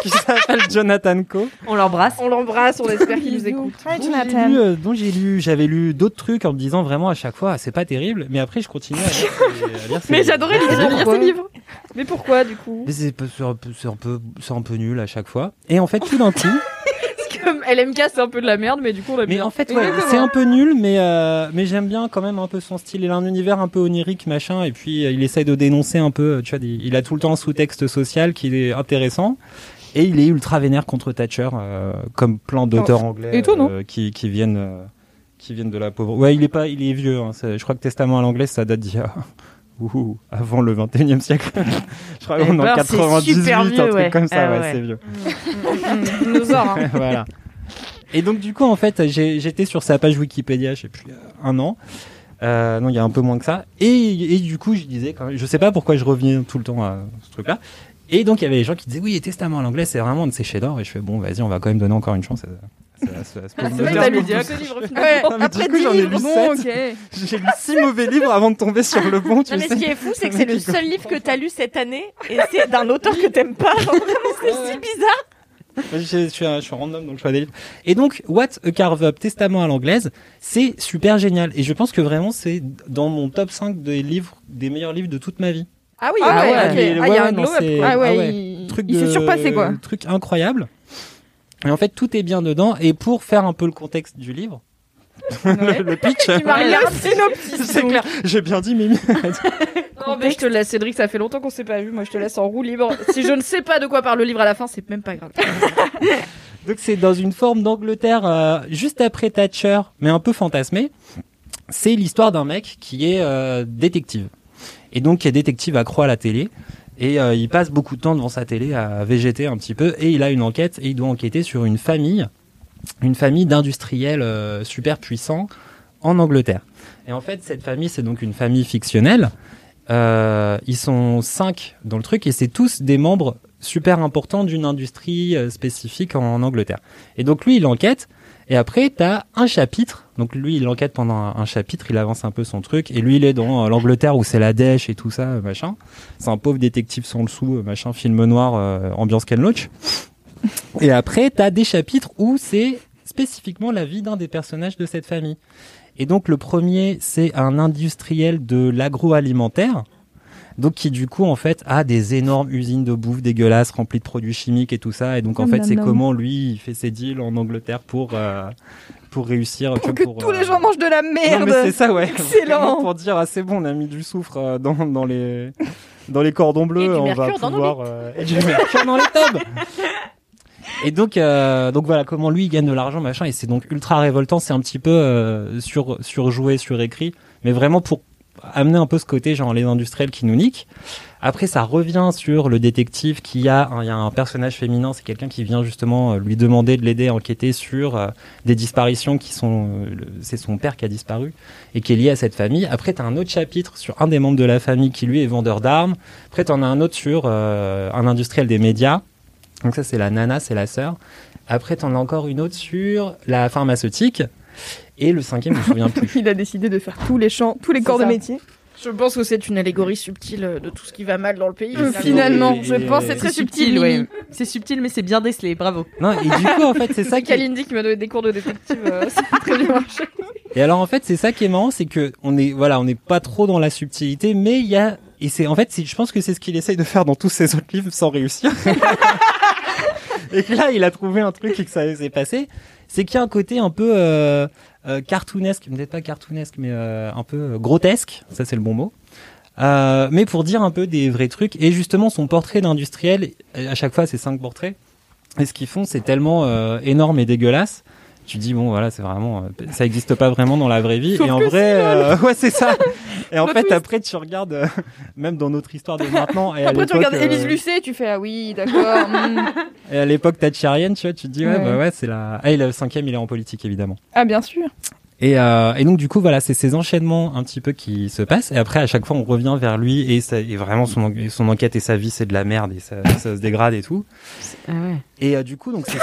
Speaker 4: qui s'appelle Jonathan Coe.
Speaker 3: On l'embrasse.
Speaker 1: On l'embrasse, on espère qu'il nous écoute.
Speaker 4: dont j'ai lu, euh, dont j'ai lu, j'avais lu d'autres trucs en me disant vraiment à chaque fois, ah, c'est pas terrible, mais après je continuais à
Speaker 3: *laughs*
Speaker 4: lire. ces- à lire ces-
Speaker 6: Mais j'adorais l'idée de lire
Speaker 1: Pourquoi
Speaker 6: ces livres.
Speaker 1: Mais pourquoi du coup
Speaker 4: Mais c'est pas- c'est un peu, c'est un peu, c'est un peu nul à chaque fois. Et en fait, tout d'un coup,
Speaker 1: Parce que LMK c'est un peu de la merde, mais du coup on l'aime
Speaker 4: mais
Speaker 1: bien.
Speaker 4: en fait, ouais, c'est un peu nul, mais euh, mais j'aime bien quand même un peu son style. Il a un univers un peu onirique, machin, et puis euh, il essaye de dénoncer un peu. euh, Tu vois, des- il a tout le temps un sous-texte social qui est intéressant. Et il est ultra vénère contre Thatcher, euh, comme plein d'auteurs anglais
Speaker 6: et toi, non
Speaker 4: euh, qui, qui viennent euh, qui viennent de la pauvre. Ouais, il est pas, il est vieux. hein, c'est- je crois que Testament à l'anglais, ça date d'il y a *laughs* ouh, avant le 21e siècle. *laughs* je crois
Speaker 3: Eh
Speaker 4: qu'on est en
Speaker 3: ben, c'est
Speaker 4: 98,
Speaker 3: super
Speaker 4: un
Speaker 3: vieux,
Speaker 4: truc
Speaker 3: ouais.
Speaker 4: comme ça.
Speaker 3: Ah
Speaker 4: ouais,
Speaker 3: ouais.
Speaker 4: c'est vieux. *laughs*
Speaker 1: dinosaure. hein.
Speaker 4: voilà. Et donc du coup en fait j'ai- j'étais sur sa page Wikipédia, je sais plus, euh, un an. Euh, non, il y a un peu moins que ça. Et, et du coup, je disais, quand même- je sais pas pourquoi je revenais tout le temps à ce truc-là. Et donc, il y avait les gens qui disaient, oui, Testament à l'anglais, c'est vraiment un de ses chefs-d'œuvre. Et je fais, bon, vas-y, on va quand même donner encore une chance à, Ça- ça- ça peut
Speaker 1: Ah,
Speaker 4: me
Speaker 1: c'est
Speaker 4: dire
Speaker 1: vrai que t'as lu
Speaker 4: pour
Speaker 1: dix-
Speaker 4: tous.
Speaker 1: ce livre, finalement.
Speaker 4: Ouais,
Speaker 1: Oh,
Speaker 4: mais
Speaker 1: après
Speaker 4: du coup,
Speaker 1: dix
Speaker 4: j'en ai lu
Speaker 1: livres, bon,
Speaker 4: sept. J'ai lu six mauvais livres avant de tomber sur le bon. tu
Speaker 2: non, mais
Speaker 4: sais.
Speaker 2: ce qui est fou, c'est que c'est
Speaker 4: *laughs*
Speaker 2: le seul livre que t'as lu cette année et c'est d'un auteur que t'aimes pas. Vraiment, C'est si bizarre.
Speaker 4: *laughs* Je, je suis, un- je suis un random dans le choix des livres. Et donc, What a Carve Up, Testament à l'anglaise, c'est super génial. Et je pense que vraiment, c'est dans mon top 5 des livres, des meilleurs livres de toute ma vie.
Speaker 1: Ah oui, Ah ah ouais, ouais, ok.
Speaker 4: mais
Speaker 1: Ah, il y a un
Speaker 4: non,
Speaker 1: glow up,
Speaker 4: c'est-
Speaker 1: quoi. Ah ouais, il- il s'est surpassé, quoi.
Speaker 4: Truc incroyable. Et en fait, tout est bien dedans. Et pour faire un peu le contexte du livre, *laughs* le pitch.
Speaker 1: Tu m'as
Speaker 4: Voilà.
Speaker 1: regardé un synopsis,
Speaker 4: C'est
Speaker 1: donc.
Speaker 4: clair. J'ai bien dit, Mimi.
Speaker 1: Non, mais je te laisse, Cédric, ça fait longtemps qu'on s'est pas vu. Moi, je te laisse en roue libre. Si je ne sais pas de quoi parle le livre à la fin, c'est même pas grave.
Speaker 4: Donc c'est dans une forme d'Angleterre euh, juste après Thatcher, mais un peu fantasmée. C'est l'histoire d'un mec qui est euh, détective. Et donc qui est détective accro à la télé. Et euh, il passe beaucoup de temps devant sa télé à végéter un petit peu. Et il a une enquête et il doit enquêter sur une famille, une famille d'industriels euh, super puissants en Angleterre. Et en fait, cette famille, c'est donc une famille fictionnelle. Euh, ils sont cinq dans le truc et c'est tous des membres super importants d'une industrie euh, spécifique en, en Angleterre. Et donc lui, il enquête. Et après, t'as un chapitre. Donc lui, il enquête pendant un, un chapitre, il avance un peu son truc. Et lui, il est dans euh, l'Angleterre où c'est la dèche et tout ça, euh, machin. C'est un pauvre détective sans le sou, euh, machin, film noir, euh, ambiance Ken Loach. Et après, t'as des chapitres où c'est spécifiquement la vie d'un des personnages de cette famille. Et donc, le premier, c'est un industriel de l'agroalimentaire. Donc, qui du coup, en fait, a des énormes usines de bouffe dégueulasses remplies de produits chimiques et tout ça. Et donc, en
Speaker 6: Nom,
Speaker 4: fait,
Speaker 6: nom,
Speaker 4: c'est
Speaker 6: nom.
Speaker 4: comment lui, il fait ses deals en Angleterre pour, euh, pour réussir.
Speaker 6: Pour que tous les gens mangent de la merde.
Speaker 4: Non, mais c'est ça, ouais. Vraiment
Speaker 6: Excellent.
Speaker 4: Pour dire, ah, c'est bon, on a mis du soufre euh, dans, dans les, dans les cordons bleus,
Speaker 6: Et du
Speaker 4: on
Speaker 6: mercure
Speaker 4: va
Speaker 6: dans nos
Speaker 4: pouvoir.
Speaker 6: bites.
Speaker 4: euh, et du mercure dans les tubs Et donc, euh, donc voilà, comment lui, il gagne de l'argent, machin, et c'est donc ultra révoltant, c'est un petit peu euh, sur, surjoué, surécrit, mais vraiment pour amener un peu ce côté, genre les industriels qui nous niquent. Après, ça revient sur le détective qui a, un- il y a un personnage féminin, c'est quelqu'un qui vient justement euh, lui demander de l'aider à enquêter sur euh, des disparitions qui sont, euh, le- c'est son père qui a disparu et qui est lié à cette famille. Après, t'as un autre chapitre sur un des membres de la famille qui lui est vendeur d'armes. Après, t'en as un autre sur euh, un industriel des médias. Donc ça, c'est la nana, c'est la sœur. Après, t'en as encore une autre sur la pharmaceutique. Et le cinquième, je me souviens
Speaker 6: *laughs*
Speaker 4: plus.
Speaker 6: Il a décidé de faire tous les champs, tous les corps de
Speaker 1: ça.
Speaker 6: métier.
Speaker 1: Je pense que c'est une allégorie subtile euh, de tout ce qui va mal dans le pays.
Speaker 6: Euh, finalement, je pense que
Speaker 1: que
Speaker 6: c'est très subtil, oui.
Speaker 3: C'est subtil, mais c'est bien décelé, bravo.
Speaker 4: Non, et du coup, en fait, c'est ça qui est-
Speaker 1: Kalindi qui m'a donné des cours de détective. euh, ça a très bien marché.
Speaker 4: Et alors en fait, c'est ça qui est marrant, c'est que on est voilà, on n'est pas trop dans la subtilité, mais il y a et c'est en fait, c'est- je pense que c'est ce qu'il essaye de faire dans tous ses autres livres sans réussir. *laughs* et que là, il a trouvé un truc et que ça s'est passé, c'est qu'il y a un côté un peu euh, euh, cartoonesque, peut-être pas cartoonesque, mais euh, un peu euh, grotesque. Ça, c'est le bon mot. Euh, mais pour dire un peu des vrais trucs et justement son portrait d'industriel à chaque fois c'est cinq portraits et ce qu'ils font c'est tellement euh, énorme et dégueulasse tu dis bon voilà c'est vraiment euh, ça existe pas vraiment dans la vraie vie
Speaker 10: Sauf
Speaker 4: et en
Speaker 10: que
Speaker 4: vrai
Speaker 10: si, lol.
Speaker 4: euh, *laughs* ouais c'est ça et en
Speaker 6: Le
Speaker 4: fait
Speaker 6: twist.
Speaker 4: après tu regardes euh, même dans notre histoire de maintenant et à
Speaker 6: Après, tu
Speaker 4: l'époque,
Speaker 6: regardes
Speaker 4: euh,
Speaker 6: Élise Lucet, tu fais ah oui,
Speaker 4: *laughs*
Speaker 6: d'accord. hmm.
Speaker 4: et à l'époque thatcherienne tu vois tu te dis ouais,
Speaker 6: Ouais.
Speaker 4: bah ouais c'est la ah et le cinquième il est en politique évidemment
Speaker 6: Ah, bien sûr.
Speaker 4: et, euh, et donc du coup voilà, c'est ces enchaînements un petit peu qui se passent. Et après à chaque fois on revient vers lui et, ça, et vraiment son, en- et son enquête et sa vie c'est de la merde et ça, ça se dégrade et tout. Et euh, du coup donc c'est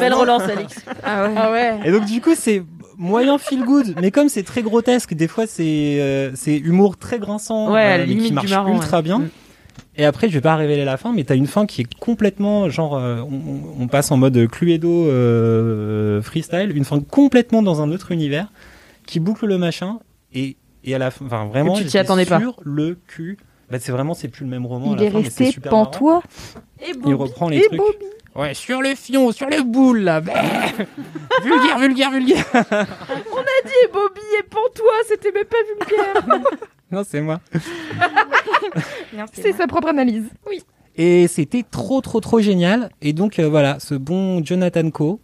Speaker 1: Belle relance, Alix.
Speaker 6: Ah ouais.
Speaker 4: et donc du coup c'est moyen feel good, mais comme c'est très grotesque, des fois c'est euh, c'est humour très grinçant
Speaker 3: Ouais, à la
Speaker 4: mais
Speaker 3: limite
Speaker 4: qui
Speaker 3: du
Speaker 4: marche
Speaker 3: marrant,
Speaker 4: ultra
Speaker 3: ouais. Mm.
Speaker 4: bien. Et après, je vais pas révéler la fin, mais t'as une fin qui est complètement genre, euh, on, on- on passe en mode Cluedo euh, freestyle, une fin complètement dans un autre univers qui boucle le machin et et à la fin, enfin vraiment,
Speaker 3: Et tu t'y
Speaker 4: j'étais
Speaker 3: attendais pas.
Speaker 4: sur le cul. Bah c'est vraiment, c'est plus le même roman. à
Speaker 6: Il
Speaker 4: la
Speaker 6: est
Speaker 4: fin, mais c'est
Speaker 6: resté
Speaker 4: super marrant.
Speaker 6: pantois.
Speaker 4: Il reprend les
Speaker 6: Et
Speaker 4: trucs. Ouais, sur le fion, sur le boule, là. *laughs* vulgaire, vulgaire, vulgaire.
Speaker 1: On a dit Bobby et Pantois, c'était même pas
Speaker 6: *laughs*
Speaker 1: vulgaire.
Speaker 4: non, c'est moi.
Speaker 6: C'est sa propre analyse.
Speaker 1: Oui.
Speaker 4: Et c'était trop, trop, trop génial. Et donc, euh, voilà, ce bon Jonathan Coe.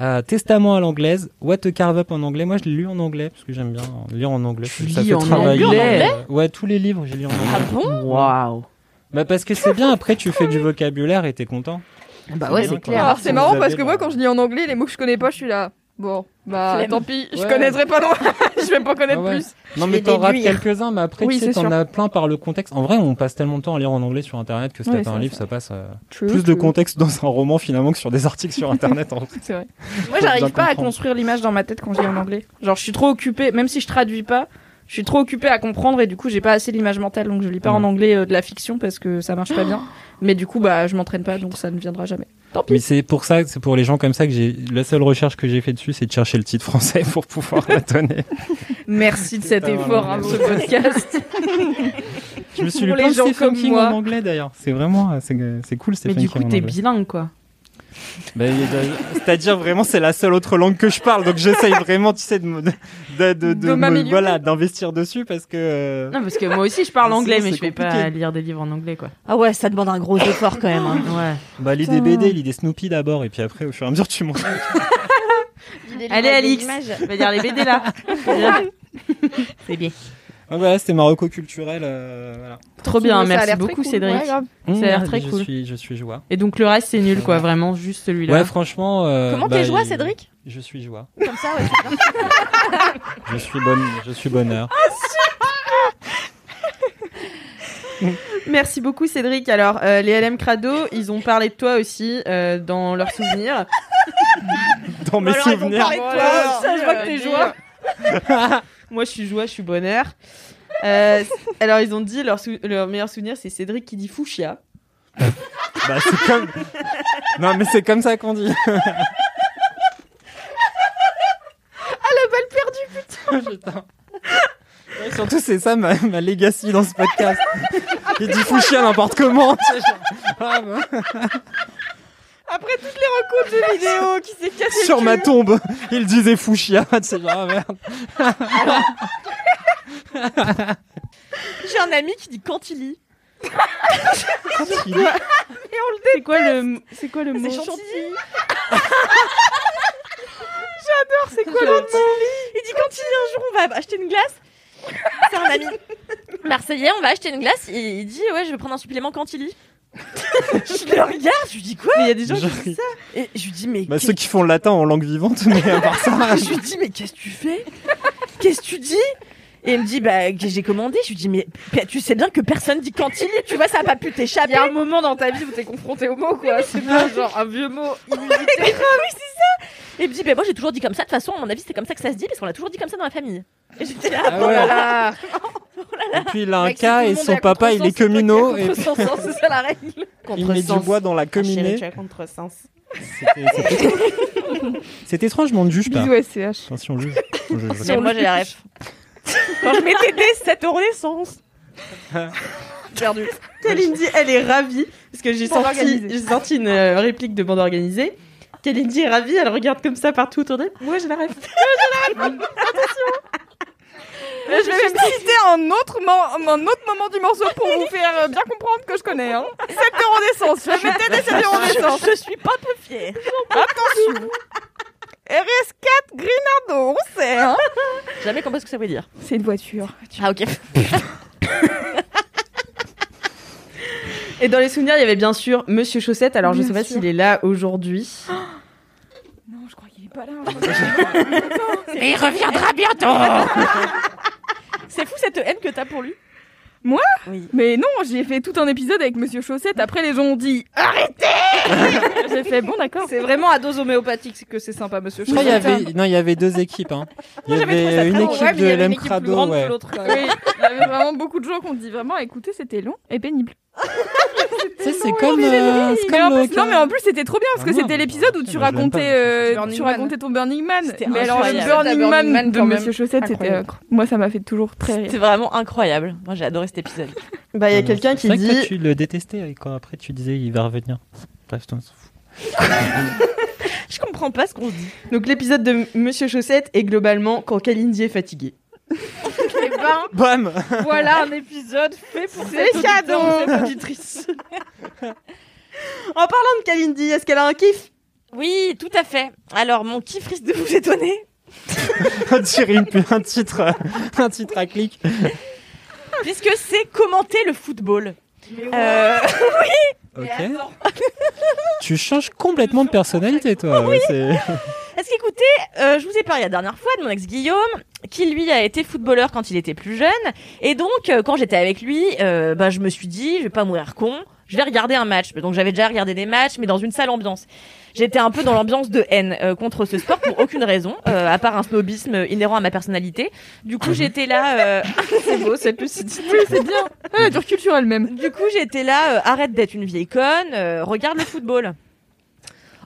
Speaker 4: euh, testament à l'anglaise, What a Carve Up en anglais. Moi, je l'ai lu en anglais parce que j'aime bien lire en anglais.
Speaker 3: Tu
Speaker 4: ça
Speaker 3: lis
Speaker 4: fait
Speaker 3: en
Speaker 4: travailler.
Speaker 3: anglais
Speaker 4: Euh, ouais, tous les livres, j'ai lu en anglais.
Speaker 3: Ah bon Waouh.
Speaker 4: Bah parce que c'est bien. Après, tu fais du vocabulaire et t'es content.
Speaker 3: Bah ouais,
Speaker 4: bien,
Speaker 3: c'est
Speaker 4: quoi.
Speaker 3: clair.
Speaker 6: Alors, c'est marrant
Speaker 4: Vous
Speaker 6: parce
Speaker 4: avez
Speaker 6: que moi, quand je lis en anglais, les mots que je connais pas, je suis là. Bon, bah
Speaker 5: Flemme.
Speaker 6: tant pis, je
Speaker 4: Ouais.
Speaker 6: connaîtrai pas non. *laughs* je vais pas connaître
Speaker 4: Ah ouais.
Speaker 6: plus.
Speaker 4: Non,
Speaker 6: Je
Speaker 4: mais
Speaker 6: vais
Speaker 4: t'en rates
Speaker 6: déduire.
Speaker 4: quelques-uns, mais après,
Speaker 6: Oui,
Speaker 4: tu sais,
Speaker 6: c'est
Speaker 4: t'en
Speaker 6: sûr.
Speaker 4: as plein par le contexte. En vrai, on passe tellement de temps à lire en anglais sur Internet que si
Speaker 6: Ouais,
Speaker 4: t'as pas
Speaker 6: c'est
Speaker 4: un livre,
Speaker 6: vrai.
Speaker 4: ça passe euh,
Speaker 6: True,
Speaker 4: plus de
Speaker 6: true.
Speaker 4: contexte dans un roman finalement que sur des *laughs* articles sur Internet. en vrai.
Speaker 6: C'est vrai.
Speaker 1: Moi,
Speaker 4: Faut bien
Speaker 1: j'arrive pas à
Speaker 4: comprendre.
Speaker 1: construire l'image dans ma tête quand je lis en anglais. Genre, je suis trop occupée, même si je traduis pas, je suis trop occupée à comprendre et du coup, j'ai pas assez l'image mentale. Donc, je lis pas en anglais euh, de la fiction parce que ça marche pas bien. Mais du coup, bah, je m'entraîne pas, donc ça ne viendra jamais.
Speaker 4: Mais c'est pour ça, c'est pour les gens comme ça que j'ai. La seule recherche que j'ai fait dessus, c'est de chercher le titre français pour pouvoir *laughs* la donner.
Speaker 1: Merci de cet
Speaker 4: pas
Speaker 1: effort,
Speaker 4: vraiment
Speaker 1: hein,
Speaker 4: bien.
Speaker 1: ce
Speaker 3: *laughs*
Speaker 1: podcast.
Speaker 4: Je me suis
Speaker 1: Pour
Speaker 4: lu
Speaker 1: les
Speaker 4: plein de
Speaker 1: gens
Speaker 4: Stephen
Speaker 1: comme
Speaker 4: King
Speaker 1: moi.
Speaker 4: en anglais d'ailleurs. C'est vraiment, euh, c'est c'est cool
Speaker 3: Mais
Speaker 4: Stephen
Speaker 3: du
Speaker 4: King
Speaker 3: coup,
Speaker 4: en
Speaker 3: t'es
Speaker 4: anglais.
Speaker 3: bilingue, quoi.
Speaker 4: Ben, il y a- C'est-à-dire vraiment, c'est la seule autre langue que je parle, donc j'essaye vraiment, tu sais, de, me- de, de, de,
Speaker 3: De
Speaker 4: me-
Speaker 3: m'améliorer.
Speaker 4: voilà, d'investir dessus parce que. euh,
Speaker 3: Non, parce que moi aussi, je parle
Speaker 4: Sinon,
Speaker 3: anglais, mais
Speaker 4: c'est
Speaker 3: je vais pas
Speaker 4: compliqué.
Speaker 3: lire des livres en anglais, quoi.
Speaker 2: Ah ouais, ça demande un gros effort quand même. hein.
Speaker 4: Bah, lis des
Speaker 2: Putain.
Speaker 4: BD, lis des Snoopy d'abord, et puis après, au fur et à mesure, tu montes.
Speaker 3: Allez, Alix, va dire les BD *laughs* là. *laughs* C'est bien.
Speaker 4: Ah, voilà, c'était Marocco culturel. euh, voilà.
Speaker 3: Trop bien, merci beaucoup, Cédric. ça a l'air
Speaker 4: Mmh,
Speaker 3: très
Speaker 4: je
Speaker 3: cool.
Speaker 4: Suis, je suis joie.
Speaker 3: Et donc le reste, c'est nul, quoi. Vraiment, juste celui-là.
Speaker 4: Ouais, franchement. euh,
Speaker 2: Comment
Speaker 4: bah,
Speaker 2: t'es joie,
Speaker 4: il-
Speaker 2: Cédric
Speaker 4: Je suis
Speaker 1: *laughs*
Speaker 4: joie.
Speaker 2: Comme ça, ouais. c'est bien.
Speaker 4: Je suis bonne, je suis bonheur.
Speaker 3: *laughs* Merci beaucoup, Cédric. Alors, euh, les LM Crado, ils ont parlé de toi aussi euh, dans leurs souvenirs.
Speaker 4: Dans mes
Speaker 3: Alors, ils ont
Speaker 4: souvenirs.
Speaker 3: parlé de toi.
Speaker 1: Voilà.
Speaker 3: Ça, je vois que
Speaker 1: *laughs*
Speaker 3: t'es joie. *laughs* Moi, je suis joie, je suis bonheur. Euh, alors, ils ont dit leur, sou- leur meilleur souvenir, c'est Cédric qui dit Fouchia.
Speaker 4: Bah, c'est comme. Non, mais c'est comme ça qu'on dit.
Speaker 6: *laughs*
Speaker 4: Ouais, surtout, c'est ça ma, ma legacy dans ce podcast. Il dit fou chien n'importe
Speaker 6: *laughs*
Speaker 4: comment. tu sais, genre. Ah, bah.
Speaker 3: Après toutes les rencontres de vidéo qui s'est cassé.
Speaker 4: Sur ma tombe, il disait fou chien. Tu sais, genre, ah, merde.
Speaker 2: *laughs* J'ai un ami qui dit quand il lit.
Speaker 4: Il-
Speaker 3: C'est quoi le, c'est
Speaker 2: Ah,
Speaker 3: quoi le mot
Speaker 2: *laughs* J'adore, c'est quoi le mot Il dit quand il lit un jour, on va acheter une glace. C'est un ami marseillais, on va acheter une glace. Il, il dit ouais, je vais prendre un supplément quand il lit. *laughs* je le regarde, je lui dis quoi
Speaker 3: Mais il y a des gens qui
Speaker 4: Genre,
Speaker 3: disent ça.
Speaker 2: Et je lui dis mais.
Speaker 4: Bah,
Speaker 2: qu'est-
Speaker 4: ceux qui font le latin en langue vivante, mais à part
Speaker 2: *laughs*
Speaker 4: ça.
Speaker 2: je lui dis mais qu'est-ce que tu fais Qu'est-ce que tu dis et il me dit bah que j'ai commandé. Je lui dis mais tu sais bien que personne dit quand il lit. Tu vois ça a pas pu
Speaker 1: Il
Speaker 2: t'échapper.
Speaker 1: y a un moment dans ta vie où t'es confronté au mot, quoi. C'est
Speaker 2: *laughs*
Speaker 1: pas genre un vieux mot inusité.
Speaker 2: Et il me dit, bah, moi j'ai toujours dit comme ça, de toute façon, à mon avis, c'est comme ça que ça se dit, parce qu'on l'a toujours dit comme ça dans la famille. Et j'étais là,
Speaker 4: Ah ouais.
Speaker 2: oh là là.
Speaker 4: Et puis il a un
Speaker 1: Mec, si
Speaker 4: cas
Speaker 1: tout le
Speaker 4: et
Speaker 1: monde
Speaker 4: son
Speaker 1: est à
Speaker 4: papa il est
Speaker 1: contresens,
Speaker 4: communaux
Speaker 1: c'est
Speaker 4: et
Speaker 1: toi qui es à contresens, C'est ça la règle.
Speaker 4: il met du bois dans la
Speaker 3: Ah,
Speaker 2: Chérie,
Speaker 4: cheminée.
Speaker 2: tu as contresens.
Speaker 4: C'était-
Speaker 3: *laughs*
Speaker 4: c'était- *laughs* C'est étrange, mais on ne juge pas.
Speaker 6: Bisous SCH.
Speaker 4: Attention, on juge. On juge.
Speaker 2: Mais moi j'ai la
Speaker 3: *laughs*
Speaker 2: ref. Quand je mettais des 7 euros d'essence. Perdu.
Speaker 3: Kalindi, elle est ravie parce que j'ai
Speaker 6: Bande
Speaker 3: sorti,
Speaker 6: organisée.
Speaker 3: j'ai sorti une euh, réplique de bande organisée. Kalindi est ravie, elle regarde comme ça partout autour d'elle. Moi, je la rêve.
Speaker 6: Là, je vais même citer un autre, mo- un autre moment du morceau pour vous faire euh, bien comprendre que je connais. Hein. 7 euros d'essence, je vais t'aider 7 euros d'essence.
Speaker 2: Je suis pas peu fière.
Speaker 6: Attention RS4 Grinardo, on sait. Hein.
Speaker 2: *laughs* Jamais compris ce que ça veut dire.
Speaker 6: C'est une voiture.
Speaker 2: Ah ok.
Speaker 3: *laughs* Et dans les souvenirs, il y avait bien sûr Monsieur Chaussette. Alors, je
Speaker 6: Bien
Speaker 3: sais pas
Speaker 6: sûr.
Speaker 3: s'il est là aujourd'hui.
Speaker 2: *gasps*
Speaker 6: Non, je crois qu'il est pas
Speaker 2: hein,
Speaker 6: là.
Speaker 2: Mais il reviendra bientôt *laughs* C'est fou cette haine que t'as pour lui.
Speaker 6: Mais non, j'ai fait tout un épisode avec Monsieur Chaussette. Après, les gens ont dit Arrêtez J'ai fait Bon, d'accord.
Speaker 1: C'est vraiment à dose homéopathique que c'est sympa, monsieur. hein.
Speaker 4: Je crois qu'il y
Speaker 1: Chaussette.
Speaker 4: avait, non, il y avait deux équipes.
Speaker 1: *laughs*
Speaker 4: hein. Il y
Speaker 1: J'avais trouvé ça
Speaker 4: avait une équipe
Speaker 1: très bon, ouais, mais
Speaker 4: de
Speaker 1: il y avait une
Speaker 4: LM
Speaker 1: équipe plus grande
Speaker 4: Crado,
Speaker 1: que
Speaker 4: ouais.
Speaker 1: l'autre, quand même.
Speaker 6: Oui, il y avait vraiment beaucoup de gens qui ont dit vraiment écoutez, c'était long et
Speaker 1: *laughs*
Speaker 6: pénible.
Speaker 4: Tu sais, c'est comme. euh, c'est
Speaker 6: Mais en
Speaker 4: comme le-
Speaker 6: plus, non, mais en plus, c'était trop bien parce
Speaker 4: Ah
Speaker 6: que
Speaker 4: non,
Speaker 6: c'était
Speaker 4: mais-
Speaker 6: l'épisode où
Speaker 4: putain,
Speaker 6: tu
Speaker 4: moi, je l'aime pas, Monsieur
Speaker 6: racontais, euh,
Speaker 1: Burning
Speaker 6: tu
Speaker 1: Man.
Speaker 6: racontais ton Burning Man.
Speaker 2: C'était
Speaker 6: Mais alors, le
Speaker 2: incroyable.
Speaker 6: Burning
Speaker 1: Burning
Speaker 6: Man,
Speaker 1: Man,
Speaker 6: de
Speaker 1: quand même.
Speaker 6: Monsieur Chaussette, c'était.
Speaker 1: Incroyable.
Speaker 6: euh, moi,
Speaker 2: *laughs*
Speaker 6: ça m'a fait toujours très rire.
Speaker 2: C'était vraiment incroyable. Moi j'ai adoré cet épisode.
Speaker 3: Bah, il y a
Speaker 4: Ah non,
Speaker 3: quelqu'un
Speaker 4: c'est
Speaker 3: qui
Speaker 4: vrai que toi,
Speaker 3: dit.
Speaker 4: tu le détestais et quand après tu disais il va revenir. Bref, toi, on s'en fout.
Speaker 2: *gasps* Je comprends pas ce qu'on se dit.
Speaker 3: Donc, l'épisode de Monsieur Chaussette est globalement quand Kalindi est fatiguée. Hein
Speaker 1: Eh ben,
Speaker 3: *laughs*
Speaker 4: Bam
Speaker 1: voilà un épisode fait pour
Speaker 3: C'est
Speaker 1: cette auditeur,
Speaker 3: cadeau.
Speaker 1: cette auditrice.
Speaker 3: En parlant de Kalindi, est-ce qu'elle a un kiff
Speaker 2: Oui, tout à fait. Alors mon kiff risque de vous étonner.
Speaker 4: On dirait une- *laughs* un titre, euh, un titre à clic.
Speaker 2: puisque c'est commenter le football. *laughs* Euh,
Speaker 4: Ah Ok. Tu changes complètement de personnalité, toi. ouais, c'est- *laughs*
Speaker 2: Est-ce Qu'est-ce qu'écoutez Euh, Je vous ai parlé la dernière fois de mon ex Guillaume, qui lui a été footballeur quand il était plus jeune. Et donc, euh, quand j'étais avec lui, euh, bah, je me suis dit, je vais pas mourir con, je vais regarder un match. Donc, j'avais déjà regardé des matchs, mais dans une sale ambiance. J'étais un peu dans l'ambiance de haine euh, contre ce sport pour aucune raison, euh, à part un snobisme inhérent à ma personnalité. Du coup, j'étais là. euh, *laughs* c'est beau cette lucidité. Ah, c'est bien. du recul elle-même. Du coup, j'étais là. euh, arrête d'être une vieille conne. euh, regarde le football.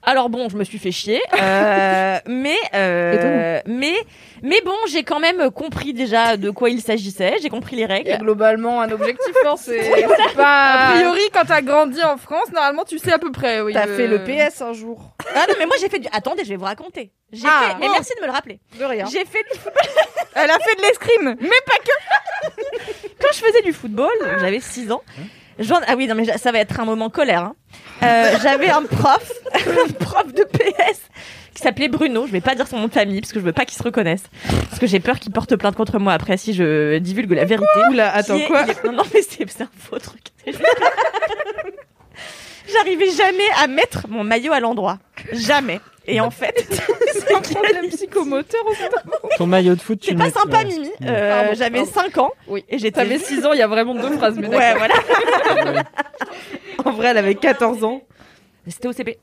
Speaker 2: Alors bon, je me suis fait chier, euh, mais euh, mais mais bon, j'ai quand même compris déjà de quoi il s'agissait. J'ai compris les règles. globalement, un objectif fort, *laughs*
Speaker 5: c'est pas-
Speaker 6: A priori, quand t'as grandi en France, normalement, tu sais à peu près. Oui,
Speaker 1: T'as fait le PS
Speaker 6: un jour.
Speaker 2: euh. Ah non, mais moi j'ai fait du. Attendez, je vais vous raconter. J'ai
Speaker 6: Ah.
Speaker 2: fait. Et merci de me le rappeler. De rien. J'ai fait du football.
Speaker 6: Elle a fait de l'escrime,
Speaker 2: mais pas que. *laughs* Quand je faisais du football, donc j'avais 6 ans. j'en- Ah oui, non, mais j'a- ça va être un moment colère. hein. Euh, j'avais un prof, un prof de PS qui s'appelait Bruno. Je vais pas dire son nom de famille parce que je veux pas qu'il se reconnaisse. Parce que j'ai peur qu'il porte plainte contre moi après si je divulgue la vérité. Oula,
Speaker 1: attends, quoi
Speaker 2: Non, non, mais c'est c'est un faux truc. J'arrivais jamais à mettre mon maillot à l'endroit. Jamais. Et en fait, *laughs* c'est un problème psychomoteur
Speaker 4: Ton maillot de foot, tu
Speaker 2: C'est
Speaker 4: le
Speaker 2: pas
Speaker 4: mets-
Speaker 2: sympa,
Speaker 4: ouais.
Speaker 2: Mimi. Euh,
Speaker 4: Pardon,
Speaker 2: J'avais
Speaker 4: pardon.
Speaker 2: 5 ans. Et j'étais.
Speaker 1: T'avais 6 ans, il y a vraiment deux phrases, mais
Speaker 2: Ouais,
Speaker 1: d'accord.
Speaker 2: voilà.
Speaker 1: En vrai, elle avait 14 ans.
Speaker 2: C'était au
Speaker 1: *clears throat*
Speaker 2: CP.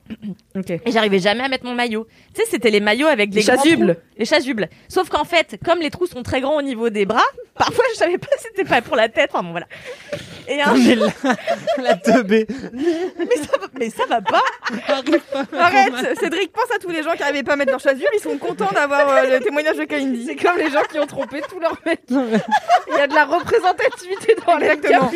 Speaker 2: Et j'arrivais jamais à mettre mon maillot. Tu sais, c'était les maillots avec des
Speaker 1: Les
Speaker 2: grands
Speaker 1: chasubles.
Speaker 2: trous. Les chasubles. Sauf qu'en fait, comme les trous sont très grands au niveau des bras, parfois je savais pas si c'était pas pour la tête. Enfin bon, voilà. Et un
Speaker 4: Mais la, la teubée.
Speaker 2: *laughs* mais, ça va, mais ça va pas.
Speaker 6: Arrête, Cédric, pense à tous les gens qui n'arrivaient pas à mettre leur chasuble, ils sont contents d'avoir euh, le témoignage de Kalindi. C'est comme les gens qui ont trompé tous leurs mecs. Il y a de la représentativité dans les
Speaker 2: Exactement.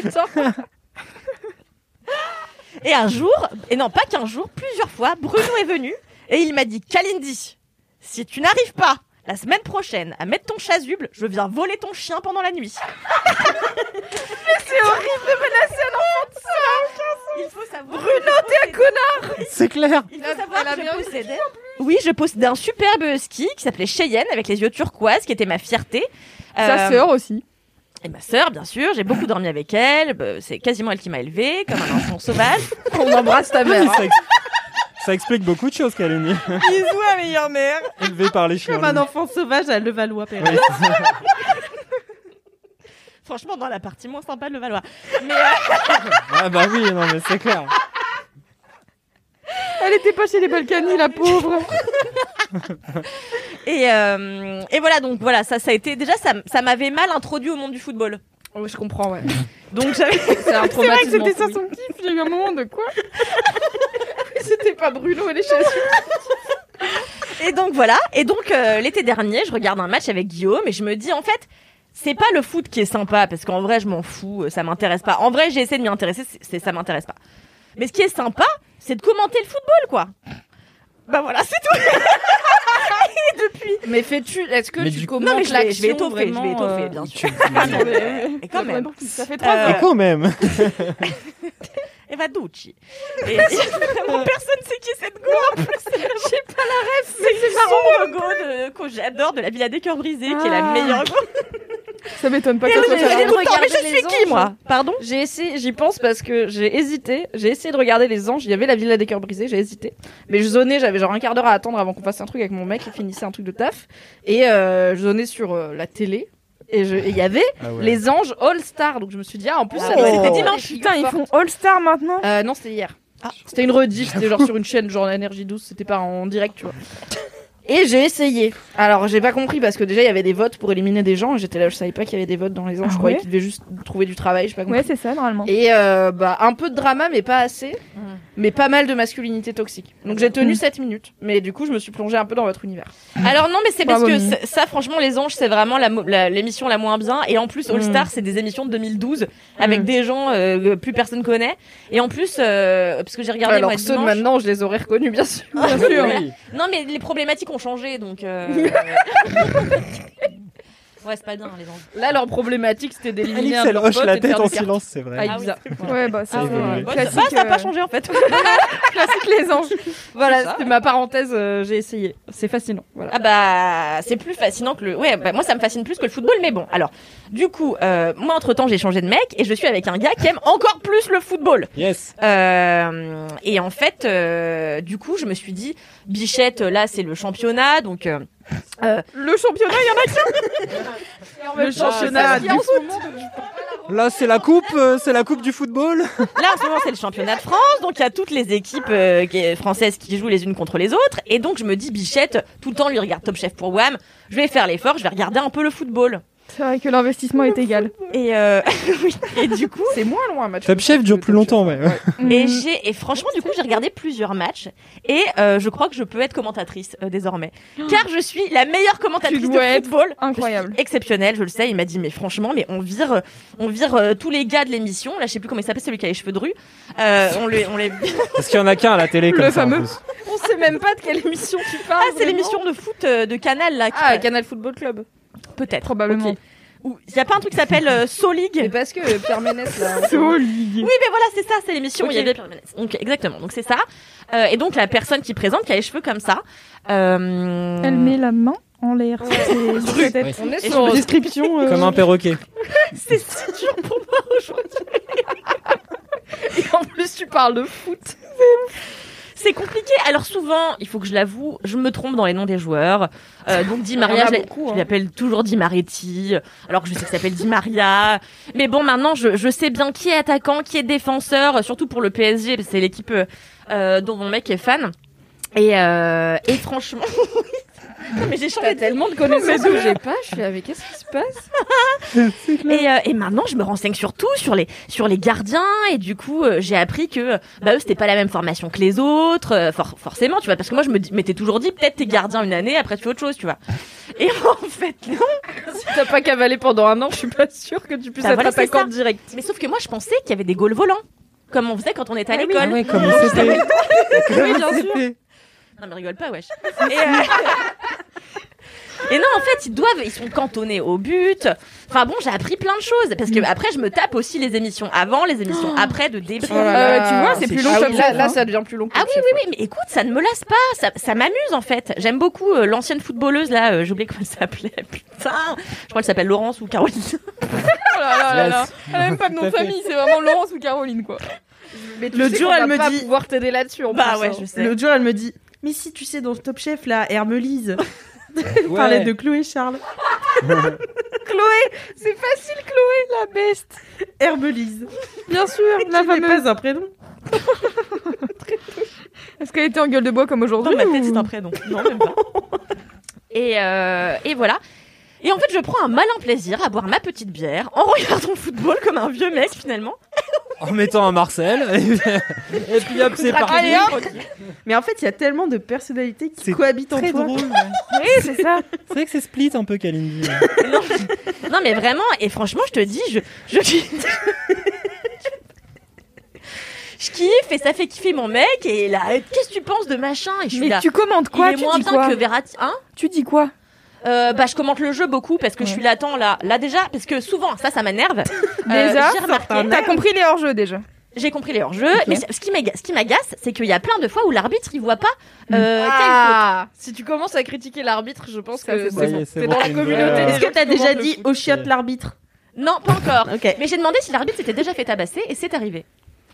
Speaker 2: Et un jour, et non pas qu'un jour, plusieurs fois, Bruno est venu et il m'a dit Kalindi, si tu n'arrives pas la semaine prochaine à mettre ton chasuble, je viens voler ton chien pendant la nuit. Mais c'est horrible de menacer un enfant de ça. Il faut savoir. Bruno, t'es un connard.
Speaker 4: C'est clair.
Speaker 2: Il faut savoir que je possédais. Oui, je possédais un superbe ski qui s'appelait Cheyenne avec les yeux turquoise, qui était ma fierté.
Speaker 6: Sa
Speaker 2: Euh,
Speaker 6: sœur aussi.
Speaker 2: et ma sœur, bien sûr, j'ai beaucoup dormi avec elle. bah, C'est quasiment elle qui m'a élevée, comme un enfant
Speaker 4: *laughs*
Speaker 2: sauvage. On embrasse ta
Speaker 4: Oui, *laughs* ça, ex- ça explique beaucoup de choses, *laughs* Kalini.
Speaker 2: Bisous à meilleure mère.
Speaker 4: Élevé par les chiens.
Speaker 3: Comme un enfant sauvage à Levallois-Perret.
Speaker 2: Franchement, dans la partie moins sympa de euh, Levallois.
Speaker 4: Ah bah oui, non mais c'est clair.
Speaker 6: Elle était pas chez les Balkany, la pauvre.
Speaker 2: Et, euh, et voilà, donc voilà, ça, ça a été. Déjà, ça, m- ça m'avait mal introduit au monde du football.
Speaker 6: Oh,
Speaker 2: Oui, je comprends, ouais. Donc j'avais.
Speaker 6: *laughs* C'est
Speaker 2: un
Speaker 6: vrai que
Speaker 2: traumatisme
Speaker 6: c'était ça
Speaker 2: enfoui.
Speaker 6: son kiff, il y a eu un moment de quoi C'était pas Bruno et les chasubles.
Speaker 2: Et donc voilà, et donc euh, l'été dernier, je regarde un match avec Guillaume et je me dis en fait, c'est pas le foot qui est sympa parce qu'en vrai, je m'en fous, euh, ça m'intéresse pas. En vrai, j'ai essayé de m'y intéresser, c'est- c'est ça m'intéresse pas. Mais ce qui est sympa, c'est de commenter le football quoi. Bah voilà, c'est tout. *laughs* et depuis.
Speaker 1: Mais fais-tu. Est-ce que
Speaker 2: Mais
Speaker 1: tu
Speaker 2: du-
Speaker 1: commentes
Speaker 2: Non, mais je vais- je vais
Speaker 1: l'action
Speaker 2: étoffer, je vais
Speaker 1: vraiment,
Speaker 2: étoffer,
Speaker 1: euh,
Speaker 2: bien
Speaker 1: tu-
Speaker 2: *laughs* Et quand même. Euh,
Speaker 6: Ça fait
Speaker 2: trois
Speaker 4: Et quand même.
Speaker 2: *laughs* Et va Ducci. Et, et vraiment, personne sait qui est cette go en plus. J'ai pas la ref, mais c'est son logo de, que j'adore de la Villa des Cœurs Brisés, qui est la
Speaker 6: Ah.
Speaker 2: meilleure go.
Speaker 6: Ça m'étonne pas
Speaker 2: Et
Speaker 6: que
Speaker 2: oui,
Speaker 6: ça
Speaker 2: mais
Speaker 6: soit
Speaker 2: elle est
Speaker 6: ça.
Speaker 2: tout le temps, mais je suis qui moi Pardon
Speaker 1: J'ai essayé, j'y pense parce que j'ai hésité. J'ai essayé de regarder les anges. Il y avait la villa des cœurs brisés. J'ai hésité, mais je zonnais. J'avais genre un quart d'heure à attendre avant qu'on fasse un truc avec mon mec qui finissait un truc de taf. Et euh, je zonnais sur euh, la télé. Et je- et il y avait
Speaker 6: Ah ouais.
Speaker 1: les anges All Star. Donc je me suis dit ah en plus ça
Speaker 6: Oh.
Speaker 1: doit être
Speaker 6: C'était
Speaker 1: des
Speaker 6: dimanche.
Speaker 1: figures
Speaker 6: Putain, ils
Speaker 1: fortes.
Speaker 6: font All Star maintenant
Speaker 1: Euh, non, c'était hier. C'était une rediff, c'était genre sur une chaîne, genre l'énergie douce, c'était pas en direct, tu vois. Et j'ai essayé. Alors, j'ai pas compris parce que déjà, il y avait des votes pour éliminer des gens. et J'étais là, je savais pas qu'il y avait des votes dans les ans. je
Speaker 6: Ah
Speaker 1: croyais
Speaker 6: ouais
Speaker 1: qu'ils devaient juste trouver du travail, je sais pas compris.
Speaker 6: Ouais, c'est ça, normalement.
Speaker 1: Et euh, bah, un peu de drama, mais pas assez. Mais pas mal de masculinité toxique. Donc, j'ai tenu
Speaker 2: Mm.
Speaker 1: 7 minutes. Mais du coup, je me suis plongée un peu dans votre univers.
Speaker 2: Alors non, mais c'est parce
Speaker 1: Mm. Bravo,
Speaker 2: que
Speaker 1: Mimi.
Speaker 2: ça, ça, franchement, Les Anges, c'est vraiment la mo- la- l'émission la, moins bien. Et en plus, All
Speaker 1: Mm.
Speaker 2: Star, c'est des émissions de 2012 avec des gens euh, que plus personne connaît. Et en plus, euh, parce que j'ai regardé
Speaker 1: Alors,
Speaker 2: moi
Speaker 1: ceux de
Speaker 2: dimanche-
Speaker 1: maintenant, je les aurais reconnus, bien sûr.
Speaker 2: *laughs* Ah,
Speaker 1: Bien sûr. *laughs*
Speaker 2: voilà. Non, mais les problématiques ont changé, donc. euh, Ouais, c'est pas bien, les anges.
Speaker 1: Là, leur problématique, c'était d'éliminer un de
Speaker 4: elle
Speaker 1: leurs
Speaker 4: hoche
Speaker 1: potes
Speaker 4: la
Speaker 1: et de faire
Speaker 4: tête en
Speaker 1: des cartes.
Speaker 4: silence, c'est vrai.
Speaker 1: Ah, Ibiza.
Speaker 4: Ah oui.
Speaker 1: Voilà.
Speaker 4: Ouais, bah, ça, Ah, ouais. ouais. Classique,
Speaker 1: Bah, ça n'a pas
Speaker 4: euh,
Speaker 1: changé en *laughs* fait. Classique les anges. Voilà, c'était ma parenthèse, euh, j'ai essayé. C'est fascinant. Voilà.
Speaker 2: Ah bah c'est plus fascinant que le. Ouais, bah, moi ça me fascine plus que le football, mais bon. Alors, du coup, euh, moi entre temps j'ai changé de mec et je suis avec un gars qui aime encore plus le football.
Speaker 4: Yes.
Speaker 2: et en fait, euh, du coup, je me suis dit, Bichette, là c'est le championnat, donc. euh, euh,
Speaker 1: le championnat, il y en a
Speaker 6: *laughs*
Speaker 2: Le championnat du foot.
Speaker 4: Là, c'est la coupe, euh, c'est la coupe du football.
Speaker 2: Là, en ce moment, c'est le championnat de France, donc il y a toutes les équipes euh, qui- françaises qui jouent les unes contre les autres. Et donc, je me dis, Bichette, tout le temps, lui regarde Top Chef pour Wham. Je vais faire l'effort, je vais regarder un peu le football.
Speaker 6: C'est vrai que l'investissement est égal.
Speaker 2: Et, euh, *laughs* oui, et du coup.
Speaker 1: C'est moins loin, match.
Speaker 4: Top Chef dure plus longtemps, ouais.
Speaker 2: *laughs* Et, j'ai- et franchement, du coup, j'ai regardé plusieurs matchs. Et euh, je crois que je peux être commentatrice euh, désormais. Car je suis la meilleure commentatrice de football. Incroyable. Exceptionnelle, je le sais. Il m'a dit, mais franchement, mais on vire, euh, on vire euh, tous les gars de l'émission. Là, je sais plus comment il s'appelle, celui qui a les cheveux drus. Euh, on les. On les...
Speaker 4: Parce qu'il y en a qu'un à la télé, comme ça. en plus.
Speaker 1: On sait même pas de quelle émission tu parles.
Speaker 2: Ah, c'est l'émission de foot euh, de Canal là.
Speaker 1: Ah, Canal Football Club.
Speaker 2: Peut-être.
Speaker 1: Probablement.
Speaker 2: Il y a pas un truc qui s'appelle euh, So League Mais
Speaker 1: parce que euh, Pierre Ménès là.
Speaker 2: Oui, mais voilà, c'est ça, c'est l'émission où il y
Speaker 1: Ok.
Speaker 2: avait Pierre Ménès. Donc exactement. Donc c'est ça. Euh, et donc la personne qui présente, qui a les cheveux comme ça. euh, *laughs*
Speaker 6: Elle met la main en l'air.
Speaker 1: *laughs*
Speaker 6: C'est-
Speaker 2: Brut.
Speaker 6: peut-être.
Speaker 2: Oui. On est sur-
Speaker 6: Et je euh, me dis-
Speaker 1: Description.
Speaker 4: Comme un perroquet.
Speaker 2: C'est si dur pour moi aujourd'hui.
Speaker 1: *laughs* Et en plus, tu parles de foot.
Speaker 2: C'est compliqué. Alors souvent, il faut que je l'avoue, je me trompe dans les noms des joueurs. Euh, donc Di
Speaker 1: Il y en
Speaker 2: Maria,
Speaker 1: a
Speaker 2: je l'a-
Speaker 1: beaucoup,
Speaker 2: je
Speaker 1: hein.
Speaker 2: l'appelle toujours Di Maretti, alors que je sais que ça s'appelle Di Maria. Mais bon, maintenant, je, je sais bien qui est attaquant, qui est défenseur, surtout pour le PSG, c'est l'équipe euh, euh, dont mon mec est fan. Et, euh, et
Speaker 1: *laughs*
Speaker 2: franchement, Non, mais j'ai changé
Speaker 1: tellement de connaissances
Speaker 2: Mais de-
Speaker 1: que j'ai pas. Je suis avec. Qu'est-ce qui se passe
Speaker 2: et, euh, et maintenant, je me renseigne sur tout, sur les, sur les gardiens, et du coup, euh, j'ai appris que, euh, bah, eux, c'était pas la même formation que les autres, euh, for- forcément, tu vois, parce que moi, je me dis- m'étais toujours dit, peut-être t'es gardien une année, après tu fais autre chose, tu vois. Et *laughs* en fait, non.
Speaker 1: Si t'as pas cavalé pendant un an, je suis pas sûre que tu puisses
Speaker 2: Bah
Speaker 1: être
Speaker 2: voilà, c'est
Speaker 1: attaquant
Speaker 2: ça.
Speaker 1: direct.
Speaker 2: Mais sauf que moi, je pensais qu'il y avait des goals volants, comme on faisait quand on était à
Speaker 1: Ah oui.
Speaker 2: l'école.
Speaker 1: Ah ouais, comme
Speaker 2: *laughs*
Speaker 1: au
Speaker 2: Je
Speaker 1: CP.
Speaker 2: savais-
Speaker 1: *laughs*
Speaker 2: *laughs*
Speaker 1: Comme
Speaker 2: Oui,
Speaker 1: au
Speaker 2: bien
Speaker 1: CP.
Speaker 2: sûr. Non, mais rigole pas, wesh. Et, bah, euh, *laughs* et non, en fait, ils doivent, ils sont cantonnés au but. Enfin bon, j'ai appris plein de choses parce que après, je me tape aussi les émissions avant, les émissions après de débrief.
Speaker 1: Mm. Oh là là. Euh, tu vois, c'est plus long
Speaker 2: Ah
Speaker 1: comme
Speaker 2: oui,
Speaker 1: ça, hein. là, ça devient plus long.
Speaker 2: Ah oui, oui, oui, mais écoute, ça ne me lasse pas, ça, ça m'amuse en fait. J'aime beaucoup euh, l'ancienne footballeuse là, euh, j'ai oublié comment elle s'appelait. *laughs* Putain, je crois qu'elle s'appelle Laurence ou Caroline. *laughs*
Speaker 6: Oh là là là là.
Speaker 2: Yes.
Speaker 6: Elle a même pas de nom de
Speaker 2: Tout à fait.
Speaker 6: famille, c'est vraiment Laurence ou Caroline quoi.
Speaker 1: Mais tu
Speaker 3: Le
Speaker 1: sais
Speaker 3: jour,
Speaker 1: qu'on
Speaker 3: elle
Speaker 1: va
Speaker 3: me
Speaker 1: pas
Speaker 3: dit-
Speaker 1: pouvoir t'aider là-dessus. en
Speaker 3: Bah
Speaker 1: plus,
Speaker 3: ouais,
Speaker 1: hein.
Speaker 3: je sais. L'autre jour, elle me dit Mais si tu sais, dans Top Chef, là, Hermelise. Elle
Speaker 1: Ouais.
Speaker 3: parlait de Chloé Charles.
Speaker 1: Chloé, c'est facile, Chloé, la best.
Speaker 3: Hermelise.
Speaker 6: Bien sûr,
Speaker 3: la fameuse. pas un prénom.
Speaker 6: *laughs* Est-ce qu'elle était en gueule de bois comme aujourd'hui
Speaker 2: Dans ma tête, c'est un prénom. Non,
Speaker 6: *laughs*
Speaker 2: même pas. Et, euh, et voilà. Et en fait, je prends un malin plaisir à boire ma petite bière en *laughs* regardant le football comme un vieux mec finalement.
Speaker 4: En mettant un Marcel.
Speaker 2: *laughs*
Speaker 4: Et puis hop, c'est parti.
Speaker 3: Allez, hop. Mais en fait, il y a tellement de personnalités qui cohabitent en
Speaker 4: très
Speaker 3: toi. *laughs*
Speaker 4: drôle, ouais.
Speaker 3: oui, c'est ça.
Speaker 4: C'est vrai que c'est split un peu, Kalindi.
Speaker 2: Non, mais vraiment. Et franchement, je te dis, je, je kiffe. Je kiffe et ça fait kiffer mon mec. Et là, qu'est-ce que tu penses de machin et je suis
Speaker 6: Mais
Speaker 2: là,
Speaker 6: tu commentes quoi
Speaker 2: Il est
Speaker 6: Tu
Speaker 2: moins
Speaker 6: dis
Speaker 2: bien
Speaker 6: quoi
Speaker 2: que Verratti, hein
Speaker 6: Tu dis quoi
Speaker 2: euh, bah je commente le jeu beaucoup parce que je suis là attends là là déjà parce que souvent ça ça
Speaker 6: *laughs*
Speaker 2: m'énerve Euh,
Speaker 6: Déjà,
Speaker 2: j'ai remarqué
Speaker 6: t'as compris les hors-jeux déjà.
Speaker 2: J'ai compris les hors-jeux, mais ce qui m'aga- ce qui m'agace, c'est qu'il y a plein de fois où l'arbitre il voit pas
Speaker 6: Mm.
Speaker 2: euh,
Speaker 1: Ah, si tu commences à critiquer l'arbitre, je pense
Speaker 2: c'est
Speaker 1: que c'est
Speaker 2: bon.
Speaker 1: bon.
Speaker 2: c'est
Speaker 1: T'es
Speaker 2: bon.
Speaker 1: dans la communauté.
Speaker 2: Est-ce que t'as déjà dit
Speaker 1: au
Speaker 3: chiotte l'arbitre
Speaker 2: quelle faute. Non, pas encore. Mais j'ai demandé si l'arbitre s'était déjà fait tabasser et c'est arrivé.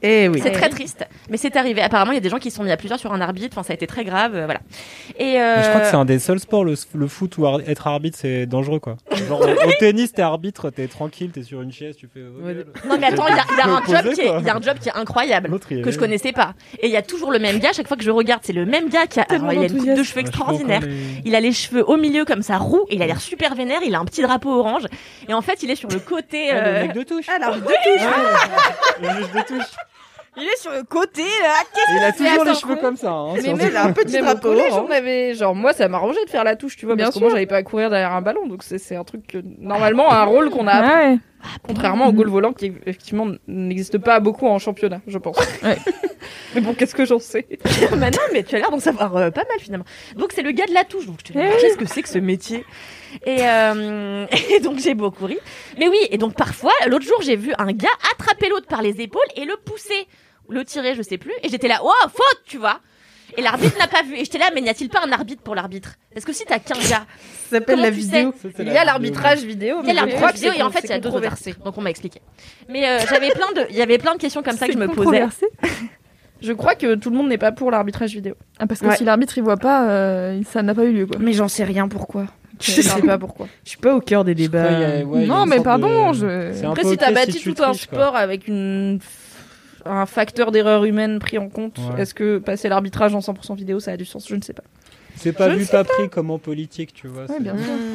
Speaker 3: Eh oui.
Speaker 2: C'est très triste, mais c'est arrivé. Apparemment, il y a des gens qui se sont mis à plusieurs sur un arbitre. Enfin, ça a été très grave, euh, voilà. Et euh,
Speaker 4: Mais Je crois que c'est un des seuls sports, le, le foot, où ar- être arbitre, c'est dangereux, quoi. Genre, au, au tennis, t'es arbitre, t'es tranquille, t'es sur une chaise, tu fais. oh, gueule.
Speaker 2: Non mais attends, il y a, il
Speaker 4: *laughs*
Speaker 2: y a un
Speaker 4: Posé,
Speaker 2: job qui est,
Speaker 4: quoi.
Speaker 2: il y a un job qui est incroyable
Speaker 4: L'autre, il est-
Speaker 2: que je connaissais pas. Et il y a toujours le même gars. Chaque fois que je regarde, c'est le même gars qui a.
Speaker 3: Tellement
Speaker 2: alors, il a une coupe de
Speaker 3: d'enthousiasme.
Speaker 2: cheveux
Speaker 3: Ouais, je comprends
Speaker 2: extraordinaire.
Speaker 3: les-
Speaker 2: Il a les cheveux au milieu comme ça roux. Et il a l'air super vénère. Il a un petit drapeau orange. Et en fait, il est sur le côté.
Speaker 4: Ah, le
Speaker 2: euh,
Speaker 4: mec de touche.
Speaker 3: Ah, l'arbitre de
Speaker 2: Oui.
Speaker 3: touche.
Speaker 4: Le juge de touche.
Speaker 2: Il est sur le côté. là.
Speaker 4: Et il a
Speaker 1: Mais
Speaker 4: toujours les
Speaker 1: attends,
Speaker 4: cheveux comme ça. Hein,
Speaker 1: Mais
Speaker 4: sur-
Speaker 1: même, un petit même au
Speaker 4: drapeau,
Speaker 1: collège,
Speaker 4: hein.
Speaker 1: on avait genre moi ça m'arrangeait de faire la touche, tu vois,
Speaker 4: Bien
Speaker 1: parce que moi
Speaker 4: sûr.
Speaker 1: j'avais pas à courir derrière un ballon, donc c'est c'est un truc que, normalement un rôle qu'on a appris. Ah, Contrairement au goal volant qui effectivement n'existe pas beaucoup en championnat, je pense. *laughs* mais bon, qu'est-ce que j'en sais
Speaker 2: Bah non, mais tu as l'air d'en savoir euh, pas mal finalement. Donc c'est le gars de la touche. Donc je te
Speaker 3: Eh
Speaker 2: dis, qu'est-ce que c'est que ce métier et, euh, *laughs* et donc j'ai beaucoup ri. Mais oui, et donc parfois, l'autre jour, j'ai vu un gars attraper l'autre par les épaules et le pousser, Ou le tirer, je sais plus. Et j'étais là, oh faute, tu vois. Et l'arbitre n'a pas vu. Et j'étais là, mais n'y a-t-il pas un arbitre pour l'arbitre Parce que si t'as qu'un gars,
Speaker 3: Ça s'appelle
Speaker 2: comment
Speaker 3: la
Speaker 2: tu
Speaker 3: vidéo.
Speaker 2: sais
Speaker 3: Ça, c'est Il y la a vidéo. l'arbitrage
Speaker 1: vidéo.
Speaker 2: Il y a
Speaker 1: mais je
Speaker 2: l'arbitrage
Speaker 1: crois que
Speaker 2: vidéo
Speaker 1: c'est
Speaker 2: et en
Speaker 1: con-
Speaker 2: fait
Speaker 1: c'est
Speaker 2: il y a deux
Speaker 1: controversé.
Speaker 2: versets. Donc on m'a expliqué. Mais euh, j'avais plein de, il y avait plein de questions comme ça que je me posais.
Speaker 1: *laughs* Je crois que tout le monde n'est pas pour l'arbitrage vidéo.
Speaker 6: Ah, parce que
Speaker 1: Ouais.
Speaker 6: si l'arbitre il voit pas, euh, ça n'a pas eu lieu quoi.
Speaker 1: Mais j'en sais rien pourquoi.
Speaker 6: Je sais pas pourquoi.
Speaker 3: Je suis pas au cœur des débats.
Speaker 6: non, mais pardon, je.
Speaker 1: Après, si t'as bâti tout un sport avec une un facteur d'erreur humaine pris en compte,
Speaker 4: Ouais.
Speaker 1: est-ce que passer l'arbitrage en 100% vidéo ça a du sens Je ne sais pas.
Speaker 4: C'est pas
Speaker 1: Je
Speaker 4: vu,
Speaker 1: sais
Speaker 4: pas pris comme en politique, tu vois. c'est-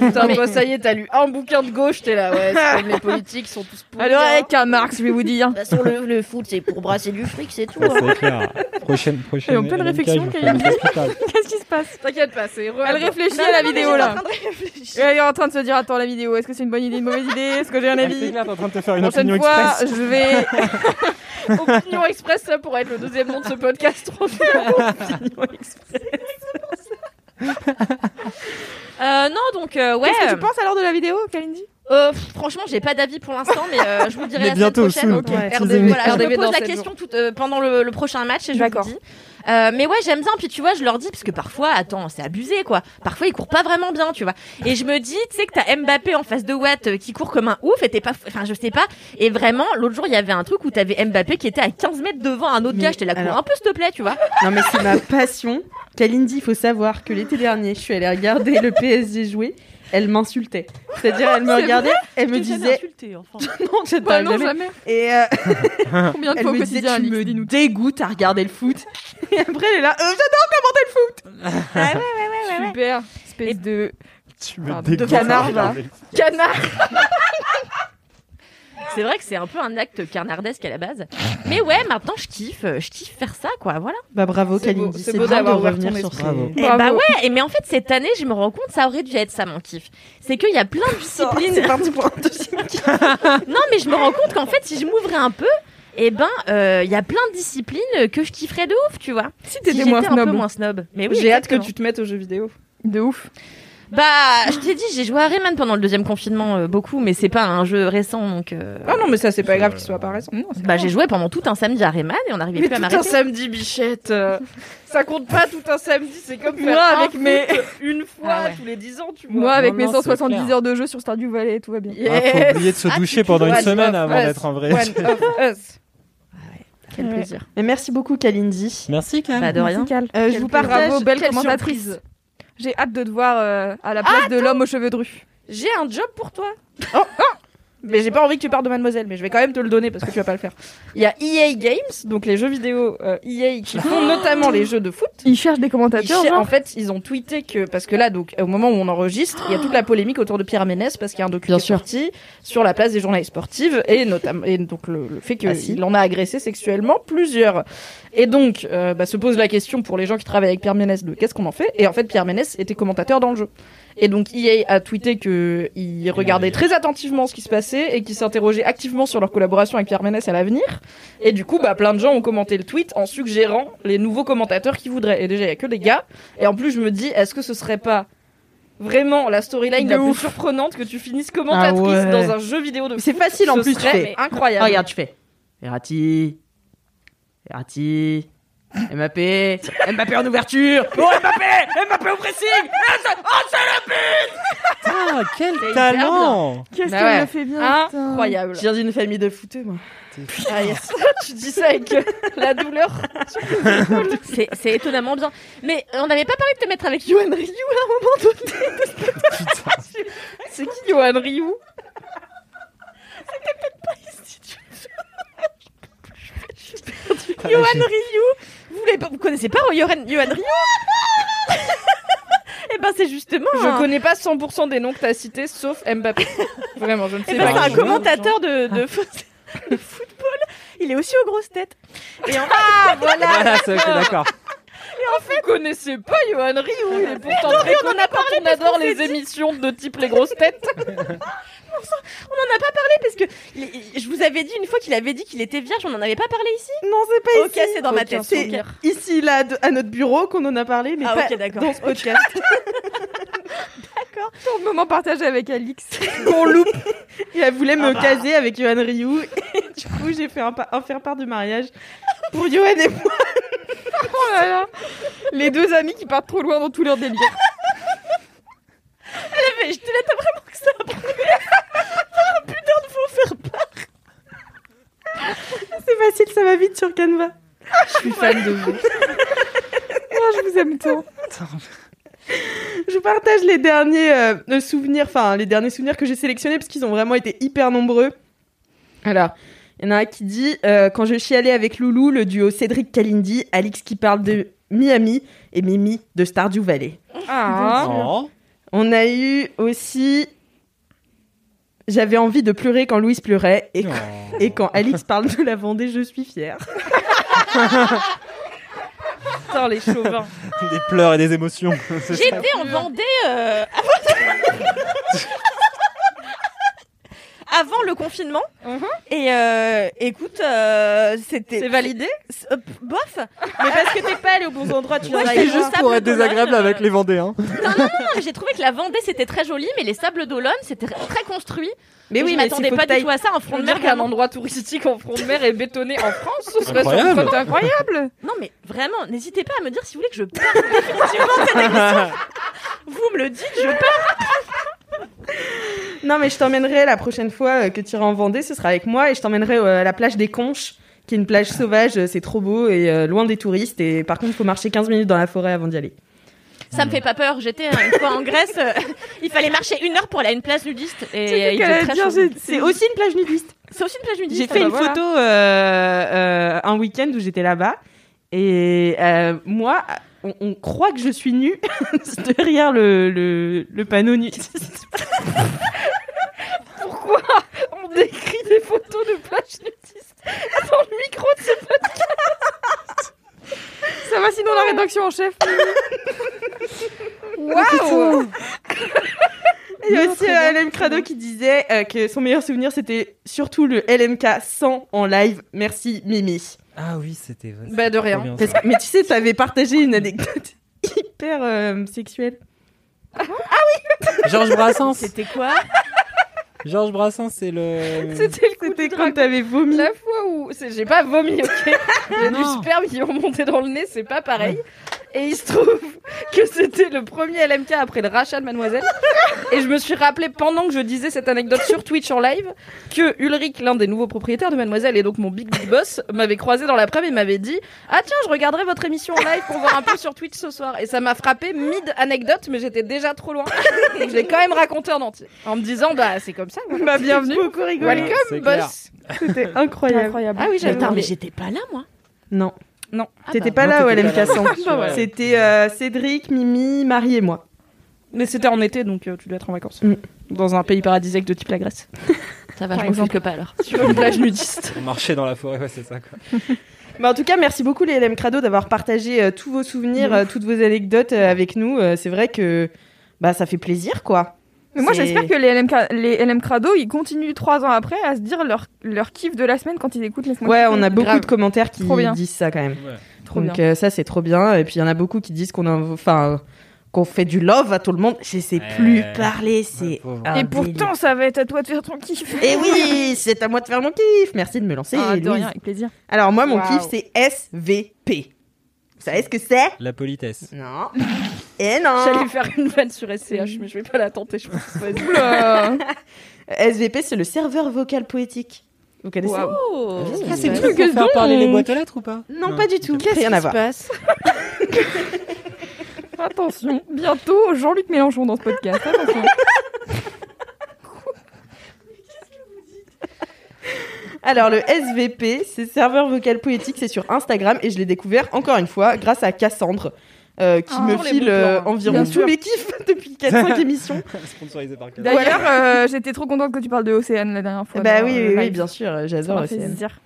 Speaker 1: Putain, toi, ça y est, t'as lu un bouquin de gauche, t'es là, ouais, c'est
Speaker 6: *laughs*
Speaker 1: comme les politiques sont tous pourris.
Speaker 6: Alors,
Speaker 1: hein.
Speaker 6: avec un Marx, je vais
Speaker 1: *laughs*
Speaker 6: vous dire.
Speaker 1: De toute façon, le, le foot, c'est pour brasser du fric, c'est tout.
Speaker 4: Ouais,
Speaker 1: hein.
Speaker 4: c'est clair. Prochaine, prochaine.
Speaker 6: Et en pleine
Speaker 4: LMK,
Speaker 6: réflexion,
Speaker 4: je vous
Speaker 6: Kevin.
Speaker 4: fais une
Speaker 2: *laughs*
Speaker 4: capitale.
Speaker 6: Qu'est-ce qui se passe
Speaker 1: T'inquiète pas, c'est heureux.
Speaker 6: Elle réfléchit
Speaker 2: Non,
Speaker 6: à la
Speaker 2: non, mais
Speaker 6: vidéo
Speaker 2: j'étais en
Speaker 6: là. Et elle est en train de se dire Attends, la vidéo, est-ce que c'est une bonne idée, une mauvaise idée Est-ce que j'ai un
Speaker 4: Ah, C'est
Speaker 6: avis
Speaker 4: clair, t'es en train de te faire une
Speaker 6: Prochaine
Speaker 4: opinion
Speaker 6: fois,
Speaker 4: express. *laughs*
Speaker 1: *laughs*
Speaker 6: je vais.
Speaker 1: Opinion Express, ça pourrait être le deuxième nom de ce podcast. trop bien. Opinion Express.
Speaker 2: Euh, non donc euh, ouais.
Speaker 6: Qu'est-ce que
Speaker 2: euh,
Speaker 6: tu penses alors de la vidéo, Kalindi
Speaker 2: euh, pff, franchement, j'ai pas d'avis pour l'instant, mais euh, je vous dirai
Speaker 4: Mais
Speaker 2: la semaine
Speaker 4: bientôt,
Speaker 2: prochaine.
Speaker 4: soon.
Speaker 2: Ouais.
Speaker 4: Teasing.
Speaker 2: RDV, voilà, je
Speaker 1: RDV
Speaker 2: me
Speaker 1: dans
Speaker 2: pose la
Speaker 1: sept
Speaker 2: question
Speaker 1: jours.
Speaker 2: tout, euh, pendant le, le prochain match et je vous
Speaker 6: D'accord.
Speaker 2: dis. Euh, mais ouais, j'aime bien. Puis tu vois, je leur dis parce que parfois, attends, c'est abusé quoi. Parfois, ils courent pas vraiment bien, tu vois. Et je me dis, tu sais que t'as Mbappé en face de Watt euh, qui court comme un ouf. Et t'es pas, enfin, je sais pas. Et vraiment, l'autre jour, il y avait un truc où t'avais Mbappé qui était à 15 mètres devant un autre
Speaker 3: Mais
Speaker 2: gars. J'étais là, cours
Speaker 3: alors-
Speaker 2: un peu, s'il te plaît, tu vois.
Speaker 3: Non, mais c'est ma passion. Kalindi, il faut savoir que l'été dernier, je suis allée regarder le PSG jouer. Elle m'insultait. C'est-à-dire, elle me
Speaker 6: C'est
Speaker 3: regardait, elle me disait. Non, je
Speaker 6: Bah
Speaker 3: t'aime
Speaker 6: non,
Speaker 3: jamais.
Speaker 6: jamais.
Speaker 3: Et
Speaker 4: *laughs*
Speaker 3: euh,
Speaker 6: Combien de
Speaker 3: elle
Speaker 6: fois au
Speaker 3: me
Speaker 6: quotidien,
Speaker 3: disait, tu
Speaker 6: Alix
Speaker 3: me
Speaker 6: Dis-nous.
Speaker 3: dégoûtes à regarder le foot. *laughs* Et après, elle est là, Euh, j'adore commenter le foot.
Speaker 6: *laughs*
Speaker 3: Ah
Speaker 6: Super, espèce de.
Speaker 4: Tu me
Speaker 6: Pardon.
Speaker 4: dégoûtes.
Speaker 6: De canard, là. Canard
Speaker 2: C'est vrai que c'est un peu un acte carnardesque à la base. Mais ouais, maintenant, je kiffe, euh, je kiffe faire ça, quoi. Voilà.
Speaker 3: Bah bravo,
Speaker 1: C'est beau,
Speaker 3: Kalindi.
Speaker 1: c'est
Speaker 3: C'est
Speaker 1: beau
Speaker 3: bien de
Speaker 1: d'avoir ouvert
Speaker 3: revenir
Speaker 1: ton
Speaker 3: sur
Speaker 4: esprit.
Speaker 3: ça.
Speaker 4: Bravo.
Speaker 2: Et bah ouais, et mais en fait cette année je me rends compte ça aurait dû être ça mon kiff. C'est qu'il y a plein de disciplines. *laughs* non mais je me rends compte qu'en fait si je m'ouvrais un peu, et ben euh, il y a plein de disciplines que je kifferais de ouf, tu vois.
Speaker 6: Si
Speaker 2: Si
Speaker 6: *laughs* t'étais
Speaker 2: j'étais
Speaker 6: moins
Speaker 2: un peu
Speaker 6: snob.
Speaker 2: moins snob. Mais oui.
Speaker 1: J'ai hâte que
Speaker 2: exactement.
Speaker 1: tu te mettes aux jeux vidéo.
Speaker 6: De ouf.
Speaker 2: Bah je t'ai dit j'ai joué à Rayman pendant le deuxième confinement euh, beaucoup, mais c'est pas un jeu récent donc. euh,
Speaker 1: Ah non, mais ça, c'est pas grave qu'il soit pas récent.
Speaker 2: Bah j'ai joué pendant tout un samedi à Rayman et on n'arrivait
Speaker 1: Mais
Speaker 2: plus à
Speaker 1: tout
Speaker 2: m'arrêter.
Speaker 1: un samedi, bichette. euh, ça compte pas tout un samedi, c'est comme faire
Speaker 6: Moi,
Speaker 1: un
Speaker 6: avec
Speaker 1: foot
Speaker 6: mes-
Speaker 1: une fois
Speaker 2: Ah ouais.
Speaker 1: tous les 10 ans, tu vois.
Speaker 6: Moi, avec
Speaker 4: non,
Speaker 6: mes
Speaker 4: non, c'est
Speaker 6: 170
Speaker 4: clair.
Speaker 6: heures de jeu sur Stardew Valley, tout va bien.
Speaker 4: Ah, faut oublier de se
Speaker 2: Ah,
Speaker 4: doucher
Speaker 2: tu-
Speaker 4: pendant
Speaker 2: tu
Speaker 4: une
Speaker 2: vois,
Speaker 4: semaine
Speaker 1: je
Speaker 4: avant
Speaker 1: vois,
Speaker 4: d'être en *laughs* vrai.
Speaker 1: One of us.
Speaker 2: Quel
Speaker 6: Ouais.
Speaker 2: plaisir.
Speaker 3: Mais merci beaucoup, Kalindi.
Speaker 4: Merci, Cam.
Speaker 2: Bah de rien.
Speaker 6: Musical.
Speaker 3: Euh, je
Speaker 6: Quel
Speaker 3: vous
Speaker 6: plaisir.
Speaker 3: partage.
Speaker 6: Bravo, belle
Speaker 1: Quelle
Speaker 6: commentatrice. J'ai hâte de te voir euh, à la place de l'homme aux cheveux drus.
Speaker 1: J'ai un job pour toi. Oh, oh mais j'ai pas envie que tu parles de Mademoiselle, mais je vais quand même te le donner parce que tu vas pas le faire. Il y a EA Games, donc les jeux vidéo euh, EA qui font notamment les jeux de foot.
Speaker 6: Ils cherchent des
Speaker 1: Ils
Speaker 6: commentateurs,
Speaker 1: cher-
Speaker 6: genre.
Speaker 1: en fait, ils ont tweeté que parce que là, donc au moment où on enregistre, il y a toute la polémique autour de Pierre Ménès parce qu'il y a un document sorti sur la place des journalistes sportives et notamment et donc le, le fait qu'il
Speaker 3: Ah, si.
Speaker 1: en a agressé sexuellement plusieurs. Et donc euh, bah, se pose la question pour les gens qui travaillent avec Pierre Ménès de qu'est-ce qu'on en fait Et en fait, Pierre Ménès était commentateur dans le jeu. Et donc EA a tweeté que il regardait très attentivement ce qui se passait et qu'ils s'interrogeaient activement sur leur collaboration avec Pierre Ménès à l'avenir. Et du coup, bah, plein de gens ont commenté le tweet en suggérant les nouveaux commentateurs qu'ils voudraient. Et déjà, il y a que des gars. Et en plus, je me dis, est-ce que ce serait pas vraiment la storyline
Speaker 6: De
Speaker 1: la plus
Speaker 6: ouf.
Speaker 1: surprenante que tu finisses commentatrice
Speaker 3: Ah ouais.
Speaker 1: dans un jeu vidéo de
Speaker 3: C'est facile en
Speaker 1: Ce
Speaker 3: plus. tu
Speaker 1: serait
Speaker 3: fais.
Speaker 1: mais incroyable.
Speaker 3: Ah, regarde, tu fais. Ferrati. Ferrati. Mbappé. Mbappé en *laughs* ouverture. Oh, Mbappé Mbappé au pressing
Speaker 1: oh,
Speaker 4: Ah, quel talent
Speaker 6: Qu'est-ce
Speaker 3: Bah
Speaker 6: qu'elle
Speaker 3: ouais.
Speaker 6: le fait bien putain.
Speaker 1: Incroyable.
Speaker 3: Je viens d'une famille de fouteux, moi.
Speaker 1: Ah, yes. *laughs* tu dis ça avec euh, la douleur.
Speaker 2: *laughs* C'est c'est étonnamment bien. Mais euh, on n'avait pas parlé de te mettre avec Yohan Ryu à un
Speaker 1: *laughs*
Speaker 2: moment donné.
Speaker 1: C'est qui Johan Ryu
Speaker 2: Yohan Ryu Vous, voulez pas- vous connaissez pas hein, Yohan, Yohan Ryu Eh ben c'est justement
Speaker 1: Je
Speaker 2: un,
Speaker 1: connais pas 100% des noms que t'as cités, sauf
Speaker 2: *laughs*
Speaker 1: Mbappé. Vraiment, je ne sais
Speaker 2: eh ben,
Speaker 1: pas.
Speaker 2: c'est un
Speaker 1: qui. Ah.
Speaker 2: commentateur de, de foot- *laughs* de
Speaker 1: *laughs*
Speaker 2: football. Il est aussi aux grosses têtes. Et en,
Speaker 4: Voilà, ça, ok, d'accord.
Speaker 2: et
Speaker 1: en fait, Ah, vous connaissez pas Johan Rioux, il est pourtant
Speaker 2: non,
Speaker 1: très
Speaker 2: mais on en a
Speaker 1: connu quand
Speaker 2: parlé
Speaker 1: on
Speaker 2: parce
Speaker 1: adore
Speaker 2: qu'on s'est
Speaker 1: les
Speaker 2: dit-
Speaker 1: émissions de type les grosses
Speaker 2: *laughs*
Speaker 1: têtes.
Speaker 2: On n'en a pas parlé parce que il- je vous avais dit une fois qu'il avait dit qu'il était vierge, on n'en avait pas parlé ici
Speaker 3: Non, c'est pas
Speaker 2: Ok,
Speaker 3: ici.
Speaker 2: c'est dans ma
Speaker 3: Aucun
Speaker 2: tête.
Speaker 3: souvenir. C'est ici, là, de- à notre bureau, qu'on en a parlé, mais
Speaker 2: Ah,
Speaker 3: pas
Speaker 2: ok, d'accord.
Speaker 3: dans ce podcast.
Speaker 6: D'accord. Ton moment partagé avec Alix.
Speaker 3: Qu'on loupe. Et elle voulait me
Speaker 6: Ah bah.
Speaker 3: caser avec Johan Rioux. Et *laughs* du coup, j'ai fait un, pa- un faire-part de mariage pour Johan et moi.
Speaker 6: *laughs* Oh là là. Les deux amis qui partent trop loin dans tous leurs délires.
Speaker 2: Elle avait, je te là, t'as vraiment que ça à *laughs* prendre. un putain de faux faire part.
Speaker 3: *laughs* C'est facile, ça va vite sur Canva. Je suis fan
Speaker 6: *laughs*
Speaker 3: de vous.
Speaker 6: Oh,
Speaker 3: je vous aime tant. Je vous partage les derniers euh, souvenirs, enfin les derniers souvenirs que j'ai sélectionnés parce qu'ils ont vraiment été hyper nombreux. Alors, il y en a un qui dit euh, quand je chialais avec Loulou, le duo Cédric Kalindi, Alix qui parle de Miami et Mimi de Stardew Valley.
Speaker 6: Ah. Oh.
Speaker 3: On a eu aussi j'avais envie de pleurer quand Louise pleurait et, et quand Alix parle de la Vendée, je suis fière. Putain, les chauvins.
Speaker 4: Des pleurs et des
Speaker 2: *laughs*
Speaker 4: émotions. C'est ça.
Speaker 2: J'étais en Vendée euh, avant... *laughs* avant le confinement. Et euh, écoute, euh, c'était.
Speaker 3: Mhm. C'est validé
Speaker 2: C'est- euh, p- Bof
Speaker 3: Mais parce que t'es pas allé au bon endroit, tu
Speaker 2: Moi,
Speaker 3: vois.
Speaker 2: j'étais juste pour être désagréable avec
Speaker 4: les Vendéens.
Speaker 2: Non, non, non, non, mais Ah, j'ai trouvé que la Vendée c'était très joli, mais les sables d'Olonne c'était très construit.
Speaker 1: Mais
Speaker 2: Et
Speaker 1: oui,
Speaker 2: je
Speaker 1: mais
Speaker 2: m'attendais
Speaker 1: s'il faut
Speaker 2: pas
Speaker 1: que
Speaker 2: du tout
Speaker 1: t'ailles-
Speaker 2: à ça. Un
Speaker 1: Je
Speaker 2: front
Speaker 1: veux
Speaker 2: de
Speaker 1: dire
Speaker 2: mer
Speaker 1: qu'un
Speaker 2: carrément.
Speaker 1: endroit touristique en front de mer est bétonné en France, ce serait
Speaker 2: Incroyable.
Speaker 1: surprenant. incroyable.
Speaker 2: Non, mais vraiment, n'hésitez pas à me dire si vous voulez que je parte définitivement de cette émission. Vous me le dites, je pars.
Speaker 3: Non, mais je t'emmènerai la prochaine fois euh, que tu iras en Vendée, ce sera avec moi et je t'emmènerai euh, à la plage des Conches, qui est une plage sauvage, euh, c'est trop beau et euh, loin des touristes. Et par contre, il faut marcher 15 minutes dans la forêt avant d'y aller.
Speaker 2: Ça me fait pas peur. J'étais euh, une fois en Grèce, euh, il fallait marcher une heure pour aller à une place nudiste. Et il faisait très chaud.
Speaker 3: C'est aussi une plage nudiste.
Speaker 2: C'est aussi une plage nudiste. Ah bah
Speaker 3: J'ai fait une photo euh, euh, un week-end où j'étais là-bas et euh, moi, on, on croit que je suis nue *laughs* derrière le, le, le panneau nu.
Speaker 1: Pourquoi on décrit des photos de plage nudistes dans le micro de ce podcast
Speaker 6: Ça va sinon la rédaction en chef.
Speaker 3: Waouh *laughs* Il y a
Speaker 6: Non,
Speaker 3: aussi
Speaker 6: très
Speaker 3: euh,
Speaker 6: bien.
Speaker 3: LM Crado qui disait euh, que son meilleur souvenir c'était surtout le LMK 100 en live. Merci Mimi.
Speaker 4: Ah oui, c'était. vrai.
Speaker 3: Bah de
Speaker 4: rien. bien, ça.
Speaker 3: mais tu sais, t'avais partagé une anecdote *laughs* hyper euh, sexuelle.
Speaker 4: Georges Brassens.
Speaker 2: C'était quoi
Speaker 4: Georges Brassens, c'est
Speaker 1: *laughs*
Speaker 4: le.
Speaker 3: C'était quand t'avais vomi.
Speaker 1: La fois où. c'est- J'ai pas vomi,
Speaker 3: *laughs*
Speaker 1: ok J'ai du
Speaker 4: Non.
Speaker 1: sperme qui est remonté dans le nez, c'est pas pareil. Et il se trouve que c'était le premier LMK après le rachat de Mademoiselle. Et je me suis rappelé pendant que je disais cette anecdote sur Twitch en live que Ulrich, l'un des nouveaux propriétaires de Mademoiselle et donc mon big big boss, m'avait croisé dans l'après-midi et m'avait dit Ah tiens, je regarderai votre émission en live pour voir un peu sur Twitch ce soir. Et ça m'a frappé mid anecdote, mais j'étais déjà trop loin. Donc je l'ai quand même raconté en entier. En me disant Bah c'est comme ça. voilà.
Speaker 3: Bah bienvenue. Beaucoup rigolé.
Speaker 1: Welcome, boss.
Speaker 3: C'était incroyable.
Speaker 1: Ah oui, j'avais
Speaker 3: Attends,
Speaker 1: parlé.
Speaker 3: mais j'étais
Speaker 2: pas là, moi.
Speaker 3: Non.
Speaker 1: Non.
Speaker 3: T'étais
Speaker 4: Ah bah.
Speaker 3: pas là au LMK 100.
Speaker 1: C'est-
Speaker 3: C'était euh, Cédric, Mimi, Marie et moi.
Speaker 1: Mais c'était en été, donc euh, tu dois être en vacances. Dans un pays paradisiaque de type la Grèce.
Speaker 2: Ça
Speaker 1: va, je m'en fous
Speaker 2: pas alors.
Speaker 1: Sur une plage nudiste.
Speaker 4: On marchait dans la forêt, ouais, c'est ça quoi.
Speaker 3: Mais Bah, en tout cas, merci beaucoup les LM Crado d'avoir partagé euh, tous vos souvenirs, euh, toutes vos anecdotes euh, avec nous. Euh, c'est vrai que bah ça fait plaisir quoi.
Speaker 6: Mais moi,
Speaker 3: C'est-
Speaker 6: j'espère que les LM, les LM Crado, ils continuent trois ans après à se dire leur, leur kiff de la semaine quand ils écoutent les
Speaker 3: Ouais, on a beaucoup de commentaires qui
Speaker 6: Trop bien.
Speaker 3: disent ça quand même.
Speaker 6: Trop
Speaker 3: Donc
Speaker 6: bien.
Speaker 3: euh, ça c'est trop bien et puis il y en a beaucoup qui disent qu'on a enfin qu'on fait du love à tout le monde. Je sais plus parler, c'est un
Speaker 6: Et
Speaker 3: Ah, délire.
Speaker 6: pourtant, ça va être à toi de faire ton kiff.
Speaker 3: Et
Speaker 6: *laughs*
Speaker 3: Eh oui, c'est à moi de faire mon kiff. Merci de me lancer.
Speaker 6: Ah, de
Speaker 3: Louise.
Speaker 6: rien, avec plaisir.
Speaker 3: Alors moi, mon
Speaker 6: Waouh.
Speaker 3: kiff, c'est SVP. Vous savez ce que c'est
Speaker 4: La politesse.
Speaker 3: Non. Eh non.
Speaker 1: J'allais faire une vanne sur SCH, mais je vais pas la tenter, je pense. Vas-y.
Speaker 3: *laughs* SVP, c'est le serveur vocal poétique. Vous connaissez
Speaker 1: Waouh.
Speaker 3: Oui.
Speaker 1: Ah, c'est le truc Pour faire donc.
Speaker 4: parler les boîtes aux lettres ou pas
Speaker 3: non,
Speaker 4: Non.
Speaker 3: pas du tout.
Speaker 4: Qu'est-ce
Speaker 3: Rien
Speaker 4: qui
Speaker 3: à
Speaker 4: se
Speaker 3: voir.
Speaker 4: passe
Speaker 6: *laughs* Attention, bientôt Jean-Luc Mélenchon dans ce podcast. Attention.
Speaker 3: *laughs* Alors, le SVP, c'est serveur vocal poétique, c'est sur Instagram et je l'ai découvert encore une fois grâce à Cassandre. euh, qui
Speaker 6: Ah.
Speaker 3: me
Speaker 6: Toujours les
Speaker 3: file
Speaker 6: bons
Speaker 3: euh,
Speaker 6: plans, hein.
Speaker 3: environ
Speaker 6: Bien
Speaker 3: tous
Speaker 6: sûr. *laughs*
Speaker 3: mes kiffs depuis 4-5 émissions.
Speaker 4: Sponsorisé par Canon.
Speaker 6: D'ailleurs, euh, j'étais trop contente que tu parles de Océane la dernière fois.
Speaker 3: Bah
Speaker 6: dans
Speaker 3: oui,
Speaker 6: le
Speaker 3: oui, oui,
Speaker 6: live.
Speaker 3: bien sûr,
Speaker 6: Ça
Speaker 3: j'adore
Speaker 6: m'a fait
Speaker 3: OCN.
Speaker 6: plaisir.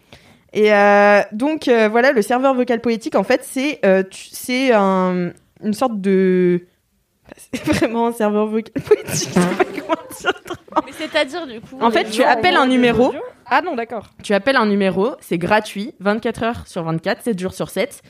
Speaker 11: Et euh, donc euh, voilà, le serveur vocal poétique, en fait, c'est euh, tu- c'est un- une sorte de *laughs* c'est vraiment un serveur vocal *laughs* poétique. je sais pas comment dire autrement.
Speaker 2: Mais c'est-à-dire, du coup. euh,
Speaker 11: En fait,
Speaker 2: les
Speaker 11: tu
Speaker 2: gens
Speaker 11: appelles
Speaker 2: envoient
Speaker 11: un
Speaker 2: des
Speaker 11: numéro.
Speaker 2: audios
Speaker 1: Ah non, d'accord.
Speaker 3: Tu appelles un numéro, c'est gratuit, 24 heures sur 24, 7 jours sur 7.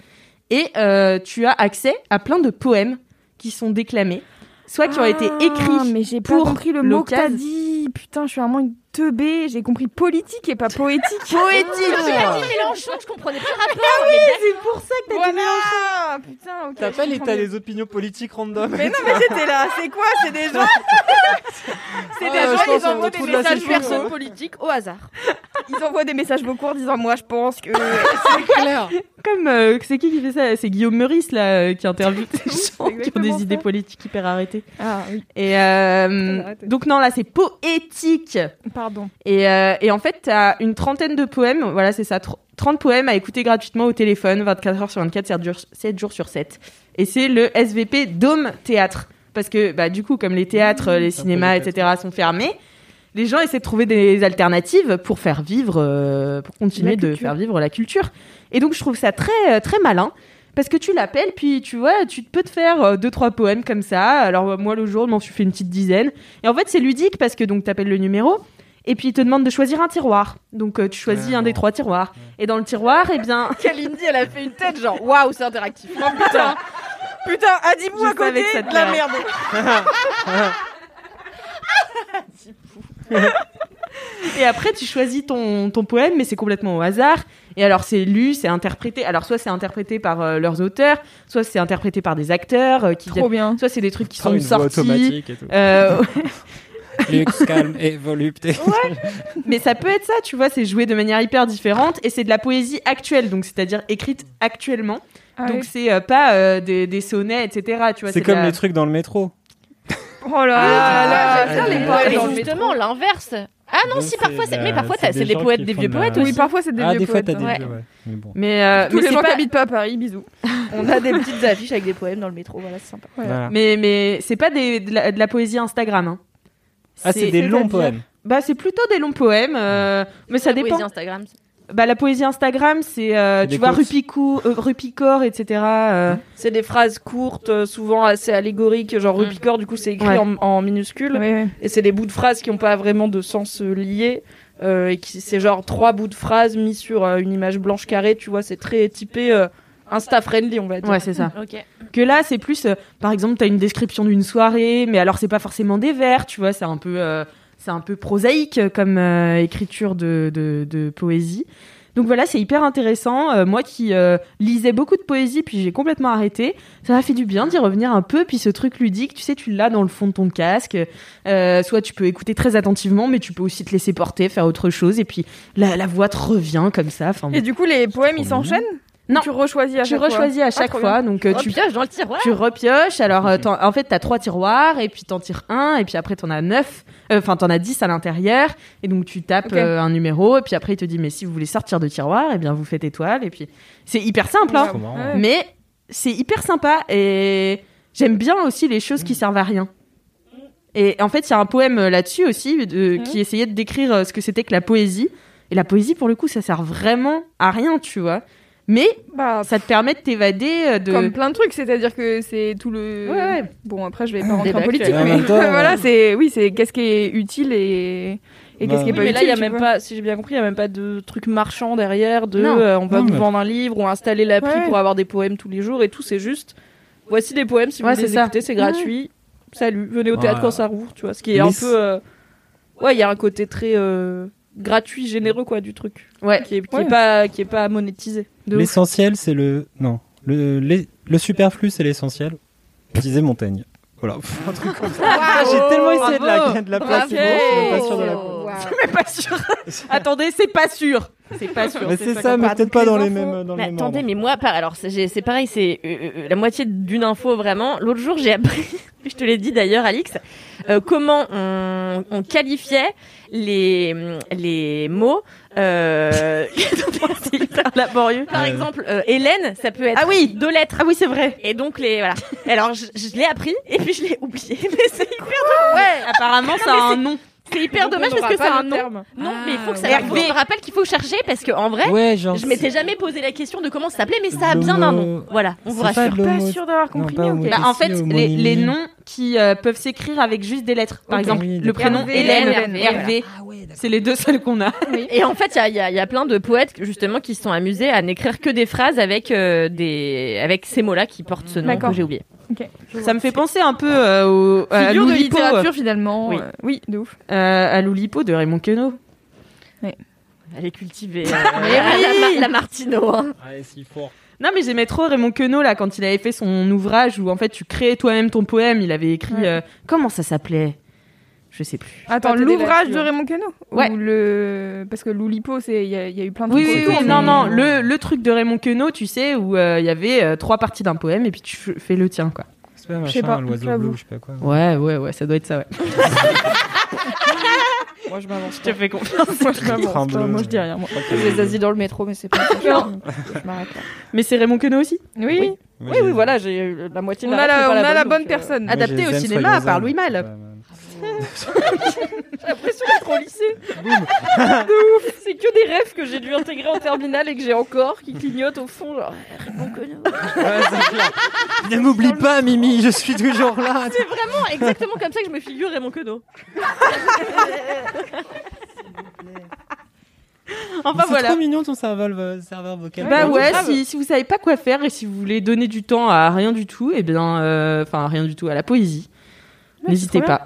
Speaker 3: Et euh, tu as accès à plein de poèmes qui sont déclamés, soit qui ont été écrits
Speaker 6: Ah, mais j'ai pas
Speaker 3: pour
Speaker 6: compris le mot que t'as
Speaker 3: l'occasion.
Speaker 6: dit. Putain, je suis vraiment une teubée. J'ai compris politique et pas
Speaker 3: *laughs*
Speaker 6: poétique.
Speaker 2: Ah, j'ai pas dit Mélenchon, je comprenais pas le rapport.
Speaker 6: Ah oui,
Speaker 2: mais
Speaker 6: c'est pour ça que t'as dit Mélenchon. Putain, ok.
Speaker 4: T'as pas
Speaker 6: je
Speaker 4: les,
Speaker 6: comprends
Speaker 4: t'as
Speaker 6: mieux.
Speaker 4: les opinions politiques random.
Speaker 6: Mais non, mais j'étais là. C'est quoi C'est des
Speaker 4: *laughs*
Speaker 6: gens. c'est des
Speaker 4: Ah, je
Speaker 6: gens,
Speaker 4: pense
Speaker 6: ils
Speaker 4: qu'on
Speaker 6: envoient des
Speaker 4: retrouve la
Speaker 6: messages
Speaker 4: solution,
Speaker 6: personnes
Speaker 4: hein.
Speaker 6: politiques au hasard. Ils envoient des messages beaucoup en disant Moi, je pense que. c'est clair.
Speaker 3: *laughs* Comme euh, c'est qui qui fait ça C'est Guillaume Meurice là euh,
Speaker 6: *laughs*
Speaker 3: qui interviewe des gens qui ont des
Speaker 6: exactement
Speaker 3: idées
Speaker 6: ça.
Speaker 3: politiques hyper arrêtées.
Speaker 6: Ah oui.
Speaker 3: Et euh,
Speaker 6: arrêtez.
Speaker 3: donc non là c'est poétique.
Speaker 6: Pardon.
Speaker 3: Et, euh, et en fait t'as une trentaine de poèmes, voilà c'est ça, tr- 30 poèmes à écouter gratuitement au téléphone, 24 heures sur 24, 7 jours, 7 jours sur 7. Et c'est le SVP Dôme Théâtre parce que bah du coup comme les
Speaker 6: Mmh.
Speaker 3: théâtres, les cinémas, etc sont fermés. Les gens essaient de trouver des alternatives pour faire vivre, euh, pour continuer
Speaker 6: La
Speaker 3: de
Speaker 6: culture.
Speaker 3: faire vivre la culture. Et donc je trouve ça très euh, très malin parce que tu l'appelles puis tu vois, tu peux te faire euh, deux trois poèmes comme ça. Alors euh, moi le jour, je m'en suis fait une petite dizaine. Et en fait c'est ludique parce que donc t'appelles le numéro et puis il te demande de choisir un tiroir. Donc euh, tu choisis un des trois tiroirs. Et dans le tiroir, eh bien
Speaker 1: *laughs* Kalindi, elle a fait une tête genre waouh, c'est interactif. Oh *laughs* putain.
Speaker 11: Putain, Adibou
Speaker 1: Je
Speaker 11: à côté
Speaker 1: savais que ça te hein.
Speaker 11: de la
Speaker 1: plairait.
Speaker 11: merde.
Speaker 1: *laughs*
Speaker 3: Et après, tu choisis ton, ton poème, mais c'est complètement au hasard. Et alors, c'est lu, c'est interprété. Alors, soit c'est interprété par euh, leurs auteurs, soit c'est interprété par des acteurs euh, qui
Speaker 6: Trop bien.
Speaker 3: Soit c'est des trucs qui
Speaker 4: Putain,
Speaker 3: sont
Speaker 4: une voix
Speaker 3: sortis.
Speaker 4: automatique et tout.
Speaker 3: Euh,
Speaker 4: *laughs* Luxe, calme et volupté.
Speaker 3: mais ça peut être ça, tu vois, c'est joué de manière hyper différente et c'est de la poésie actuelle, donc c'est-à-dire écrite actuellement.
Speaker 6: Ah
Speaker 3: donc
Speaker 6: oui.
Speaker 3: c'est euh, pas euh, des, des sonnets, etc. Tu vois,
Speaker 4: C'est
Speaker 3: de
Speaker 4: comme
Speaker 3: la-
Speaker 4: les trucs dans le métro.
Speaker 6: Oh
Speaker 2: Ah,
Speaker 6: là là là,
Speaker 4: j'aime bien les
Speaker 6: poètes
Speaker 2: Ouais,
Speaker 6: dans le
Speaker 2: mais justement, l'inverse. Ah non,
Speaker 4: Donc,
Speaker 2: si parfois,
Speaker 4: c'est
Speaker 2: c'est-
Speaker 4: de
Speaker 2: mais
Speaker 4: la-
Speaker 2: parfois
Speaker 4: c'est
Speaker 2: t'as-
Speaker 4: des
Speaker 2: c'est des
Speaker 4: gens
Speaker 2: poètes,
Speaker 4: qui
Speaker 2: des
Speaker 4: font
Speaker 2: vieux
Speaker 4: de la-
Speaker 2: poètes
Speaker 6: Oui,
Speaker 2: aussi.
Speaker 6: parfois c'est des
Speaker 4: Ah,
Speaker 6: vieux
Speaker 4: des fois,
Speaker 6: poètes. hein.
Speaker 4: t'as des
Speaker 2: Ouais.
Speaker 4: vieux, ouais. Mais bon.
Speaker 3: Mais, euh,
Speaker 6: Tous
Speaker 3: mais
Speaker 6: les
Speaker 3: c'est
Speaker 6: gens
Speaker 3: pas-
Speaker 6: qui habitent pas à Paris, bisous.
Speaker 1: On a des petites affiches avec des poèmes dans le métro, voilà, c'est sympa.
Speaker 4: Voilà.
Speaker 3: *laughs* Mais, mais c'est pas des, de, la, de la poésie Instagram. hein.
Speaker 4: Ah, c'est des longs poèmes.
Speaker 3: Bah, c'est plutôt des longs poèmes, euh, mais ça
Speaker 2: La poésie
Speaker 3: dépend.
Speaker 2: Instagram.
Speaker 3: Bah, la poésie Instagram, c'est, euh,
Speaker 4: C'est
Speaker 3: tu
Speaker 4: des
Speaker 3: vois,
Speaker 4: quotes.
Speaker 3: Rupico, euh, Rupicor, etc. euh,
Speaker 1: *laughs* C'est des phrases courtes, euh, souvent assez allégoriques, genre Rupicor, du coup, c'est écrit
Speaker 3: Mm. Ouais.
Speaker 1: en, en minuscules. Et c'est des bouts de phrases qui n'ont pas vraiment de sens euh, lié. euh, et qui c'est genre trois bouts de phrases mis sur euh, une image blanche carrée, tu vois, c'est très typé euh, Insta-friendly, on va dire.
Speaker 3: Ouais, c'est ça.
Speaker 2: Ok.
Speaker 3: Que là, c'est plus, euh, par exemple, t'as une description d'une soirée, mais alors c'est pas forcément des vers, tu vois, c'est un peu, euh, c'est un peu prosaïque euh, comme euh, écriture de, de, de poésie. Donc voilà, c'est hyper intéressant. Euh, moi qui euh, lisais beaucoup de poésie, puis j'ai complètement arrêté, ça m'a fait du bien d'y revenir un peu. Puis ce truc ludique, tu sais, tu l'as dans le fond de ton casque. Euh, soit tu peux écouter très attentivement, mais tu peux aussi te laisser porter, faire autre chose, et puis la, la voix te revient comme ça. Enfin,
Speaker 6: Et du coup, les poèmes, ils s'enchaînent
Speaker 3: Non.
Speaker 6: Tu rechoisis à
Speaker 3: tu
Speaker 6: chaque fois Ah,
Speaker 3: rechoisis à chaque
Speaker 6: trop Oh,
Speaker 3: fois, donc euh, tu
Speaker 2: pioches dans le tiroir.
Speaker 3: tu repioches. Alors, euh, t'en- en fait, t'as trois tiroirs et puis t'en tires un et puis après t'en as neuf. euh, Enfin, t'en as dix à l'intérieur et donc tu tapes
Speaker 6: Ok.
Speaker 3: euh, un numéro et puis après il te dit mais si vous voulez sortir de tiroir, eh bien vous faites étoile et puis c'est hyper simple. hein.
Speaker 4: Trop marrant.
Speaker 6: Ouais.
Speaker 3: Mais c'est hyper sympa et j'aime bien aussi les
Speaker 6: Mm.
Speaker 3: choses qui servent à rien. Et en fait, il y a un poème euh, là-dessus aussi de-
Speaker 6: Mm.
Speaker 3: qui essayait de décrire euh, ce que c'était que la poésie. Et la poésie, pour le coup, ça sert vraiment à rien, tu vois. Mais
Speaker 6: Bah,
Speaker 3: ça te permet de t'évader euh, de. *laughs*
Speaker 6: Comme plein de trucs, c'est-à-dire que c'est tout le.
Speaker 3: Ouais, ouais.
Speaker 6: Bon, après, je vais pas rentrer
Speaker 1: Débat
Speaker 6: en politique,
Speaker 4: actuel. En
Speaker 6: *laughs* mais
Speaker 4: même temps,
Speaker 6: voilà,
Speaker 4: euh,
Speaker 6: c'est. Oui, c'est qu'est-ce qui est utile et. Et
Speaker 4: Bah,
Speaker 6: qu'est-ce qui
Speaker 4: oui,
Speaker 6: est pas
Speaker 1: Oui, mais
Speaker 6: utile.
Speaker 1: là, il y a
Speaker 6: tu
Speaker 1: même
Speaker 6: vois.
Speaker 1: pas, si j'ai bien compris, il y a même pas de truc marchand derrière, de
Speaker 3: Non.
Speaker 1: euh, on va
Speaker 4: Non,
Speaker 1: vous
Speaker 4: mais-
Speaker 1: vendre un livre ou installer l'appli
Speaker 6: Ouais.
Speaker 1: pour avoir des poèmes tous les jours et tout. C'est juste, voici des poèmes, si
Speaker 3: Ouais,
Speaker 1: vous
Speaker 3: c'est
Speaker 1: les
Speaker 3: ça.
Speaker 1: écoutez, c'est gratuit. Salut, venez au
Speaker 4: Voilà.
Speaker 1: théâtre quand ça rouvre, tu vois. Ce qui est
Speaker 4: Mais
Speaker 1: un
Speaker 4: c'est-
Speaker 1: peu, euh, ouais, il y a un côté très euh, gratuit, généreux quoi du truc,
Speaker 3: Ouais.
Speaker 1: qui est, qui
Speaker 6: Ouais.
Speaker 1: est pas, qui est pas monétisé. De ouf.
Speaker 4: L'essentiel, c'est le. Non. Le, les- le superflu, c'est l'essentiel. Disait Montaigne. Voilà. *laughs* Pff, un truc comme ça. Ah, J'ai tellement essayé de la, de la placer, je
Speaker 3: Bravo.
Speaker 4: suis même pas sûr de
Speaker 6: *laughs*
Speaker 4: la
Speaker 3: Mais pas sûr. Attendez, c'est pas sûr. C'est pas sûr.
Speaker 4: Mais
Speaker 3: c'est
Speaker 4: c'est
Speaker 3: pas
Speaker 4: ça,
Speaker 3: comme-
Speaker 4: mais peut-être pas dans
Speaker 6: les
Speaker 4: les
Speaker 6: infos. Bah,
Speaker 4: mêmes. Dans le
Speaker 2: Mais
Speaker 4: même
Speaker 2: attendez,
Speaker 4: ordre.
Speaker 2: mais moi, par- alors c'est j'ai- c'est pareil, c'est euh, euh, la moitié d'une info vraiment. L'autre jour, j'ai appris, *laughs* je te l'ai dit d'ailleurs, Alix, euh, comment on, on qualifiait les les mots. euh, *laughs* c'est hyper laborieux. Par
Speaker 4: Ouais.
Speaker 2: exemple, euh, Hélène, ça peut être ah oui deux lettres. Ah oui, c'est vrai. Et donc les voilà. *laughs* Alors je, je l'ai appris et puis je l'ai oublié, mais c'est hyper
Speaker 3: Apparemment, ça a un nom.
Speaker 2: C'est hyper
Speaker 1: Donc, on
Speaker 2: dommage parce
Speaker 1: n'aura
Speaker 2: que
Speaker 1: pas
Speaker 2: c'est un
Speaker 1: le
Speaker 2: nom.
Speaker 1: terme. Ah.
Speaker 2: Non, mais il faut que ça.
Speaker 1: ouais.
Speaker 2: faut que je me rappelle qu'il faut chercher parce que en vrai,
Speaker 4: Ouais, genre,
Speaker 2: je m'étais
Speaker 4: c'est-
Speaker 2: jamais posé la question de comment ça s'appelait, mais ça a bien un nom. Voilà, on vous rassure.
Speaker 6: d'avoir
Speaker 4: compris. pas ok.
Speaker 3: Bah, en fait,
Speaker 4: homothétie,
Speaker 3: les, les
Speaker 4: homonymie.
Speaker 3: noms qui euh, peuvent s'écrire avec juste des lettres. Par
Speaker 2: Ok.
Speaker 3: exemple,
Speaker 2: Oui,
Speaker 3: le
Speaker 2: d'accord.
Speaker 3: prénom
Speaker 2: Hervé,
Speaker 3: Hélène,
Speaker 2: Hélène,
Speaker 3: Hervé. Ah
Speaker 6: Ah
Speaker 3: C'est les deux seuls qu'on a.
Speaker 2: *laughs* Et en fait, il y a- il y a, il y a plein de poètes justement qui se sont amusés à n'écrire que des phrases avec euh, des avec ces mots-là qui portent ce nom
Speaker 6: D'accord.
Speaker 2: que j'ai oublié.
Speaker 3: Ça me fait penser un peu euh, au à
Speaker 6: Figure de
Speaker 3: Loulipo.
Speaker 6: littérature, finalement.
Speaker 3: Oui.
Speaker 6: euh, oui, de ouf.
Speaker 3: Euh, à Loulipo de Raymond Queneau.
Speaker 2: Elle est *laughs* cultivée. euh,
Speaker 3: Mais
Speaker 2: à la,
Speaker 3: oui
Speaker 2: ma- la Martino. hein.
Speaker 4: Ouais, si fort.
Speaker 3: Non, mais j'aimais trop Raymond Queneau là quand il avait fait son ouvrage où en fait tu créais toi-même ton poème. Il avait écrit euh, comment ça s'appelait Je sais plus.
Speaker 6: Attends,
Speaker 3: t'aider
Speaker 6: l'ouvrage
Speaker 3: là-dessus,
Speaker 6: de
Speaker 3: hein.
Speaker 6: Raymond Queneau
Speaker 3: Ouais.
Speaker 6: Ou le... Parce que l'Oulipo, c'est- il y, a- il y a eu plein de
Speaker 3: Oui,
Speaker 6: trucs
Speaker 3: oui,
Speaker 6: autour,
Speaker 3: oui,
Speaker 6: mais-
Speaker 3: non, non, le, le truc de Raymond Queneau, tu sais, où euh, il y avait euh, trois parties d'un poème et puis tu f- fais le tien, quoi.
Speaker 4: C'est pas machin, pas, l'oiseau bleu, je sais pas quoi.
Speaker 3: Ouais, ouais, ouais, ça doit
Speaker 1: *laughs*
Speaker 3: être ça, ouais.
Speaker 1: Moi, je m'avance. Je
Speaker 3: te fais confiance.
Speaker 1: moi, je m'avance.
Speaker 3: Tremble.
Speaker 1: pas, Moi, je dis
Speaker 3: rien. Moi.
Speaker 1: Je les assis dans le métro, mais
Speaker 3: *laughs*
Speaker 1: c'est pas.
Speaker 6: Non.
Speaker 1: Je m'arrête là.
Speaker 3: Mais c'est Raymond Queneau aussi
Speaker 6: Oui.
Speaker 1: Oui,
Speaker 4: Moi,
Speaker 1: oui,
Speaker 4: j'ai-
Speaker 1: oui, voilà, j'ai eu la moitié de
Speaker 6: On a la-
Speaker 1: réponse,
Speaker 6: on
Speaker 1: pas
Speaker 6: a la
Speaker 1: donc,
Speaker 6: bonne
Speaker 1: euh,
Speaker 6: personne.
Speaker 4: Moi, j'ai
Speaker 1: Adaptée au
Speaker 4: Zen,
Speaker 1: cinéma
Speaker 4: soyons
Speaker 1: par
Speaker 4: zen.
Speaker 1: *laughs* Louis Malle. J'ai l'impression d'être au lycée. *laughs* De ouf. C'est que des rêves que j'ai dû intégrer en terminale et que j'ai encore qui clignotent au fond. Genre, Raymond Queneau.
Speaker 4: Ouais, c'est clair. Ne m'oublie pas, Mimi, je suis toujours là.
Speaker 2: Ah, C'est vraiment exactement comme ça que je me figure Raymond Queneau.
Speaker 3: Enfin,
Speaker 4: c'est
Speaker 3: voilà.
Speaker 4: trop mignon ton serveur, euh, serveur vocal.
Speaker 3: Bah ouais, si, si vous savez pas quoi faire et si vous voulez donner du temps à rien du tout, et bien, euh, enfin, rien du tout, à la poésie, n'hésitez
Speaker 2: trop
Speaker 3: pas.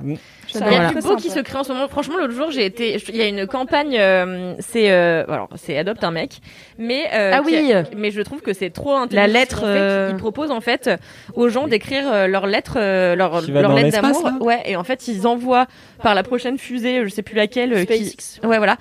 Speaker 2: Il y
Speaker 3: Voilà.
Speaker 2: a plus beau qui se crée en ce moment. Franchement, l'autre jour, j'ai été. je- Il y a une campagne. euh, c'est euh, alors, c'est adopte un mec, mais euh,
Speaker 3: Ah
Speaker 2: qui
Speaker 3: oui.
Speaker 2: a- mais je trouve que c'est trop intelligent.
Speaker 3: La
Speaker 2: ce
Speaker 3: lettre,
Speaker 2: qu'on fait, qui-
Speaker 3: euh,
Speaker 2: Ils proposent en fait euh, aux gens d'écrire euh, leur lettre, euh, leur
Speaker 4: Qui va
Speaker 2: leur
Speaker 4: dans
Speaker 2: lettre
Speaker 4: l'espace,
Speaker 2: d'amour.
Speaker 4: là
Speaker 2: Ouais. Et en fait, ils envoient par la prochaine fusée, je sais plus laquelle. euh, qui- Ouais, voilà.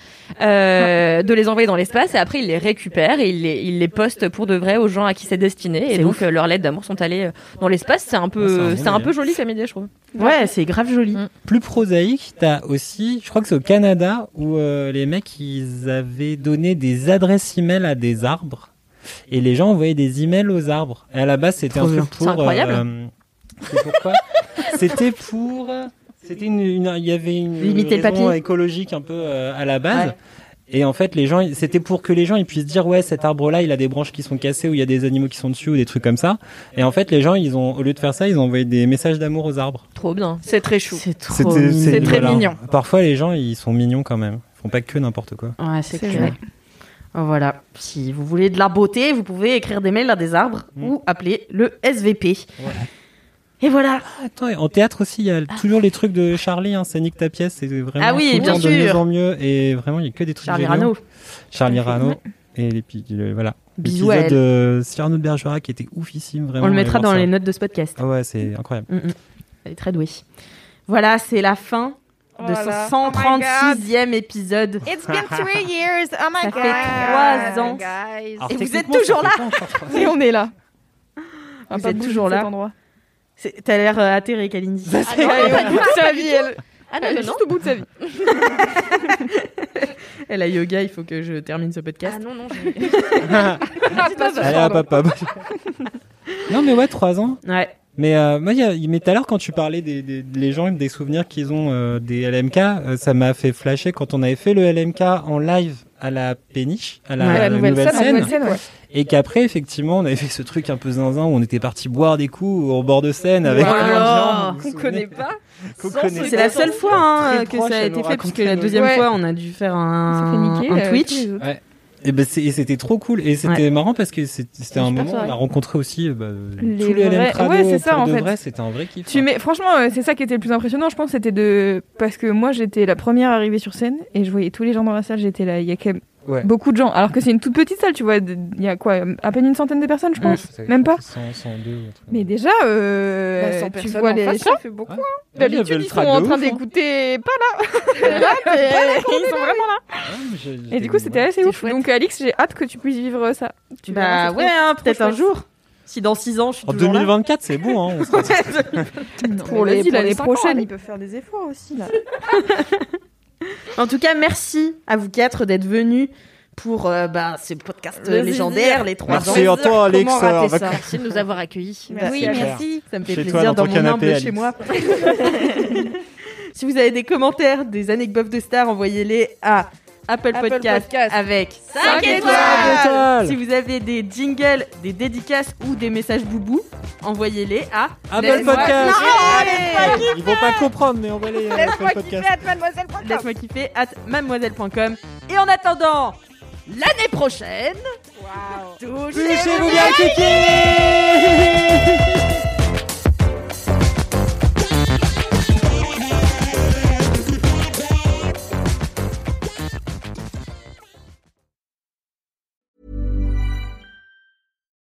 Speaker 2: Euh, de les envoyer dans l'espace et après ils les récupèrent et ils les ils les postent pour de vrai aux gens à qui c'est destiné. Et
Speaker 3: C'est
Speaker 2: donc
Speaker 3: ouf.
Speaker 2: euh, leurs lettres d'amour sont allées euh, dans l'espace. C'est un
Speaker 4: Ah, c'est
Speaker 2: peu
Speaker 4: un
Speaker 2: c'est un
Speaker 4: délire.
Speaker 2: peu joli comme idée, je trouve.
Speaker 3: Ouais, c'est grave Mm. joli.
Speaker 4: Plus prosaïque, t'as aussi, je crois que c'est au Canada, où euh, les mecs, ils avaient donné des adresses email à des arbres. Et les gens envoyaient des emails aux arbres. Et à la base, c'était un
Speaker 3: Trop bien.
Speaker 4: truc
Speaker 3: C'est
Speaker 4: pour.
Speaker 2: incroyable.
Speaker 4: euh, c'est pourquoi C'était pour. euh, C'était une, une- il y avait une
Speaker 3: Limiter le
Speaker 4: raison
Speaker 3: papier.
Speaker 4: écologique un peu euh, à la base.
Speaker 3: Ouais.
Speaker 4: Et en fait, les gens, c'était pour que les gens ils puissent dire ouais, cet arbre-là, il a des branches qui sont cassées ou il y a des animaux qui sont dessus ou des trucs comme ça. Et en fait, les gens, ils ont au lieu de faire ça, ils ont envoyé des messages d'amour aux arbres.
Speaker 2: Trop bien.
Speaker 1: C'est très chou.
Speaker 3: C'est trop
Speaker 4: C'était-
Speaker 3: mignon.
Speaker 1: très mignon.
Speaker 4: Parfois, les gens, ils sont mignons quand même. Ils font pas que n'importe quoi.
Speaker 3: Ouais, c'est
Speaker 6: C'est
Speaker 3: clair. Oh,
Speaker 6: vrai.
Speaker 3: Voilà, si vous voulez de la beauté, vous pouvez écrire des mails à des arbres ou appeler le SVP. Et voilà.
Speaker 4: Ah, Attends, et en théâtre aussi, il y a toujours les trucs de Charlie. Hein, c'est nique ta pièce. C'est vraiment
Speaker 3: Ah oui,
Speaker 4: tout le
Speaker 3: bien
Speaker 4: temps de
Speaker 3: sûr.
Speaker 4: mieux en mieux. Et vraiment, il y a que des trucs
Speaker 3: Charlie
Speaker 4: géniaux.
Speaker 3: Rano.
Speaker 4: Charlie Rano. Et l'épi- le- voilà.
Speaker 3: Bisous à
Speaker 4: L'épisode
Speaker 3: elle.
Speaker 4: de Cyrano de Bergerac qui était oufissime, vraiment.
Speaker 3: On le
Speaker 4: allez
Speaker 3: mettra
Speaker 4: voir
Speaker 3: dans
Speaker 4: ça.
Speaker 3: les notes de ce podcast.
Speaker 4: Ah ouais, c'est incroyable.
Speaker 3: Mm, mm. Elle est très douée. Voilà, c'est la fin de
Speaker 6: Voilà. Oh
Speaker 3: ce 136e épisode.
Speaker 6: It's been three years. Oh my
Speaker 3: Ça
Speaker 6: god.
Speaker 3: fait trois ans.
Speaker 4: Alors,
Speaker 3: Et vous êtes
Speaker 4: techniquement, ça
Speaker 3: toujours
Speaker 4: fait
Speaker 3: là
Speaker 4: pas encore trois ans.
Speaker 6: Et on est là. On
Speaker 3: Vous êtes toujours là. C'est- T'as l'air euh, atterrée, Kalindi.
Speaker 6: Au bout de sa vie, elle.
Speaker 2: Ah non,
Speaker 6: Elle est
Speaker 2: non, non.
Speaker 6: juste au bout de sa vie.
Speaker 3: *laughs* Oh, Elle a yoga, il faut que je termine ce podcast.
Speaker 2: Ah non,
Speaker 3: *laughs*
Speaker 2: non, j'ai-
Speaker 4: Allez, hop, hop, hop.
Speaker 3: Mm.
Speaker 4: non, mais ouais, trois ans.
Speaker 3: Ouais.
Speaker 4: Mais euh, moi, il y a- mais tout à l'heure, quand tu parlais des, des, des gens, des souvenirs qu'ils ont euh, des LMK, euh, ça m'a fait flasher quand on avait fait le LMK en live à la péniche, à la,
Speaker 3: Ouais,
Speaker 4: à la nouvelle,
Speaker 6: La
Speaker 4: scène,
Speaker 6: nouvelle scène, ouais.
Speaker 4: et qu'après, effectivement, on avait fait ce truc un peu zinzin où on était parti boire des coups au bord de Seine avec
Speaker 3: Voilà.
Speaker 4: plein de gens. Ah, vous vous
Speaker 6: Qu'on connaît
Speaker 4: souvenez
Speaker 6: pas.
Speaker 4: Qu'on connaît
Speaker 3: C'est la seule fois hein,
Speaker 4: Très
Speaker 3: que
Speaker 4: proche,
Speaker 3: ça a
Speaker 4: elle
Speaker 3: été
Speaker 4: nous
Speaker 3: fait, puisque
Speaker 4: racontait
Speaker 3: la
Speaker 4: nos-
Speaker 3: deuxième
Speaker 6: Ouais.
Speaker 3: fois, on a dû faire
Speaker 6: On
Speaker 3: un,
Speaker 6: s'est fait niquer,
Speaker 3: un
Speaker 6: euh, tous
Speaker 3: Twitch.
Speaker 6: les autres.
Speaker 4: Et ben c'est- et c'était trop cool et c'était marrant parce que c'est- c'était un moment où on
Speaker 6: soirée.
Speaker 4: a rencontré aussi euh, bah,
Speaker 6: Les
Speaker 4: tous les
Speaker 6: vrais-
Speaker 4: LMK
Speaker 6: ouais, c'est ça, en
Speaker 4: de
Speaker 6: fait.
Speaker 4: vrai, c'était un vrai kiff.
Speaker 6: Tu
Speaker 4: hein.
Speaker 6: mets... Franchement, euh, c'est ça qui était le plus impressionnant, je pense, c'était de. Parce que moi, j'étais la première arrivée sur scène et je voyais tous les gens dans la salle, j'étais là. Il y a quand même
Speaker 4: Ouais.
Speaker 6: beaucoup de gens. Alors que c'est une toute petite salle, tu vois. de- Il y a quoi À peine une centaine de personnes, je pense. Même pas.
Speaker 4: 100, 102 ou un truc.
Speaker 6: Mais déjà, euh,
Speaker 1: Bah, sans
Speaker 6: tu
Speaker 1: personne
Speaker 6: vois
Speaker 1: en
Speaker 6: les
Speaker 1: face,
Speaker 6: gens.
Speaker 1: ça fait beaucoup. hein.
Speaker 4: Ouais, il y avait
Speaker 6: D'habitude,
Speaker 4: le
Speaker 6: ils sont
Speaker 4: track
Speaker 6: en
Speaker 4: de
Speaker 6: train
Speaker 4: ouf, hein.
Speaker 6: d'écouter. Pas
Speaker 4: *laughs*
Speaker 3: Ils sont vraiment là.
Speaker 4: Ouais, Ah, mais j'ai-
Speaker 6: Et
Speaker 4: j'étais-
Speaker 6: du coup, c'était
Speaker 4: ouais.
Speaker 6: assez ouf. Donc, Alix, j'ai hâte que tu puisses vivre euh, ça. Tu verras,
Speaker 3: Bah
Speaker 6: c'est
Speaker 3: ouais, hein, peut-être un
Speaker 6: chouette.
Speaker 3: jour. Si dans 6 ans, je suis
Speaker 4: En
Speaker 3: toujours là.
Speaker 4: 2024, c'est beau, hein. on
Speaker 6: *laughs*
Speaker 4: se-
Speaker 6: trop- Pour les pour l'année prochaine.
Speaker 5: ils peuvent faire des efforts aussi là.
Speaker 3: En tout cas, merci à vous quatre d'être venus pour euh, bah, ce podcast euh, légendaire, les trois ans.
Speaker 4: Merci à toi, Alex.
Speaker 3: Comment rater
Speaker 4: euh, avec-
Speaker 3: ça
Speaker 2: Merci de nous avoir
Speaker 3: *laughs*
Speaker 2: accueillis.
Speaker 3: Bah,
Speaker 4: Merci, Claire.
Speaker 3: Ça me fait
Speaker 4: Chez toi,
Speaker 3: plaisir
Speaker 4: dans
Speaker 3: dans,
Speaker 4: ton
Speaker 3: mon
Speaker 4: canapé,
Speaker 3: humble
Speaker 4: Alix.
Speaker 3: chez moi. *laughs* Si vous avez des commentaires, des anecdotes de stars, envoyez-les à Apple
Speaker 6: Apple
Speaker 3: Podcast,
Speaker 6: Podcast.
Speaker 3: avec
Speaker 6: Cinq
Speaker 3: 5 étoiles.
Speaker 6: étoiles.
Speaker 3: Si vous avez des jingles, des dédicaces ou des messages boubou, envoyez-les à
Speaker 4: Apple
Speaker 3: Laisse-moi
Speaker 4: Podcast.
Speaker 3: kiffer.
Speaker 4: Ils vont pas comprendre, mais on va les euh, faire
Speaker 3: Laisse-moi
Speaker 4: le
Speaker 3: kiffer
Speaker 4: podcast.
Speaker 3: at mademoiselle.com. Laisse-moi kiffer at mademoiselle.com. Et en attendant, l'année prochaine, touchez-vous bien, kiki